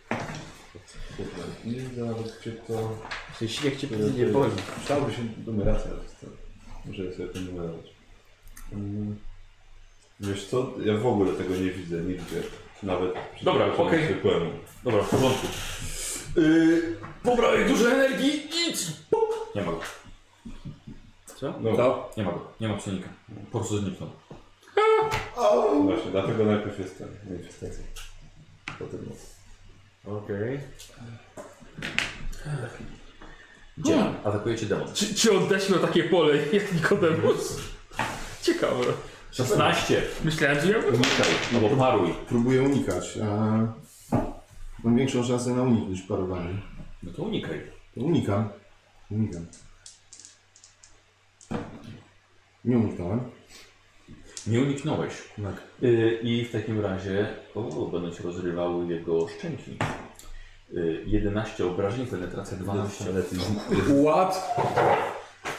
Nie widzę nawet gdzie to...
W sensie jak cię pewnie nie boli.
Przydałoby Yy, się numeracja. ale to- Muszę sobie to numerować. Mm. Wiesz co, ja w ogóle tego nie widzę nigdzie. Nawet przy-
Dobra,
przy
okej.
zwykłemu.
Dobra, w porządku. Yy, pobrałeś dużo energii i... Pup. Nie ma go,
No
nie ma go, nie ma psionika. Po prostu zniknął.
właśnie, dlatego najpierw jest ten, manifestacja. Potem moc.
Okej.
Gdzie? Atakujecie demon.
Czy, czy oddaliśmy takie pole jak Nikodemus? Ciekawe.
16.
Myślałem, że ja
Unikaj, no bo paruj.
Próbuję unikać, a mam większą szansę na unik niż parowanie.
No to unikaj.
To unikam. Unikam. Nie uniknąłem.
Nie uniknąłeś.
Tak.
Yy, I w takim razie o, będą się rozrywały jego szczęki. Yy, 11 obrażeń, penetracja 12.
Ład!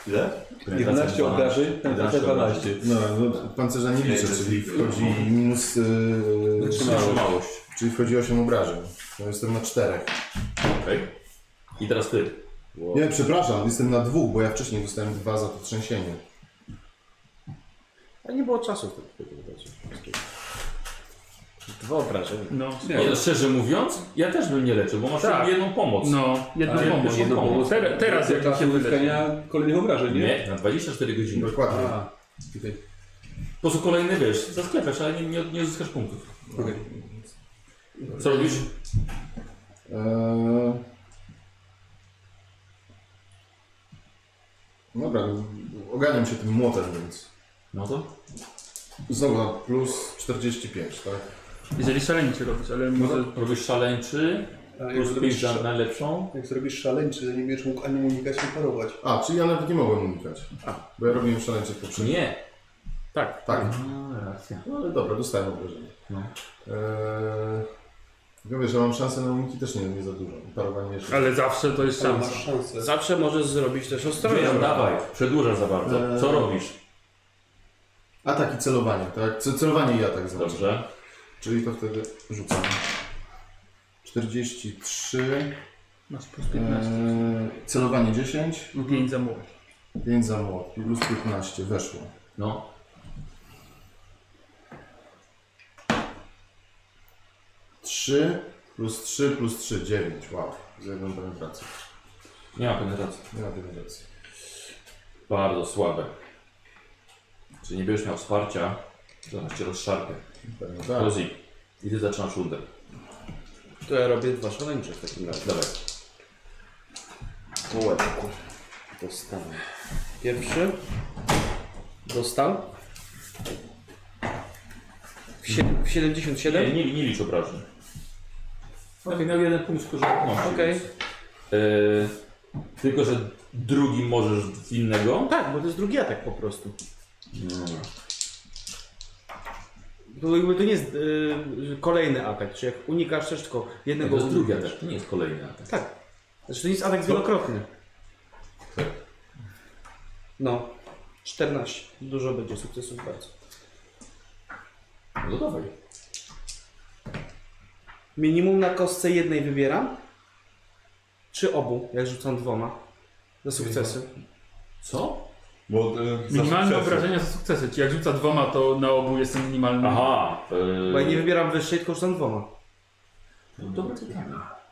Ile?
11 obrażeń, penetracja 12.
No, no pancerza nie liczę, czyli wchodzi minus... Yy,
Wytrzymałość.
czyli wchodzi 8 obrażeń. No jestem na 4.
Okej. I teraz ty.
Nie, przepraszam, jestem na dwóch, bo ja wcześniej dostałem dwa za to trzęsienie.
A nie było czasu wtedy. Dwa obrażenia.
No,
Nie, szczerze mówiąc, ja też bym nie leczył, bo masz
Tak.
jedną pomoc.
no jedną
Ale
pomoc.
też jedną pomoc.
Teraz, teraz jak się wyleczy.
uzyskania kolejnych obrażeń, nie?
Nie, na 24 godziny.
Dokładnie.
A, okej.
Po prostu kolejny wiesz, zasklepiasz, ale nie, nie, nie uzyskasz punktów.
Okej.
Co robisz?
Eee... Dobra, no, oganiam się tym młotem, więc
No to?
znowu na plus 45, tak?
Jeżeli szaleńczy robisz, ale może...
Robisz szaleńczy,
Ale jak
plus 5
zrobisz,
za najlepszą.
jak zrobisz szaleńczy, to nie będziesz mógł ani unikać, ani parować.
A, czyli ja nawet nie mogłem unikać, bo ja robiłem szaleńcze
Czy
poprzednio.
nie?
Tak.
Tak,
A, racja.
no ale dobra, dostałem obrażenie.
No.
Eee... Ja wiesz, że mam szansę na uniki też nie, nie za dużo, parowanie jeszcze.
Ale zawsze to jest
Ale
szansa.
masz szansę.
Zawsze możesz zrobić też
Wiem,
ostrożnie.
dawaj, przedłużasz za bardzo. Co
Eee.
robisz?
Atak i celowanie, tak? Ce- Celowanie i atak znaczy.
Dobrze.
Czyli to wtedy rzucam. 43,
Masz plus 15.
eee, celowanie 10,
5 za młot.
5 za młot, plus 15, weszło.
No.
Trzy plus trzy plus trzy dziewięć wow. Z jedną penetracją.
Nie ma penetracji.
Nie ma penetracji.
Bardzo słabe. Czyli nie będziesz miał wsparcia, to zaraz cię rozszarpie.
Pewnie
Tak.
tak.
I ty zaczynasz rundę.
To ja robię dwa szaleńcze w takim razie.
Dawaj.
Łebku. Dostałem. Pierwszy. Dostał. W, sie- w 77?
Nie, nie, nie licz obrażeń. Okay. Miał jeden punkt skorzystności.
Okej.
więc- Yy, tylko, że drugi możesz w innego.
Tak, bo to jest drugi atak po prostu.
No Dobra.
To, jakby to nie jest y, kolejny atak, czy jak unikasz też tylko
Nie,
jednego
to jest drugi
unikasz.
atak, to nie jest kolejny atak.
Tak. Znaczy to nie jest atak wielokrotny.
Tak.
No. 14. Dużo będzie sukcesów bardzo.
No to dawaj.
Minimum na kostce jednej wybieram? Czy obu, jak rzucam dwoma? Za sukcesy.
Co?
Bo, e, za
Minimalne
sukcesy.
obrażenia za sukcesy. Czyli jak rzuca dwoma, to na obu jestem minimalny.
Aha.
Bo ja nie
Yy,
wybieram wyższej, tylko rzucam dwoma.
no to będzie tak.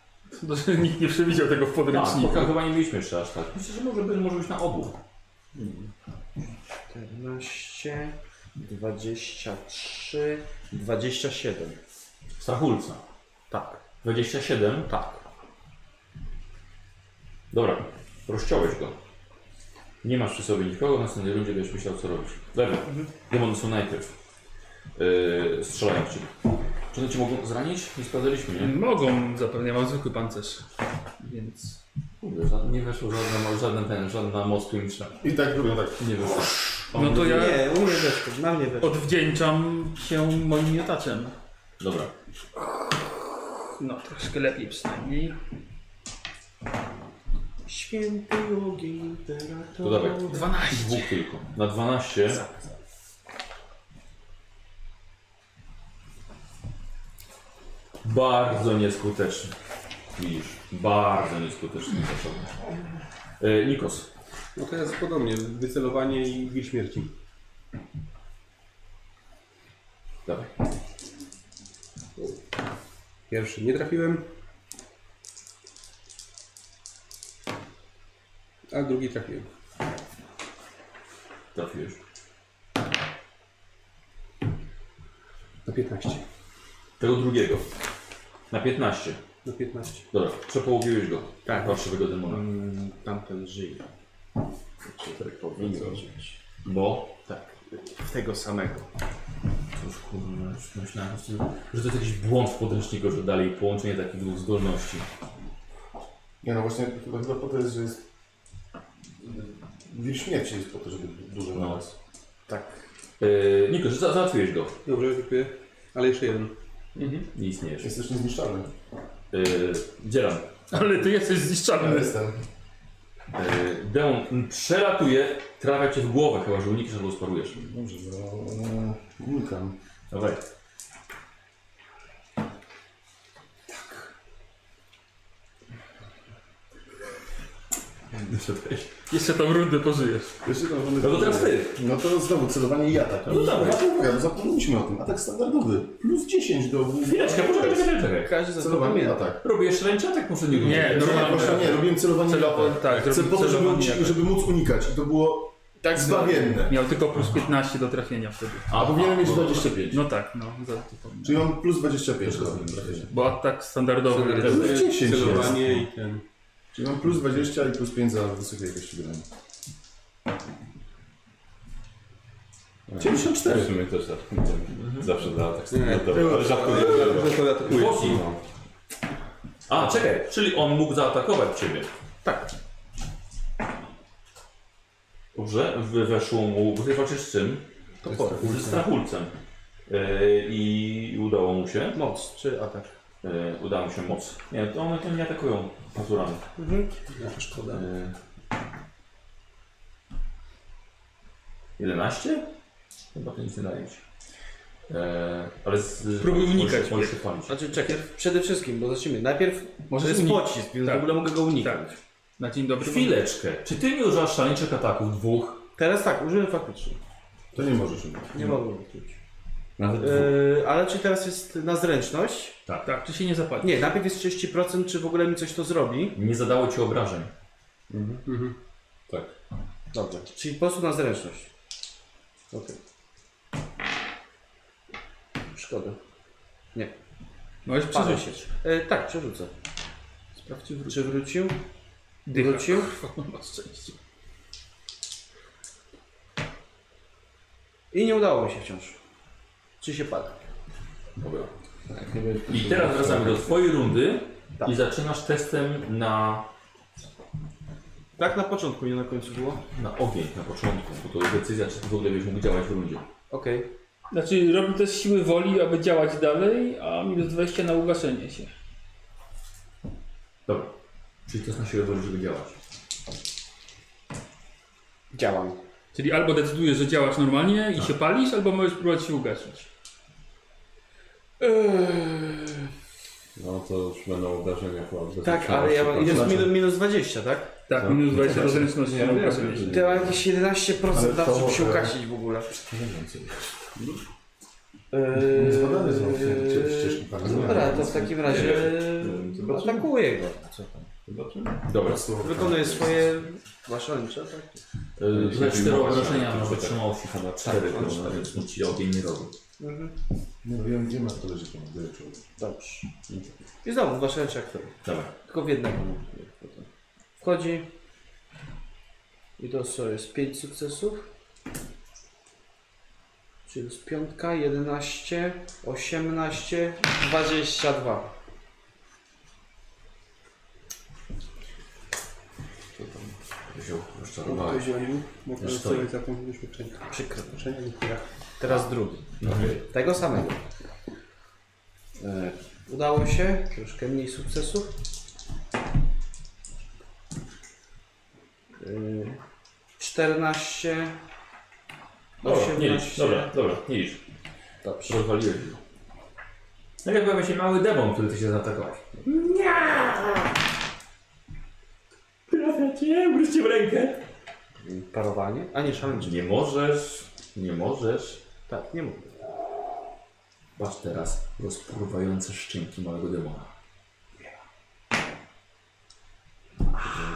To, że nikt nie przewidział tego w
A,
podręczniku.
spoko, Tak, chyba nie mieliśmy jeszcze aż tak. Myślę, że może być, może być na obu.
14, 23, 27.
W Stachulca.
Tak.
27.
Tak.
Dobra, rozciąłeś go. Nie masz przy sobie nikogo, w następnej rundzie będziesz myślał co robić. Lewy,
Mhm.
demony są najpierw. Yy, strzelają w ciebie. Czy one cię mogą zranić? Nie sprawdzaliśmy, nie?
Mogą zapewne, ja mam zwykły pancerz. Więc...
Kurde, żadne, nie weszło żadna, żadna, ten, żadna moc kliniczna.
I tak robią tak.
Nie weszło.
No to ja
Nie, u mnie weszło, na mnie weszło.
odwdzięczam się moim miotaczem.
Dobra.
No, troszkę lepiej przynajmniej.
Święty ogień imperator.
To dawaj. 12. Dwóch tylko. Na 12. Bardzo nieskutecznie. Widzisz, bardzo nieskutecznie. Yy, Nikos.
No to jest podobnie, wycelowanie i wilk śmierci.
Dawaj.
Pierwszy nie trafiłem. A drugi trafiłem.
Trafiłeś.
Na 15.
Tego drugiego. Na 15.
Na 15.
Dobra, przepołowiłeś go. Tak. Fałszywego demona. tak
Mm, Tamten żyje. Który powinien żyć.
Bo?
Tak. W tego samego.
Cóż, kurwa, już myślałem, że to- że to jest jakiś błąd w podręczniku, że dali połączenie takich dwóch zdolności.
Nie no właśnie chyba, chyba po to jest, że jest... Wir śmierci jest po to, żeby dużo
No.
na was.
Tak.
Yy, Nikos, za załatwiłeś go.
Dobrze, dziękuję. Ale jeszcze jeden.
Nie istniejesz. E,
Jesteś niezniszczalny.
Yy, Dzieran.
Ale ty jesteś
Ja
zniszczalny.
jestem.
Yy, demon przelatuje, trafia cię w głowę, chyba że unikniesz albo sparujesz.
Dobrze, no... eee, Unikam.
Dawaj. Doszedłeś.
Jeszcze tam rundę pożyjesz.
Jeszcze tam
No to teraz ty.
No to znowu celowanie i atak.
No dobra.
ja mówię, zapomnieliśmy o tym. Atak standardowy. Plus 10 do...
Chwileczkę, poczekaj, czekaj, czekaj.
Każdy za
Celowanie i atak.
Robię jeszcze ręczatek poprzedniego.
Nie,
Nie,
normalnie.
proszę, nie, robiłem celowanie i
Celowo,
atak.
tak,
Chcę
zrobił
po to, żeby,
celowanie i atak.
żeby móc unikać. I to było tak zbawienne.
Miał tylko plus 15 do trafienia wtedy.
A powinienem mieć 25.
No tak, no. Za to powinno.
Czyli mam plus 25
Tak
do trafienia.
Bo atak standardowy.
To jest 10 jest.
Celowanie i ten.
Czyli mam plus 20 i plus 5 za wysokiej jakości grania. 94.
W sumie też tak.
Mhm.
Zawsze dla tak
Nie,
standardowych, ale rzadko nie
Że to atakuje.
Włosi. A, czekaj, czyli on mógł zaatakować ciebie.
Tak.
Dobrze, w- weszło mu, bo ty walczysz z czym?
To porę.
Z strachulcem. Yy, I udało mu się.
Moc czy atak?
Yy, udało mu się moc. Nie, to one to nie atakują pazurami.
Szkoda.
Yy. 11? Chyba to nic nie daje ci. Yy, ale z,
Próbuj unikać.
Możesz się palić.
Znaczy czekaj, przede wszystkim, bo zacznijmy. Najpierw
Możesz
to jest
uniknąć.
pocisk, więc
Tak.
w ogóle mogę go uniknąć.
Tak. Na dzień dobry.
Chwileczkę, czy ty nie używasz szaleńczych ataków dwóch?
Teraz tak, użyłem faktycznie.
To nie możesz umieć.
Nie mogę uniknąć.
Nawet
Yy, ale czy teraz jest na zręczność?
Tak, E, tak, czy się nie zapadnie?
Nie, najpierw jest 30%, czy w ogóle mi coś to zrobi. Mhm,
Nie zadało ci obrażeń. Tak.
Dobrze. Czyli po prostu na zręczność. Okej. Szkoda.
Możesz
Parę
przerzucić.
się. E, tak, przerzucę.
Sprawdźcie wróć.
Czy wrócił?
Dycha.
[laughs] Wrócił?
Na szczęście.
I nie udało mi się wciąż. Czy się pada?
Dobra.
tak nie będzie.
I teraz wracamy do twojej rundy
Tak.
i zaczynasz testem na,
Tak na początku, nie na końcu było.
na ogień na początku, bo to jest decyzja, czy ty w ogóle będziesz mógł działać w rundzie.
Okej.
Znaczy robi też siły woli, aby działać dalej, a minus 20 na ugaszenie się.
Dobra. Czyli to jest na siłę woli, żeby działać.
Działam.
Czyli albo decydujesz, że działasz normalnie i się palisz, albo możesz próbować się ugasić.
No to już będą uderzenia chyba. bez
Tak, ale ja mam.
przerwy.
Jest minus, minus 20, tak?
Tak,
No.
minus 20 do zręczności na ugaszenie się.
To ja mam jakieś 11% na to, żeby się
e,
ukasić w ogóle.
Zbadany znowu cie- ścieżki
Eee,
bardzo.
Yy, Dobra, to w takim razie
Zobaczymy.
atakuję go.
Zobaczymy.
Dobra.
Wykonuję swoje waszalnicze, tak?
Yy, Tutaj
Czyli
cztery
masz,
obrażenia
tak,
masz
tak.
wytrzymałości chyba cztery,
tak,
no,
cztery.
więc nic ci ogień nie robi.
Nie no, wiem gdzie masz to leży, to leży człowiek.
Dobrze. I znowu waszalnicze aktory.
Dobra.
Tylko w jednego. mam. Wchodzi. I to co jest 5 sukcesów. Czyli to jest piątka, 11, 18, 22.
Wziął rozczarowany.
Mogę wziąć, mogę
Już
rozstawiać za punkt doświadczenia.
No Przykro.
Doświadczenia nie chwila.
Teraz drugi.
Okej.
Tego samego. E, Udało się, troszkę mniej sukcesów. E, 14,
Dobra, No, nie idź.
18.
Dobra, dobra, nie idź.
Dobrze.
Rozwaliłeś go. No jak pojawia się mały demon, który ty się zaatakować. Nie! Trafia cię, wróćcie w rękę.
Parowanie? A nie, szaleńczy.
Nie możesz, nie możesz.
Tak, nie mówię.
Patrz teraz rozpruwające szczęki małego demona.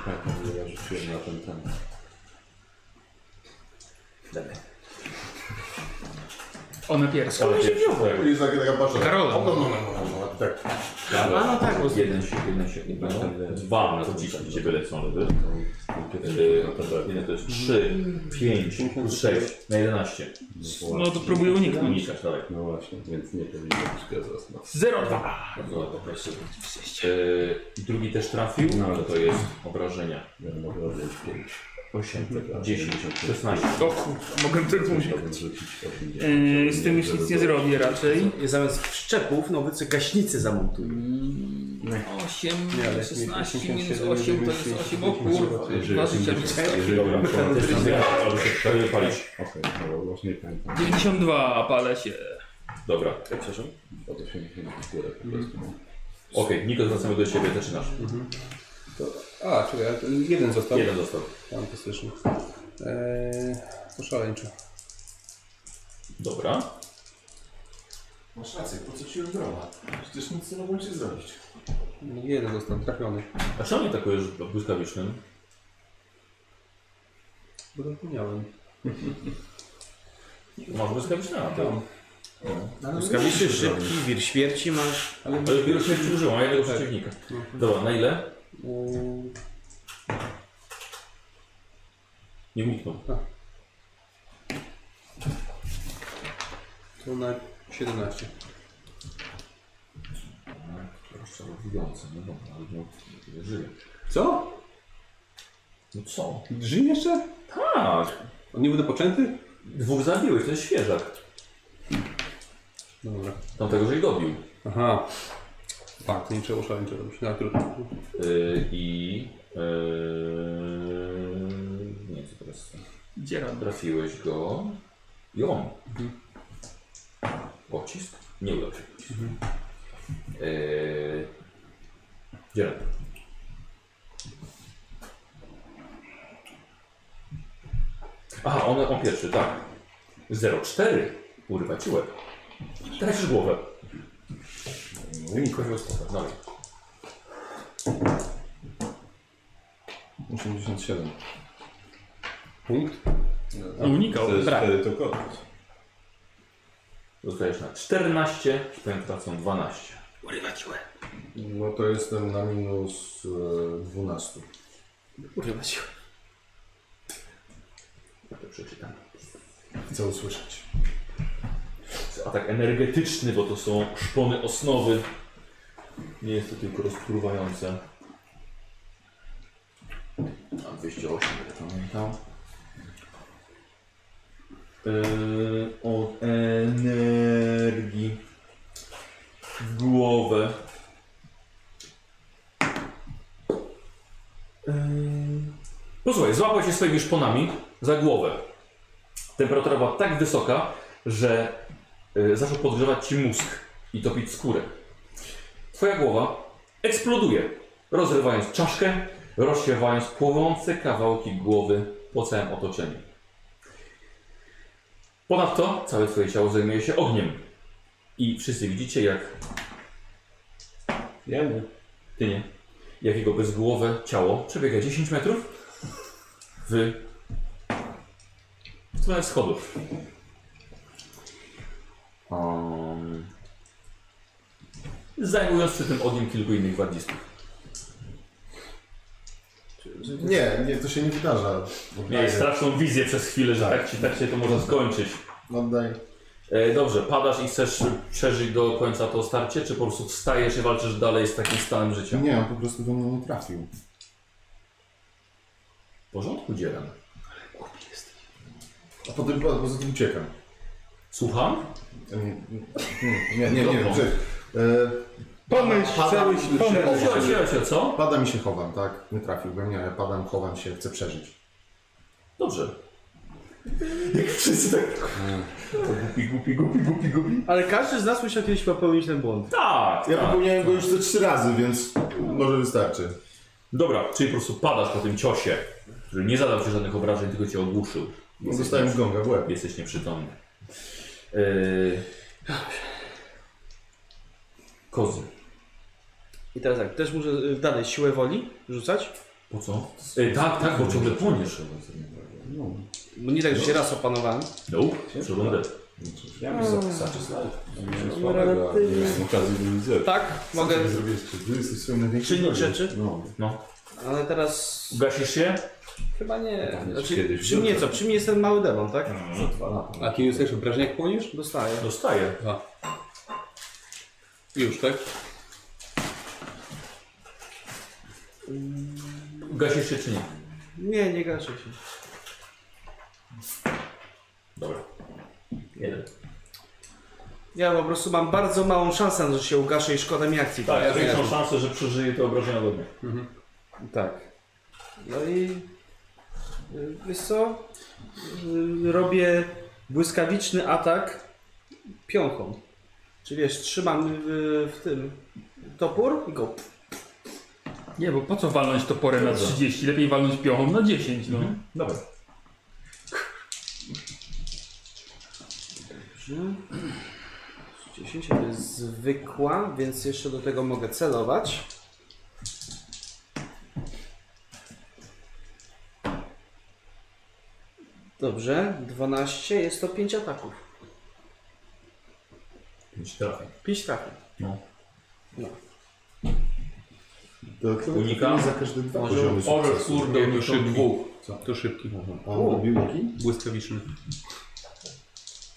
Pamiętam, że ja rzuciłem na ten ten.
One pierwsze.
Ale się wziął.
Jest taka taka pasza.
Karola.
O, no, no, no, no, no, tak.
A
no tak, bo-
Jeden się, jeden się, jeden się. Dwa na to dziś tak? ciebie lecą, żeby.
Pierwszy, no to tak.
Jeden to jest trzy, pięć, sześć, na jedenaście.
No to próbuję uniknąć.
Unikasz, dalej.
No właśnie, więc nie powinien być gazos. No.
0,2.
No po prostu. Yy, drugi też trafił, no ale to jest obrażenia.
Ja mogę robić 5.
8,
Dobra.
10, 16.
O kurwa, mogę tylko uniknąć.
Chciałbym rzucić 8.
Yy, z tym już nic nie zrobię raczej.
I zamiast szczepów, no wycy gaśnicy zamontuję.
8,
Nie, ale
16
57
minus 8 to jest 8, o kurwa.
No,
Dwa życia mi
Jeżeli mam
Fantastyczny ale się prawie palić.
Okej, no bo właśnie nie pamiętam.
92 palę się.
Dobra.
Od 80 górę po prostu.
Okej, Niko, zwracamy do siebie, zaczynasz.
To A, czekaj, ale to jeden został.
Jeden został.
Fantastycznie. Eee, to szaleńczy.
Dobra.
Masz rację, po co ci odroba? Przecież nic nie mogą ci zrobić.
Jeden został, trafiony.
A czemu nie atakujesz błyskawicznym?
Bo zapomniałem.
Masz błyskawiczna, to.
Błyskawiczy, szybki, wir śmierci masz.
Ale
Ale dopiero się przyłożyło, a jednego przeciwnika. Dobra, na ile?
Eee,
Nie uniknął.
to na 17.
Rozczarowujące, no dobra, ale no, nie żyje.
Co?
No co?
Żyje jeszcze?
Tak!
On nie był dopoczęty?
Dwóch zabiłeś, to jest świeżak.
No Dobra.
Tamtego, że i dobił.
Aha. Tak, nie trzeba szaleńczy robić. No, trudno.
Yy, I... Yy, nie, co teraz?
Dzieram.
Trafiłeś go i on. Pocisk? Nie udał się pocisk. Eee, Dzielam. Aha, on, on pierwszy, tak. 0,4. Urywa ci łeb. Tracisz głowę. No i kogoś Dalej.
87.
Punkt.
A unikał. Brak.
4 to koniec.
Zostajesz na 14, penetracją 12.
No to jestem na minus e, 12.
Ja to przeczytam.
Chcę usłyszeć.
atak energetyczny, bo to są szpony osnowy. Nie jest to tylko rozpruwające. A 208 będę pamiętał. Yy, od energii w głowę. Yy. Posłuchaj, złapał się swoimi szponami za głowę. Temperatura była tak wysoka, że y, zaczął podgrzewać ci mózg i topić skórę. Twoja głowa eksploduje, rozrywając czaszkę, rozsiewając płonące kawałki głowy po całym otoczeniu. Ponadto całe twoje ciało zajmuje się ogniem. I wszyscy widzicie, jak
Jemu.
ty nie, jak jego bezgłowe ciało przebiega 10 metrów w, w stronę schodów. Um, zajmując przy tym ogniem kilku innych gwardzistów.
Nie, nie, to się nie wydarza.
Miałeś straszną wizję przez chwilę, że tak, ci, tak się to może skończyć.
Oddaję.
E, dobrze, padasz i chcesz przeżyć do końca to starcie, czy po prostu wstajesz i walczysz dalej z takim stanem życia?
Nie, on po prostu do mnie nie trafił.
W porządku, dzielam.
A potem po- poza tym uciekam. E,
Słucham?
Nie, nie, nie, nie, nie wiem. Że, e,
Pomyśl, przemyśl, pomyśl.
Wziąłeś, wziąłeś, się, co?
padam i się chowam, tak? Nie trafił we mnie, ale padam, chowam się, chcę przeżyć.
Dobrze. Jak wszyscy tak... Głupi, głupi, głupi, głupi, głupi.
Ale każdy z nas musiał kiedyś popełnić ten błąd.
Tak,
Ja
tak.
popełniałem go już ze trzy razy, więc może wystarczy.
Dobra, czyli po prostu padasz po tym ciosie, który nie zadał ci żadnych obrażeń, tylko cię ogłuszył.
No, dostałem z gonga w łeb.
Jesteś nieprzytomny. Yy... Kozy.
I teraz tak, też muszę y, dalej siłę woli rzucać?
Po co? Yy, tak, tak, bo ciągle płoniesz.
Bo nie tak, że się raz opanowałem.
No, co rundę.
Ja bym zapisaczy słabego,
no
a nie miałem okazji go widzę.
Tak, mogę
Zrobiłeś krzywdę, jesteś swoim największym
czynić
wrogiem.
rzeczy,
No.
No.
ale teraz
Gasisz się?
chyba nie.
Pamięć
Znaczy,
kiedyś
przy mnie
wrócę.
co, przy mnie jest ten mały demon, tak?
Dwa lata.
A kiedy jesteś obrażenia, jak płoniesz?
Dostaję.
Dostaję.
Już, tak?
Gasisz się czy nie?
Nie, nie gaszę się.
Dobra. Jeden.
Ja po prostu mam bardzo małą szansę, że się ugaszę i szkoda mi akcji.
Tak,
ja
większą szansę, że przeżyje to obrażenia do mnie.
tak. No i y, wiesz co? Y, Robię błyskawiczny atak piąchą. Czyli wiesz, trzymam y, w tym topór i go
Nie, bo po co walnąć toporem na
Dobrze.
30? Lepiej walnąć piochą na 10, no.
Dobra.
Dobrze. 10 to jest zwykła, więc jeszcze do tego mogę celować. Dobrze, 12 jest to 5 ataków.
Pięć trafi.
5 trafień.
No.
To, to
Unika.
za każde dwa
Może
poziomy
Orl,
sukcesu.
kurde, duszy dwóch.
Co? To szybki.
A on robił jaki?
Błyskawiczny.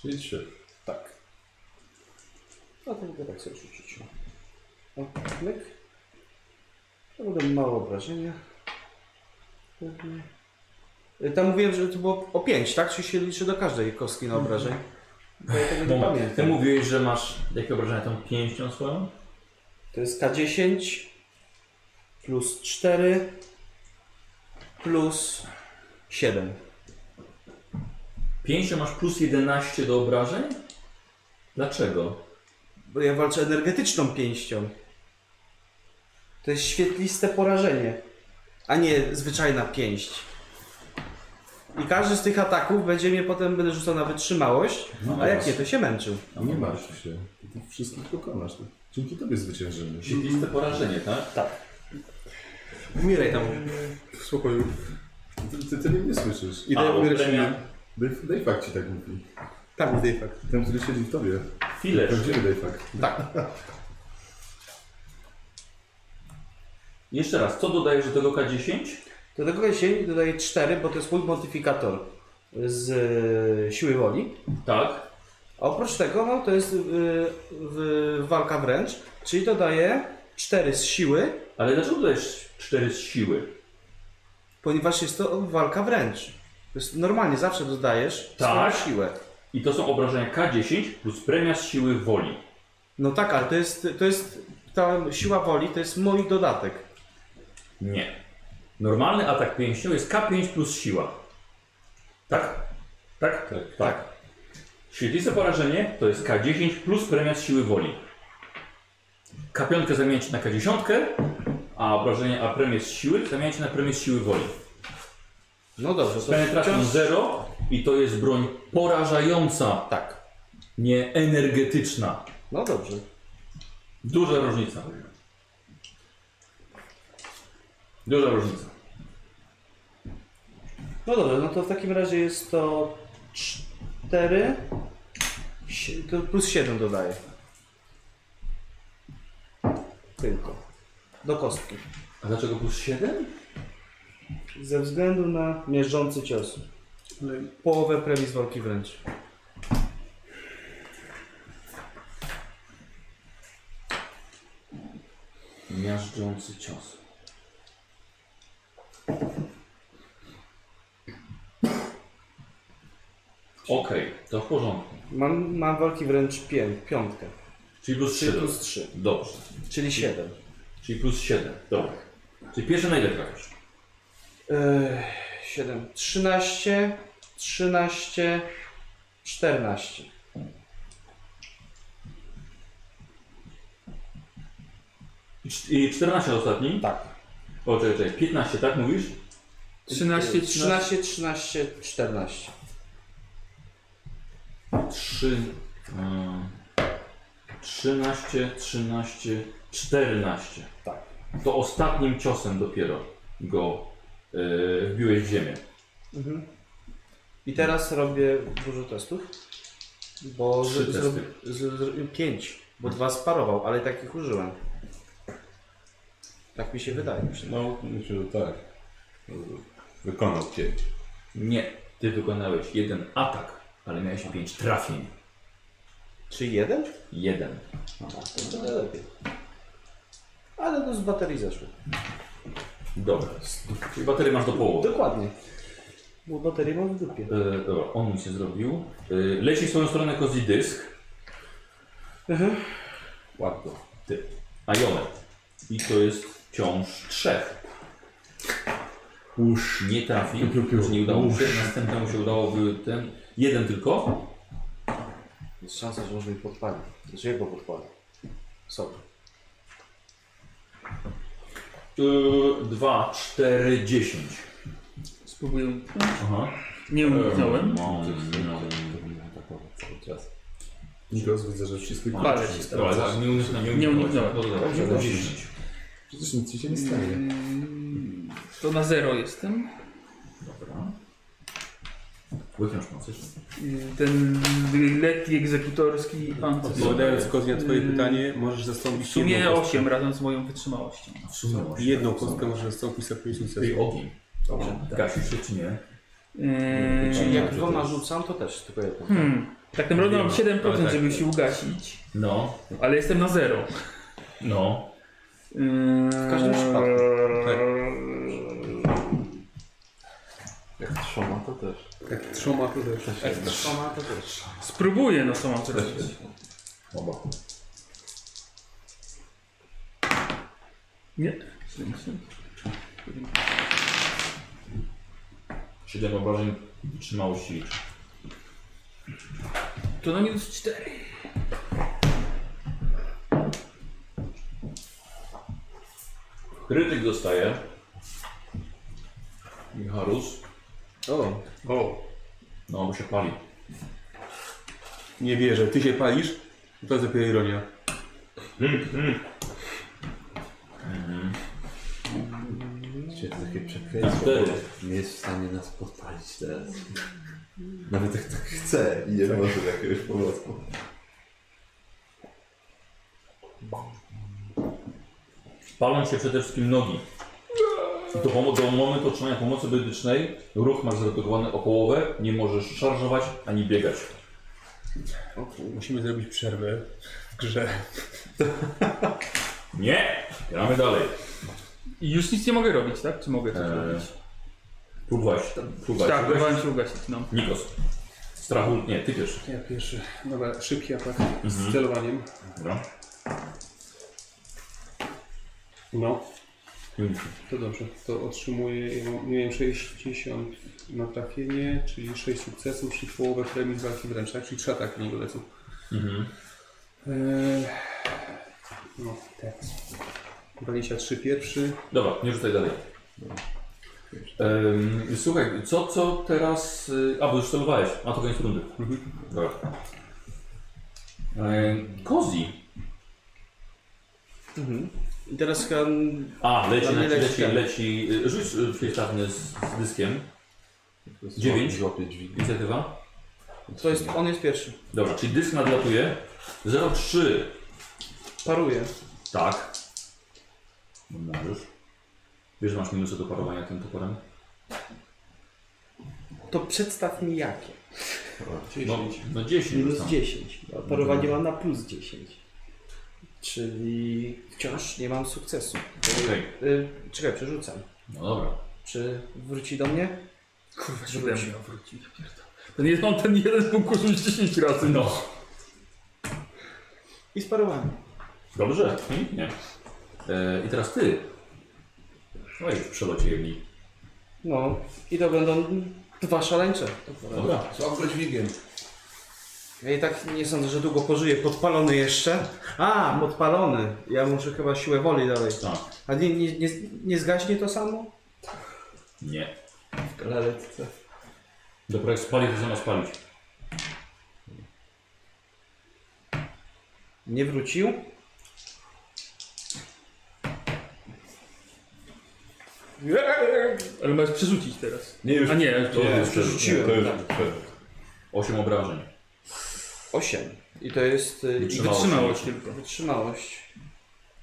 Czyli trzy.
Tak.
A to mogę tak sobie rzucić. O, myk. To będą małe obrażenia. Pewnie. Y, Tam mówiłem, że to było o 5, tak? Czyli się liczy do każdej kostki na obrażeń. Bo ja tego nie
Bo ty
pamiętam.
mówiłeś, że masz jakie obrażenia tą pięścią swoją?
To jest K10 plus 4 plus 7.
Pięścią masz plus 11 do obrażeń? Dlaczego?
Bo ja walczę energetyczną pięścią. To jest świetliste porażenie, a nie zwyczajna pięść. I każdy z tych ataków będzie mnie potem będę rzucał na wytrzymałość,
No
a jak nie, to się męczył.
A nie martw się. Ty tych wszystkich pokonasz. Ty. Dzięki tobie zwyciężymy.
Siedliste porażenie, tak?
Umieraj tam.
W spokoju.
Ty, ty, ty nie słyszysz.
I
A,
daj
bo
mi
premia-
rośliny.
Dave, Dave Fuck ci tak mówi.
Tam jest Dayfuck.
Ten, który siedzi w tobie.
Chwilę.
Prawdziwy Dave Fuck.
Jeszcze raz, co dodajesz do tego K10?
Do tego jesieni dodaję 4, bo to jest mój modyfikator z e, siły woli.
Tak.
A oprócz tego, no to jest y, y, walka wręcz, czyli dodaję 4 z siły,
Ale dlaczego dodajesz 4 z siły?
ponieważ jest to walka wręcz. To jest, normalnie zawsze dodajesz
Tak.
swoją siłę.
I to są obrażenia K10 plus premia z siły woli.
No tak, ale to jest, to jest ta siła woli, to jest mój dodatek.
Nie. Normalny atak pięścią jest K5 plus siła. Tak? Tak?
Tak.
Świetliste porażenie to jest K10 plus premia z siły woli. K5 zamieniacie na K10, a obrażenie, a premię z siły zamieniacie na premię z siły woli.
No dobrze, to
Penetracją 0 i to jest broń porażająca. Tak. Nie energetyczna.
No dobrze.
Duża różnica. Duża różnica.
No dobrze, no to w takim razie jest to 4 to plus 7 dodaję. Tylko. Do kostki.
A dlaczego plus 7?
Ze względu na mierzący cios. Połowę premii z walki wręcz.
Miażdżący cios. Okej, to w porządku.
Mam, mam walki wręcz pię- piątkę.
Czyli plus 3.
Czyli plus 3.
Dobrze.
Czyli 7.
Czyli plus 7. Dobra. Czyli pierwszy na ile trafiasz?
7. 13, 13, 14.
I cz- I 14 ostatni?
Tak.
O, czekaj, czekaj. 15, tak mówisz?
13, 13.
13, 13, 14.
3. e, 13, 13, 14.
Tak.
To ostatnim ciosem dopiero go yy, wbiłeś w ziemię.
I teraz robię dużo testów. Bo
Trzy
z-
testy.
z- z- pięć, bo dwa sparował, ale takich użyłem. Tak mi się wydaje.
No, myślę, że tak. Wykonał cię.
Nie, ty wykonałeś jeden atak, ale miałeś pięć trafień.
Czy jeden?
Jeden.
To tyle lepiej. Ale to z baterii zeszło.
Dobra. Czyli baterię masz do połowy.
Dokładnie. Bo baterię mam w dupie.
E, dobra, on mi się zrobił. E, leci w swoją stronę kozi dysk. Ładno. Ty. A Jomet. I to jest ciąż trzech. Uż. Nie trafił,
Piu, piu, piu.
już nie udało mu się.
Uż.
Następnemu się udało wy, ten. Jeden tylko.
Jest szansa, że może mi podpali. Znaczy jego podpali. Sorry.
E, 2, 4, 10.
Spróbuję.
Aha. E,
Nie uniknąłem.
Cały czas.
Nikos, widzę, że wszystkie
Palę się.
Dobra, ale nie uniknąłem.
Nie uniknąłem.
No dobra,
Dobrze,
to
dobrze.
10.
Przecież nic ci się nie stanie.
Mm, To na zero jestem.
Dobra. Łychniesz pan coś?
Mm, Ten lekki egzekutorski. A, co to?
Odpowiadając zgodnie na twoje
Yy,
pytanie, możesz
W
zastąpić
sumie
jedną kostkę.
8 razem z moją wytrzymałością.
W sumie właśnie.
Jedną kostkę możesz zastąpić za pięć sukcesów.
Czyli ogień. tak. Dobrze. Gasisz się czy nie?
Yy,
Czyli jak
to
dwoma
jest-
rzucam, to też tylko jedną.
Hmm. Tak naprawdę mam
Wiem,
7%,
ale tak.
żeby się ugasić,
No,
ale jestem na zero. Eee,
no.
W
każdym przypadku.
Jak trzoma to też.
Jak trzoma Tak, to też.
Trzoma to też.
Spróbuję, no co mam zrobić.
Oba.
Nie?
7 obrażeń wytrzymałości liczy.
To na minus 4.
Krytyk dostaje. Micharus.
O,
O. No, bo się pali.
nie wierzę. Ty się palisz? To jest dopiero ironia.
Czy to takie przekleństwo?
Cztery.
bo Nie jest w stanie nas podpalić teraz. Nawet jak tak chce i nie może z jakiegoś powodu.
Palą się przede wszystkim nogi. Do, pomo- do momentu otrzymania pomocy medycznej ruch masz zredukowany o połowę, nie możesz szarżować ani biegać.
Musimy zrobić przerwę w grze.
Nie! Gramy dalej.
I już nic nie mogę robić, tak? Czy mogę coś
Eee,
robić?
Próbować. Próbować.
Tak, próbowałem się ugasić, no.
Nikos. Strachu, nie, ty pierwszy.
Ja pierwszy. Dobra, szybki atak
Mhm.
z celowaniem.
Dobra.
No,
Uniknij.
to dobrze. To otrzymuję, ja mam, miałem 60 na trafienie, czyli 6 sukcesów, czyli połowę premii z walki wręcz, tak? Czyli 3 ataki niego lecą.
Mhm.
Eee, no, tak. 23 pierwszy.
Dobra, nie rzucaj dalej. Em, słuchaj, co, co teraz... y, A, bo już celowałeś. A, to koniec rundy. Dobra. Em, Kozi.
I teraz chyba...
A, leci,
Dla mnie
leci, leci,
leci
leci,
ten.
y, Rzuć y, przeciwstawny z, z dyskiem. Dziewięć.
Złapie drzwi.
Inicjatywa.
To jest, on jest pierwszy.
Dobra, czyli dysk nadlatuje. 0,3.
Paruje.
Tak. No Możesz. Wiesz, że masz minusy do parowania tym toporem?
To przedstaw mi jakie.
No, no 10.
Minus
rzucam.
10. A Parowanie mam na plus 10. Czyli wciąż nie mam sukcesu.
Okej.
Y, czekaj, przerzucam.
No dobra.
Czy wróci do mnie?
Kurwa, że ode mnie wrócił. Ten jest, mam ten jeden punkt już 10 razy, no.
I sparowałem.
Dobrze, pięknie. E, I teraz ty. No i w przelocie jedni.
No i to będą dwa szaleńcze.
Dobra.
Złap go dźwigiem.
Ja i tak nie sądzę, że długo pożyję. Podpalony jeszcze. A, podpalony. Ja muszę chyba siłę woli dalej.
Tak.
A nie, nie, nie, nie zgaśnie to samo?
Nie.
W galaretce.
Dobra, jak spali, to zamiast palić.
Nie wrócił?
Ale masz przerzucić teraz.
Nie, już
A nie, to
Nie.
jest
przerzuciłem. To już
tak.
przerwę.
8 obrażeń.
8. I to jest y,
Wytrzymałość.
wytrzymałość tylko.
wytrzymałość.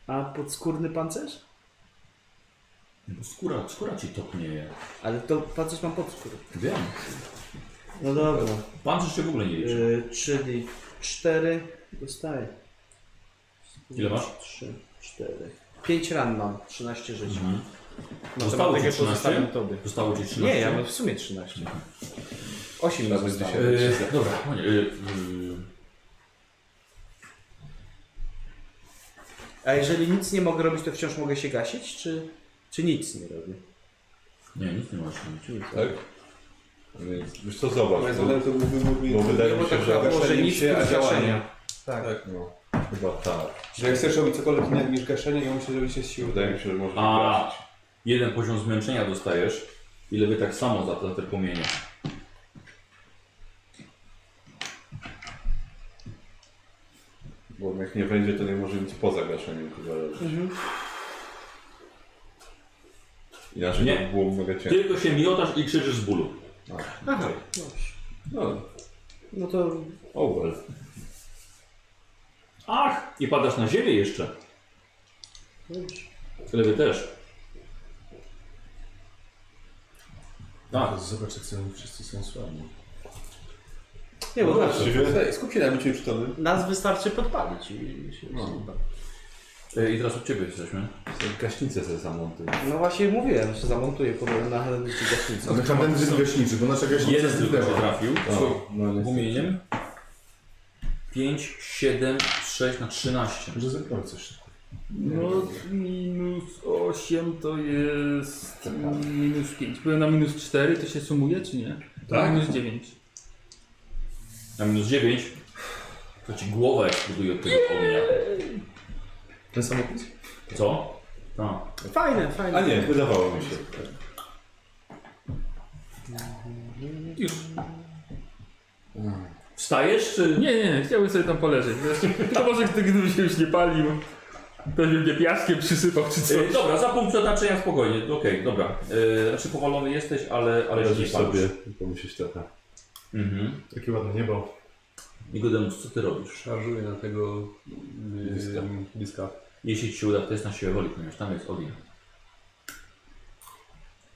A podskórny pancerz?
No Bo skóra, skóra ci topnieje.
Ale to pancerz mam podskór.
Wiem.
No dobra.
Pancerz się w ogóle nie liczy.
Y, czyli 4 dostaję. Y,
Ile masz?
3, 4. 5 ran mam, 13 życia.
Mhm. Zostało ci
Matematykę
13?
tak pozostawiam tobie.
Zostało ci 13?
Nie, ja mam w sumie 13. 8 razy
Dzisiaj.
zostało.
Yy, dobra, panie. Yy,
A jeżeli nic nie mogę robić, to wciąż mogę się gasić, czy, czy nic nie robię?
nie, nic nie możesz robić.
Tak? No Więc wiesz co,
No
zobacz. no.
Ale
Bo,
zatem to byłby mógłby...
bo wydaje mi się, że...
Może
Tak, nic
się, a
bez
działanie.
gaszenia. Tak.
No. Chyba tak.
Że jak chcesz robić cokolwiek innego niż gaszenie, ja muszę zrobić się z siłą.
Wydaje mi się, że może
A, jeden poziom zmęczenia dostajesz. Ile wy tak samo za te, te płomienie.
Tak.
Bo jak nie wejdzie, to nie może nic poza gaszeniem chyba robić. Inaczej
Nie.
nie. było mega ciężko.
Tylko się miotasz i krzyczysz z bólu.
Aha. No,
No to
oh well.
Ach! I padasz na ziemię jeszcze. Ile wy też.
Tak. Zobacz, jak są, wszyscy są słabni.
nie,
No
bo nas,
Właściwie
Skup się na byciu przytomnym.
nas wystarczy podpalić i i się no.
E, I teraz od ciebie jesteśmy.
gaśnicę sobie zamontuj.
no właśnie mówiłem, że zamontuję podobno na Helendycie gaśnicę.
Mechanizm gaśniczy, bo nasza gaśnica
Jeden tylko się
zniknęła.
trafił.
No, no niestety.
Płomieniem. 5, 7, 6 na 13.
Może zerknął coś.
No, minus 8 to jest minus 5. Byłem na minus 4, to się sumuje, czy nie? Tak. Minus 9.
Na minus 9. To ci głowa eksploduje od tego ognia.
Ten samochód?
Co? A.
Fajne, fajne.
A nie, wydawało mi się.
Wstajesz czy... E,
Nie, nie, nie, chciałbym sobie tam poleżeć. wiesz. Tylko może gdy- gdybym się już nie palił, pewnie mnie piaskiem przysypał czy coś.
E, dobra, za punkt przeznaczenia spokojnie. Okej, dobra. E, znaczy powalony jesteś, ale, ale jeszcze nie
Radzisz
palisz.
sobie, pomyślisz trochę.
Mhm.
Takie ładne niebo.
Nikodemus, co ty robisz?
Szarżuję na tego
Dyska.
yy, dyska.
Jeśli ci się uda, to jest na siłę woli, ponieważ tam jest Odin.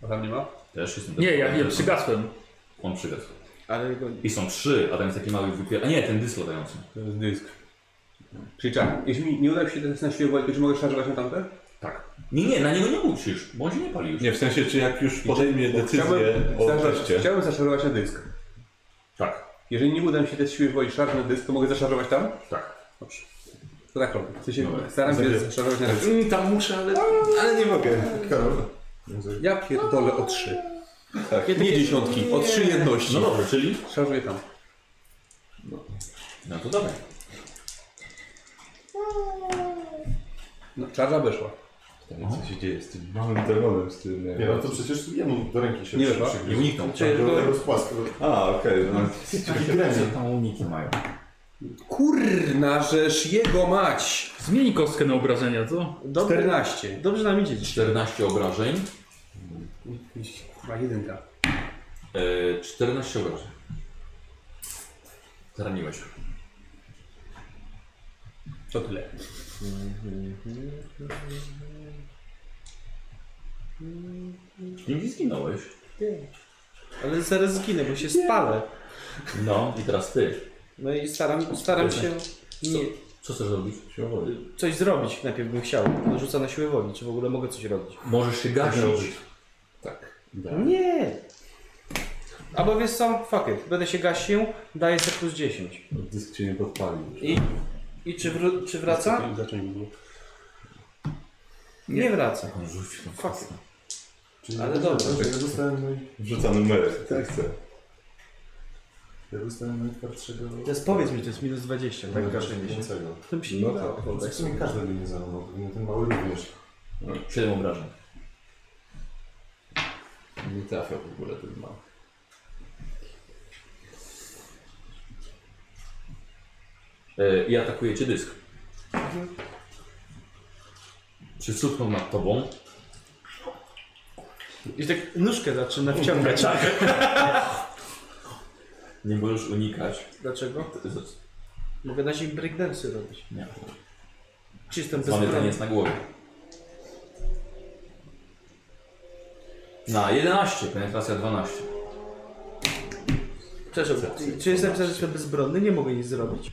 A tam nie ma?
Też jestem
Nie, ja
nie
wiem, przygasłem.
On przygasł.
Ale go...
I są trzy, a tam jest taki mały wypier... A nie, ten dysk latający.
To jest dysk. Czyli tak, jeśli mi nie uda mi się ten na siłę woli, to czy mogę szarżować na tamte?
Tak. Nie, nie, na niego nie musisz, bo on się nie pali już.
Nie, w sensie, czy jak już podejmie
Bo
decyzję o
zaszar-
teście,
chciałbym zaszarżować na dysk.
Tak,
Jeżeli nie uda mi się test siły woli szarż na dysk, to mogę zaszarżować tam?
tak.
Dobrze. To tak robię. W sensie
Dobra.
staram się zaszarżować na dysk.
Mm, tam muszę, ale...
Ale nie mogę.
Karol.
Ja pierdolę o trzy.
Tak.
Nie dziesiątki, o trzy jedności.
No dobrze, czyli?
Szarżuję tam.
No to dawaj.
No, szarża weszła.
Co się dzieje z tym małym dragonem, z tym...
Nie, no to przecież jemu do ręki się
Nie,
przy-
tak?
Nie
przygryzł.
uniknął.
Do tego z płasko.
A, okej, no. [laughs]
Co tam uniki mają?
Kurna rzecz jego mać!
Zmień kostkę na obrażenia, co?
Dobrze,
14.
dobrze nam idzie dzisiaj.
14 obrażeń.
Kurwa, jedynka.
E, 14 obrażeń. Zraniłeś.
To tyle.
Nigdy zginąłeś.
Ale zaraz zginę, bo się spalę.
No i teraz ty.
No i staram, staram się nie,
Co chcesz zrobić?
coś zrobić. Najpierw bym chciał. Rzucę na siłę woli, czy w ogóle mogę coś robić.
Możesz
Tak
się gasić.
Nie! Albo wiesz co, fuck it, będę się gasił, daję sobie plus 10.
Dysk cię nie podpalił.
I, i czy, wró- czy wraca?
Zacząć by było.
Nie, wraca. Fuck it. Ale dobra.
Ja dostałem, no i-
Wrzuca numery, tak chcę.
ja dostałem no i twardszego...
Teraz powiedz mi, to jest minus 20, tak? Gaszenie się.
Gaszeniowego.
To mi się
No
nie dało.
tak.
W sumie każdy by nie zarówno,
no
powinien ten mały również.
7 obrażeń.
Nie trafia w ogóle ten mały.
E, I atakuje cię dysk. Przysuchnął nad tobą.
I tak nóżkę zaczyna [laughs] wciągać.
Nie możesz unikać.
Dlaczego?
To jest-
Mogę na nim breakdance'y robić.
Nie.
Czy jestem
Mamy
bezbronny?
jest na głowie. Na 11, penetracja 12.
Przepraszam, czy jestem, że jestem bezbronny? Nie mogę nic zrobić.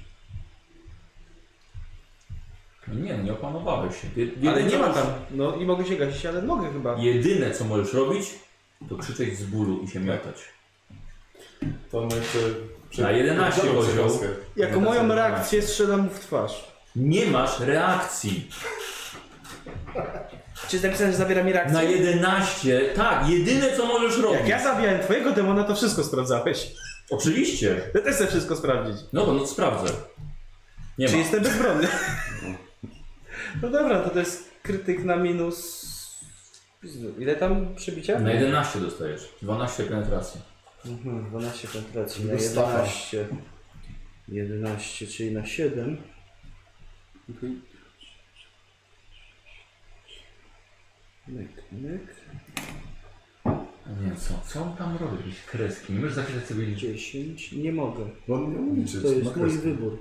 No Nie, nie opanowałeś się. Ty- jedyne,
Ale nie
co
ma
możesz-
tam. No i mogę się gasić, ale mogę chyba.
Jedyne co możesz robić, to krzyczeć z bólu i się miotać.
To on jeszcze...
Na 11 poziom.
Jako moją reakcję strzelam mu w twarz.
Nie masz reakcji.
Czy jest napisane, że zabiera mi reakcję?
Na 11, tak, jedyne co możesz robić.
No, Jak ja zabijałem twojego demona, to wszystko sprawdzałeś.
Oczywiście.
Ja też chcę wszystko sprawdzić.
No to no, sprawdzę. Nie
Czy
ma.
jestem bezbronny? [laughs] No dobra, to to jest krytyk na minus... Ile tam przebicia?
Na 11 dostajesz. 12 penetracji.
Mhm, 12 penetracji, na
Jego stafa.
11. 11, czyli na 7. Myk, myk.
Nie, co? Co on tam robi? Jakieś kreski. Nie możesz zapisać sobie liczby.
10. Nie mogę.
Bo on nie umie liczyć.
To
ma
jest mój
kreskę.
wybór.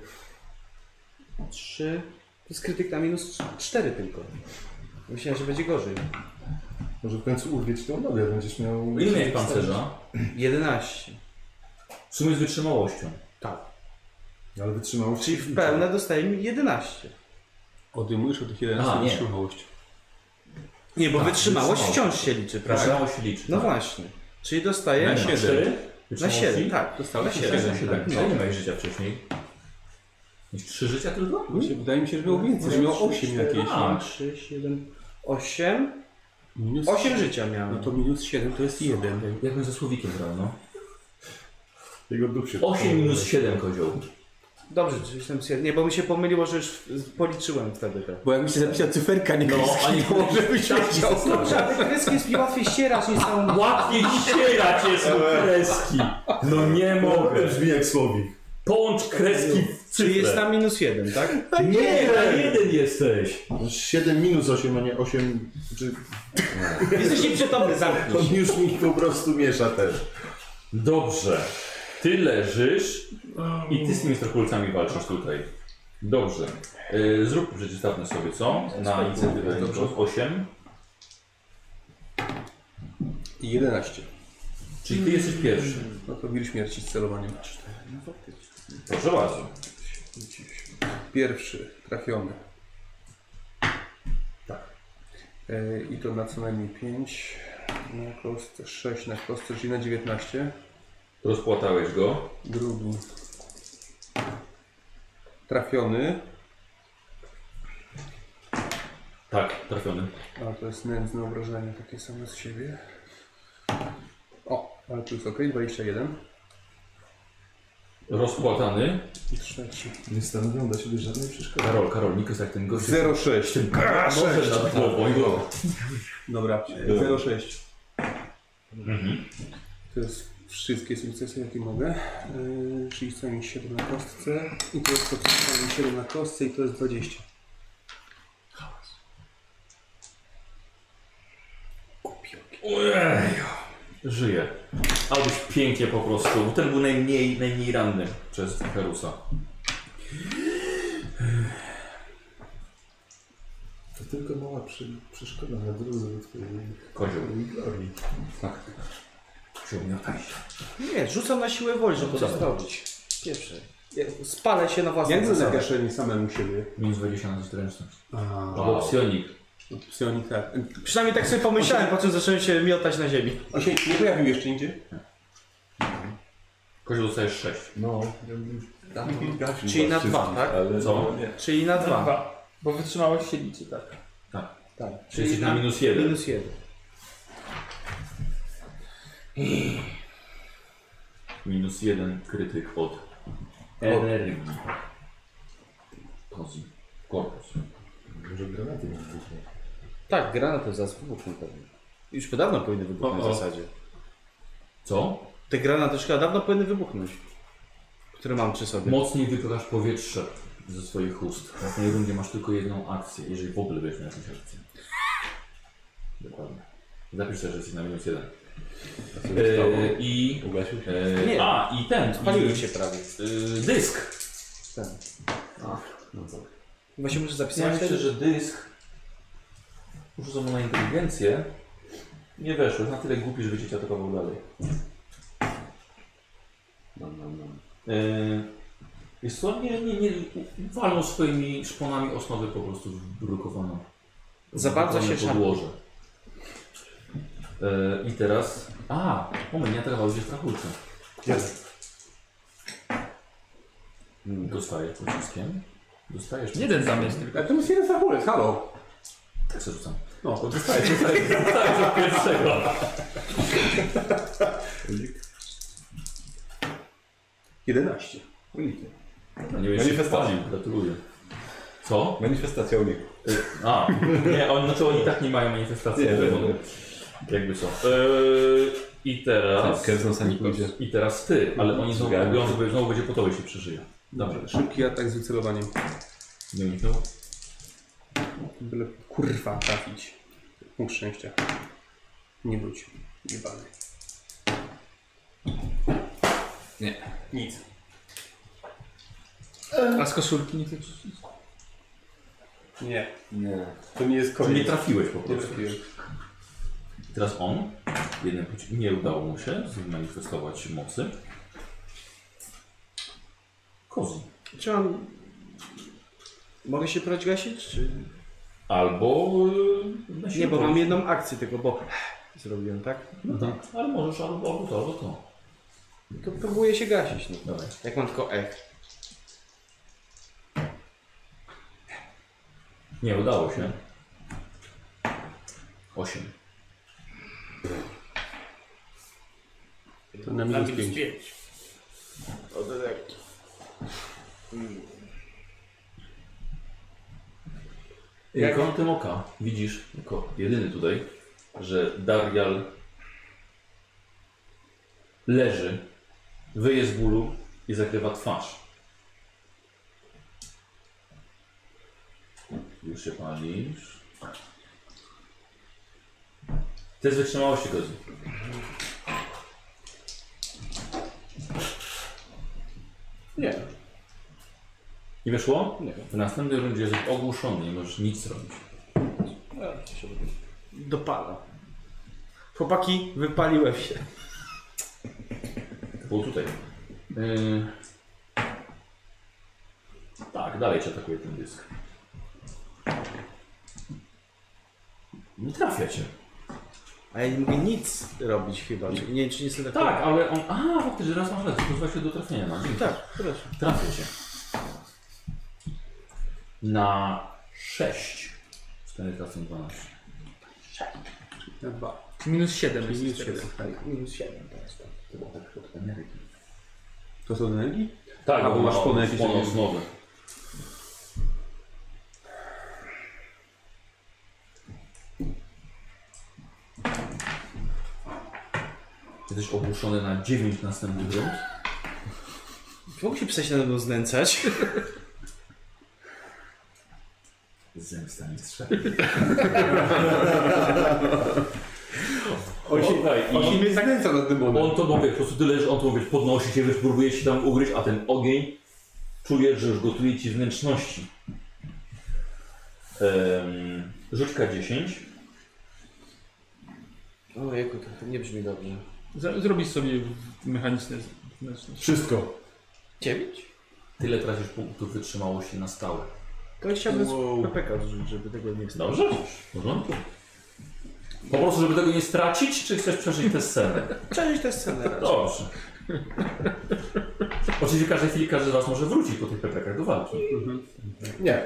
3. To jest krytyk na minus 4 tylko. Myślałem, że będzie gorzej.
Może w końcu urwie ci tą nogę, będziesz
No
miał...
Ile miałeś pancerza?
11.
W sumie z wytrzymałością.
Tak.
Ale wytrzymałość...
Czyli w pełne dostaję mi 11.
Odejmujesz od tych 11
A, nie.
wytrzymałość.
Nie, bo
Tak,
wytrzymałość
wytrzymałość.
wciąż się liczy, prawda?
Wytrzymałość się liczy.
No
tak.
właśnie. Czyli dostaję
Na
na
4?
Na
Wytrzymałości?
7, tak.
Na
Dostałeś
7, na 7.
No.
Ile nie miałeś życia wcześniej? Miałeś 3 życia tylko?
Właśnie Wydaje mi się, że miał więcej, że miał 8 jakieś. no.
A.
3, 7, 8.
Minus
8 życia miałem.
No to minus 7 to jest 1.
Jakbym ze słowikiem grał, no.
tak, Jego duch się...
8 minus 7 kozioł.
Dobrze, czyli jestem sier- Nie, bo mi się pomyliło, że już policzyłem wtedy te.
Bo jakby się zapisała cyferka, nie
No, a nie może być
Dobrze, ale kreski jest mi łatwiej ścierać niż całą...
Łatwiej ścierać jest mu
Eee.
kreski. No nie mogę.
Brzmi jak słowik.
Połącz kreski w
Czyli jest
cyfrę.
na minus 1, tak?
Nie, na jeden jesteś.
7 minus 8, a nie 8... Czy...
[laughs] Jesteś nieprzytomny, zamknij.
On już mi po prostu miesza też.
Dobrze. Ty leżysz i ty z tymi strakulcami walczysz tutaj. Dobrze. Yy, zrób przeciwstawne sobie, co? Na inicjatywę dobrze 8.
11.
Czyli ty jesteś pierwszy.
No to wir śmierci z celowaniem.
Proszę bardzo.
Pierwszy, trafiony. Tak. E, I to na co najmniej 5, na kostce 6, na kostce, czyli na 19.
Rozpłatałeś go.
Drugi. Trafiony,
Tak, trafiony.
a to jest nędzne obrażenie, takie same z siebie. O, ale tu jest ok, 21.
Rozpłatany.
I trzeci.
Nie stanowią dla siebie żadnej przeszkody.
Karol, Karol, Nikos jak ten gość.
06.
Może nad głową i go.
Dobra, 06.
Mhm.
To jest wszystkie sukcesy, jakie mogę. Yy, czyli co mi 7 na kostce. I to jest to, co mi 7 na kostce i to jest 20.
Ojej. Żyje. Alboś pięknie po prostu. Ten był najmniej, najmniej ranny przez Herusa.
To tylko mała przy... przeszkoda na drodze do twojej
Kozioł. Tak.
twojej glorii.
Kozioł miotaj.
Nie, rzucam na siłę woli, żeby to
dawaj.
zrobić. Pierwsze. Ja Spalę się na własną
Jak za
zasadę.
zagaszenie samemu siebie?
Minus 20 na zręczność.
A,
Wow. Opcjonik.
psionik tak.
Przynajmniej tak sobie pomyślałem, po czym zacząłem się miotać na ziemi.
On się nie pojawił jeszcze nigdzie?
Kozioł dostajesz 6.
No, ja bym
No,
tam gaśnił
Czyli na
was
dwa,
wszystkich,
tak?
Ale
Co?
No, nie.
Czyli na dwa.
Dwa. Bo wytrzymałość się liczy, tak.
Czyli jesteś na minus 1.
Minus jeden.
Minus jeden krytyk od energii. Kozi. Korpus.
Może granaty nie wybuchną.
Tak, granaty zaraz wybuchną pewnie. Już po dawno powinny wybuchnąć
O, o.
w zasadzie.
Co?
Te granaty już chyba dawno powinny wybuchnąć. Które mam przy sobie.
Mocniej wypychasz powietrze ze swoich ust. W następnej rundzie masz tylko jedną akcję, jeżeli w ogóle będziesz miał jakąś akcję. Dokładnie. Zapisz też, że jesteś na minus jeden.
A co się stało?
E, I...
Ugasił się?
E,
Nie.
A, i ten.
Paliły
i,
się prawie. Tak.
E, dysk. no
Właśnie muszę
Ja
zapisać.
myślę, że dysk... Rzucą mu na inteligencję. Nie weszło, jest na tyle głupi, że będzie cię atakował dalej. No,
Mam, mam, mam.
Yy, Wiesz co, nie, nie, nie, walą swoimi szponami osnowy po prostu wbrukowaną.
Za bardzo się
Wbrukowane podłoże. Yy, I teraz... A, moment, ja teraz chodzi w krachulce.
Jest.
Hmm, Dostajesz pociskiem. Dostajesz...
Jeden zamiast tylko.
Ale to jest jeden zachulec, halo!
Tak se rzucam.
No, to
Dostaję, dostaję, dostaję od pierwszego.
jest 11.
Nie będziesz
Manifestacji.
chwalił, Gratuluję. Co?
Manifestacja u nich.
Y, A, nie, on, znaczy oni tak nie mają manifestacji.
Nie,
Nie,
nie,
bo,
nie.
Jakby co. Y, I teraz...
Kez nas ani pójdzie.
I teraz ty, ale oni znowu
Zgadza.
robią, że znowu będzie po tobie się przeżyje. Dobrze.
Szybki atak z wycelowaniem.
Nie
no.
uniknął?
Byle kurwa trafić. Punkt szczęścia. Nie wróć. Jebany.
A z koszulki nie chcesz?
Nie.
Nie.
To nie jest
Czyli
koniec.
nie trafiłeś po
Nie
prostu.
trafiłem.
Teraz on, jednym poci- nie udało mu się zmanifestować mocy. Kozi.
Czy mam... Mogę się prać gasić? Czy...
Albo... y, na
Nie,
siłę
bo mam
wolić.
jedną akcję tego, bo zrobiłem, tak?
No tak, ale możesz albo, albo to, albo to.
To próbuję się gasić. No.
Dawaj.
Jak mam tylko E. ech.
Nie, udało się. 8.
To na minus 5.
Jak kątem oka widzisz, jako jedyny tutaj, że Darial leży, wyje z bólu i zakrywa twarz. Już się palisz. Ty z wytrzymałości kozi.
Nie.
Nie wyszło?
Nie.
W następnej rundzie jesteś ogłuszony, nie możesz nic zrobić.
Dopala. Chłopaki, wypaliłem się.
Było tutaj. Yy... Tak, dalej cię atakuje ten dysk. Nie trafia cię.
A ja nie mogę nic robić chyba. Czyli nie wiem, czy nie jestem tak...
Tak, ale on... A, faktycznie, raz masz rację, pozwala się do trafienia. No, dzięki.
Tak, proszę.
Trafia cię. Na 6. 4 tracą 12.
Na 2.
Minus 7.
Czyli minus
jest
7.
Minus 7 teraz. tak.
To było tak od energii.
To są energii?
Tak,
A, bo masz
no,
płonę jakieś
płoną
takie-
znowu. Jesteś ogłuszony na 9 następnych rund.
Czy Mogę się przestać na mną znęcać?
Zemsta mistrza.
On się mnie znęca nad demonem.
On to mówię, po prostu tyle, że on to mówię, podnosi się, wiesz, próbuje się tam ugryźć, a ten ogień czuje, że już gotuje ci wnętrzności. Um, rzućka 10.
O jako, to, to nie brzmi dobrze.
Zrobisz sobie mechaniczne znaczność.
Wszystko.
9?
Tyle tracisz punktów wytrzymałości na stałe.
To ja chciałbym z PPK zrzucić, żeby tego nie wstało.
Dobrze, w porządku. Po prostu, żeby tego nie stracić, czy chcesz przeżyć tę scenę?
Przeżyć tę scenę raz.
[laughs] Dobrze. Oczywiście w każdej chwili każdy z Was może wrócić po tych pepekach do walki.
Nie.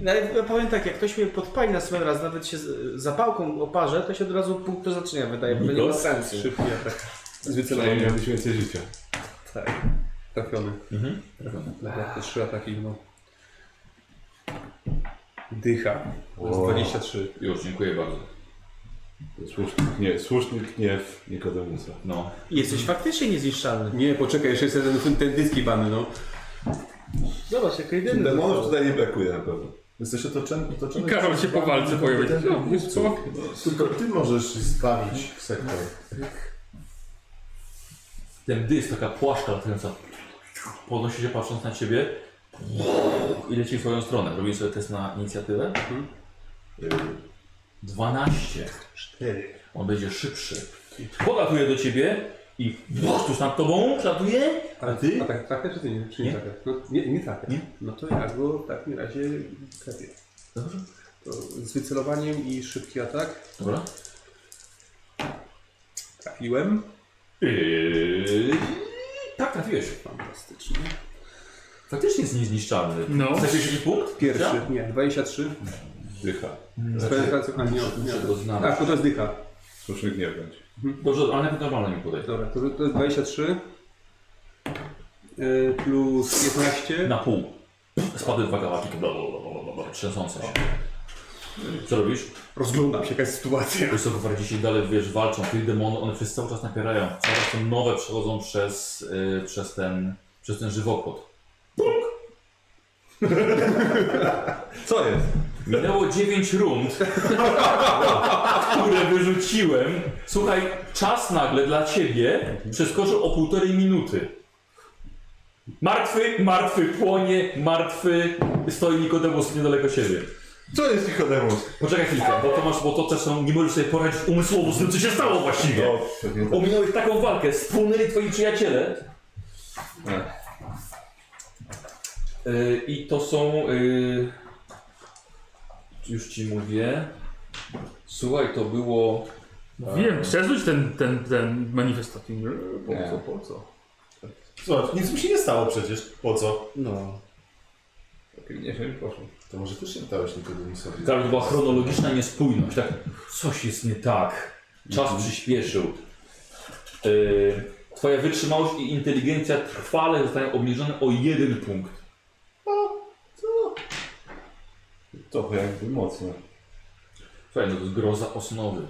No, ale ja powiem tak, jak ktoś mnie podpali na samym raz, nawet się z- zapałką oparze, to się od razu punkt przeznaczenia wydaje, bo to nie ma
Nikos?
sensu.
Szybki atak. Z
Przynajmniej
wycelowaniem.
miałbyś więcej życia.
Trafiony.
Mhm.
Dobra, to trzy ataki no. Dycha. To jest
O.
23.
Już, dziękuję bardzo.
Słusznik nie, słuszny gniew Nikodemusa.
No,
I Jesteś faktycznie niezniszczalny.
Nie, poczekaj, jeszcze jest ten, ten dyski bany, no.
Zobacz, jak jedyny.
Demonów tutaj nie brakuje na pewno.
Jesteś otoczony. otoczony
I Karol się po walce pojawia. No, wiesz co?
Tylko ty możesz spawić sektor.
ten dysk, taka płaszcza latająca, podnosi się patrząc na Ciebie i leci w Twoją stronę. Robię sobie test na inicjatywę. Y, 12. On będzie szybszy. Podatuje do Ciebę i tuż nad Tobą przelatuje, a Ty
A tak trafia czy ty nie? Czy nie,
Nie?
trafia? No, nie, nie trafia.
Nie?
No to ja go w takim razie trafię.
Dobrze.
To z wycelowaniem i szybki atak
Dobra.
trafiłem.
Yy... Tak, trafiłeś.
Fantastycznie.
Faktycznie jest niezniszczalny.
No.
Chcesz jakiś punkt?
Pierwszy,
Ja?
nie, 23.
Dycha.
Z penetracją, a nie, nie.
Muszę go znaleźć.
Tak, to jest dycha.
Słuszny gniew będzie.
Dobrze, ale nawet normalnie mi podaj.
Dobra, to, to jest 23. e, plus 15.
Na pół. Spadły dwa gałaki, bla, bla, bla, bla, bla, bla, trzęsące się. Co robisz?
Rozglądam się, jaka jest sytuacja.
Wysokowardziści dalej, wiesz, walczą. Tych demonów, one wszyscy cały czas napierają. Cały czas te nowe przechodzą przez, y, przez, ten, przez ten żywopłot.
Co jest?
Minęło 9 rund, [laughs] które wyrzuciłem. Słuchaj, czas nagle dla ciebie przeskoczył o półtorej minuty. Martwy, martwy płonie, martwy stoi Nikodemus niedaleko siebie.
Co jest Nikodemus?
Poczekaj chwilkę, bo to masz, bo to też są, nie możesz sobie poradzić umysłowo z tym, co się stało właściwie.
No, pewnie tak.
Ominąłeś taką walkę, spłonęli twoi przyjaciele. Y, I to są. y, już ci mówię. Słuchaj, to było.
Wiem, przerzuć ten, ten, ten manifestat.
Po co, po co?
Zobacz, nic mu się nie stało przecież. Po co?
No.
Nie wiem, proszę.
To może też się dałeś Nikodemusowi.
Tak.
Tam była chronologiczna niespójność. Tak, coś jest nie tak. Czas
Mhm.
przyspieszył. Y, twoja wytrzymałość i inteligencja trwale zostają obniżone o jeden punkt.
Trochę jakby mocno.
Słuchaj, no to jest groza osnowy.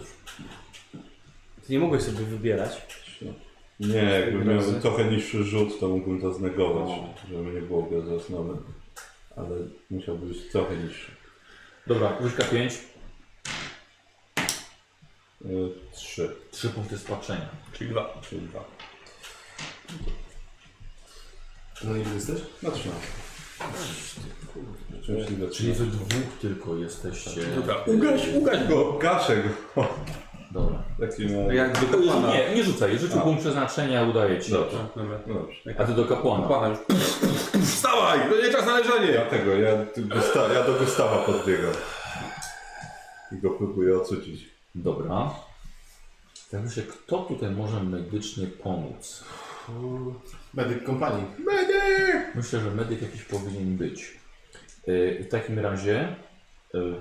Ty nie mogłeś sobie wybierać.
No. Nie, jakby miałbym trochę niższy rzut, to mógłbym to znegować, żeby nie było go z osnowy. Ale musiałby być trochę niższy.
Dobra, łyżka 5.
Yy, Trzy,
Trzy punkty spaczenia.
Czyli dwa. Czyli dwa.
No i jesteś?
Na trzynaście. Rzeczywiście
Czyli
zaczyna.
wy dwóch tylko jesteście.
Dobra.
Ugaś, ugaś go! Gaszę go!
Dobra.
Taki ma...
Jak do kapłana.
Nie, nie rzucaj, rzucił
A.
punkt przeznaczenia, udaje ci.
Dobrze.
Dobra.
No dobrze.
A ty do kapłana.
Kapłana już.
Wstawaj! To nie czas na leżenie! Ja tego, ja, ty- Gusta- ja do Gustawa podbiegam. I go próbuję ocucić.
Dobra. Tak myślę, kto tutaj może medycznie pomóc?
Medyk kompanii.
Myślę, że medyk jakiś powinien być. Yy, W takim razie yy,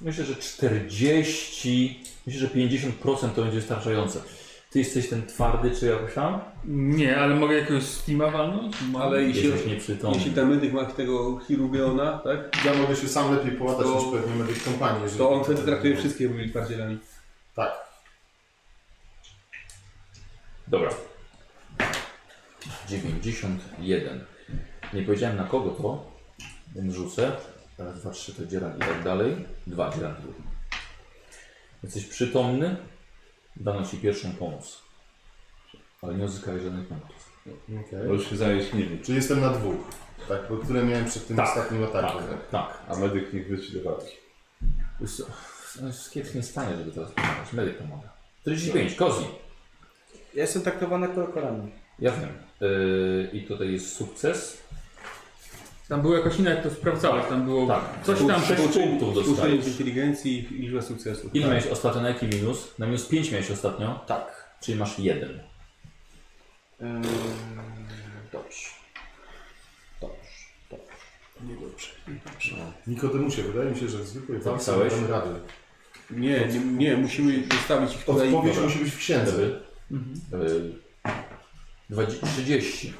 myślę, że 40, myślę, że 50% to będzie wystarczające. Ty jesteś ten twardy, czy jakoś tam?
Nie, ale mogę jakiegoś Steama walnąć?
Ale jeśli,
Jesteś nieprzytomny.
jeśli ten medyk ma tego Hirubiona, tak?
Ja mogę się sam lepiej połatać
To-
niż pewnie medyk kompanii. jeżeli-
To on wtedy traktuje wszystkich Rubik twardzielami.
Tak.
Dobra. 91. Nie powiedziałem na kogo to, więc rzucę. Raz, dwa, trzy to dzieran i tak dalej. Dwa dzieran. Jesteś przytomny, dano ci pierwszą pomoc. Ale nie uzyskałeś żadnych punktów.
Okej.
Bo już się zajaśnili.
Czyli jestem na dwóch. Tak, bo które miałem przed tym
Tak,
ostatnim atakiem.
tak.
A medyk niech wróci do walki.
Wiesz co, no jest kiepskim stanie, żeby teraz pomagać. Medyk pomaga. 45, Kozi.
Ja jestem traktowany kolkorami.
Ja wiem. Yy, I tutaj jest sukces.
Tam było jakoś inaczej, to sprawdzałeś, tam było
Tak.
coś
Był
tam...
sześć punktów
Uczenie
dostajesz.
inteligencji i liczba sukcesów.
Ile miałeś ostatnio? Na jaki minus? Na minus 5 miałeś ostatnio? Tak. Czyli masz jeden.
Ehm, dobrze. Dobrze.
Nikodemusie, wydaje mi się, że w zwykłej walce
Zapisałeś?
damy radę.
Nie, nie, nie, musimy zostawić ich tutaj.
Odpowiedź musi być w księdze.
No Wtedy. Mhm. 30.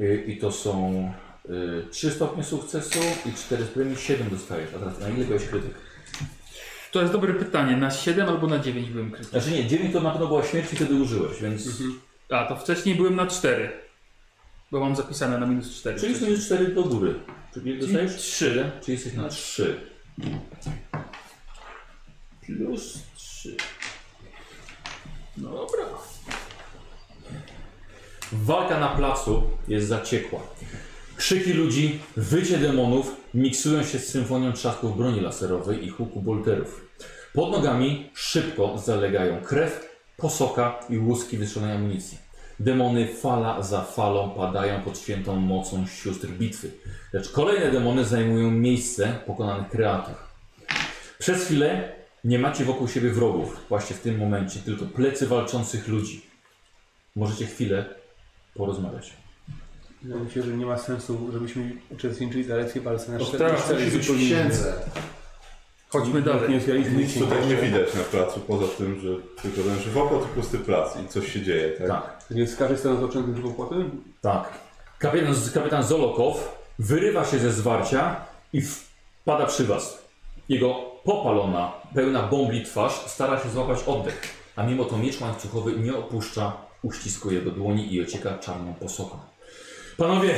Y, I to są 3 stopnie sukcesu i 4 z premii 7 dostajesz. A teraz na ile byłeś krytyk?
To jest dobre pytanie, na 7 albo na 9 byłem kryty.
Znaczy nie, 9 to na pewno była śmierć i wtedy użyłeś, więc...
A, to wcześniej byłem na 4. Bo mam zapisane na minus 4.
Czyli są już 4 do góry. Czyli dostajesz 3, czyli jesteś na 3. Plus 3. Dobra. Walka na placu jest zaciekła. Krzyki ludzi, wycie demonów miksują się z symfonią trzasków broni laserowej i huku bolterów. Pod nogami szybko zalegają krew, posoka i łuski wystrzelonej amunicji. Demony fala za falą padają pod świętą mocą sióstr bitwy. Lecz kolejne demony zajmują miejsce pokonanych kreatur. Przez chwilę nie macie wokół siebie wrogów, właśnie w tym momencie, tylko plecy walczących ludzi. Możecie chwilę porozmawiać.
Ja myślę, że nie ma sensu, żebyśmy uczestniczyli w zaledwie walce na
To
szczęście.
teraz
Cel
Musi
jest
być w
zupełnie inny.
księdze.
Chodźmy dalej.
Nie zjaliśmy
Nic
się.
tutaj nie widać na placu, poza tym, że tylko ten żywopłot i pusty plac i coś się dzieje, tak?
Tak.
Więc każdy chce nas oczędzić dwa płaty?
Tak. Kapitan, kapitan Zolokow wyrywa się ze zwarcia i wpada przy was. Jego popalona, pełna bombli twarz stara się złapać oddech, a mimo to miecz łańcuchowy nie opuszcza uścisku jego dłoni i ocieka czarną posoką. Panowie,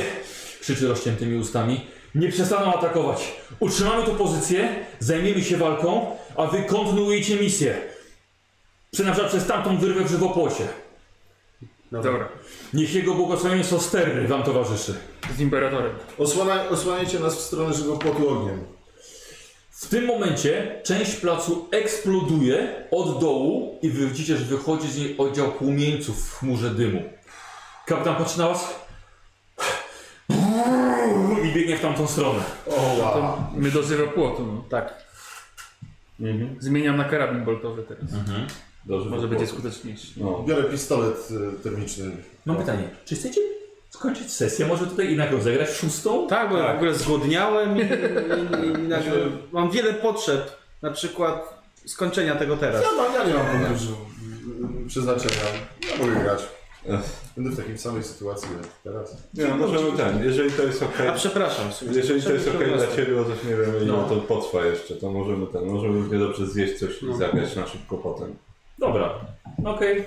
krzyczy rozciętymi ustami, nie przestaną atakować. Utrzymamy tu pozycję, zajmiemy się walką, a wy kontynuujecie misję. Przynajmniej przez tamtą wyrwę w żywopłocie.
Dobra,
Niech jego błogosławieństwo Sterry wam towarzyszy.
z imperatorem.
Osłana, osłaniajcie nas w stronę żywopłotu ogniem.
W tym momencie część placu eksploduje od dołu i wy widzicie, że wychodzi z niej oddział płomieńców w chmurze dymu. Kapitan patrzy na was i biegnie w tamtą stronę.
My do żywopłotu, no. Tak. Zmieniam na karabin boltowy teraz.
Dobrze.
Mhm. Może będzie skuteczniejszy.
no, Biorę pistolet y, termiczny.
Mam pytanie, czy chcecie skończyć sesję? Może tutaj inaczej zagrać szóstą?
Tak, bo ja w ogóle zgłodniałem i, i, i, i nagle mam wiele potrzeb. Na przykład skończenia tego teraz.
Ja, mam, ja nie mam punktu ży- y, y, przeznaczenia. Ja mogę grać. Będę w takiej samej sytuacji jak teraz.
Nie, no, możemy ten, jeżeli to jest okej,
A przepraszam. w sumie.
jeżeli to jest
Przepraszam,
okej dla
przepraszam.
Ciebie, bo coś nie wiemy, no. to potrwa jeszcze, to możemy ten, możemy równie dobrze zjeść coś i zagrać na szybko potem.
Dobra, No okej.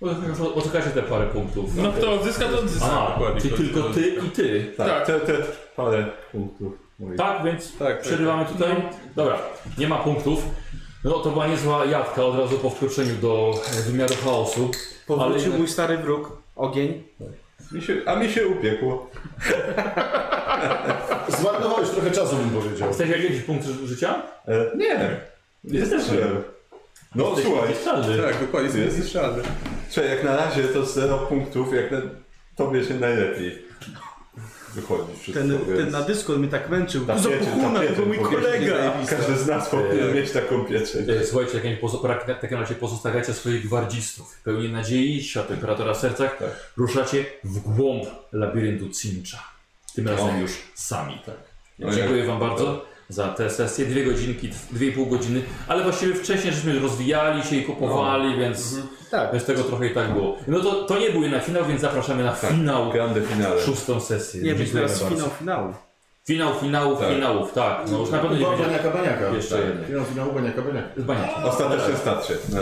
Okay. Odczekajcie te parę punktów.
No kto odzyska, to odzyska.
A, czyli tylko ty i ty.
Tak, te, te parę punktów. mówię.
Tak, więc przerywamy tutaj. Dobra, nie ma punktów. No to była niezła jadka od razu po wkroczeniu do e, wymiaru chaosu. Ale
Powrócił
jednak-
mój stary wróg, ogień.
Mi się, a mi się upiekło.
Zmarnowałeś trochę czasu, bym powiedział.
Chcesz jakieś punkty ży- życia?
E, nie, nie
Jesteś-
zacząłem. No słuchaj,
Jesteś tak.
Tak, dokładnie, to jest szalny.
słuchaj, jak na razie to 0 punktów, jak na, tobie się najlepiej wychodzi wszystko,
Ten,
więc...
ten na dysku mnie tak męczył.
Ta
Za
pieczeń, ta
pochuna, to
pieczeń,
był mój
bo każdy
kolega. Tak.
Każdy z nas powinien mieć taką pieczęć.
E, Słuchajcie, jak nie pozo- prak- w takim razie pozostawiacie swoich gwardzistów. Pełni nadziei, światła imperatora w sercach, ruszacie w głąb labiryntu Cincha. Tym razem już sami.
No
Tak. Dziękuję Wam bardzo za tę sesję. Dwie godzinki, dwie i pół godziny, ale właściwie wcześniej żeśmy rozwijali się i kupowali, więc,
Tak.
więc tego trochę i tak było. No to, to nie był na finał, więc zapraszamy na finał,
Grande finale.
szóstą sesję.
Nie wiem,
Dziękujemy
teraz
bardzo.
finał finału.
Finał, finałów,
Tak.
finałów, tak. No już na pewno nie
Chyba
będzie.
Baniaka Baniaka.
Jeszcze
Tak.
jeden.
Finał, finał Baniaka Baniaka.
Z baniakiem.
Ostatecznie starcie. Na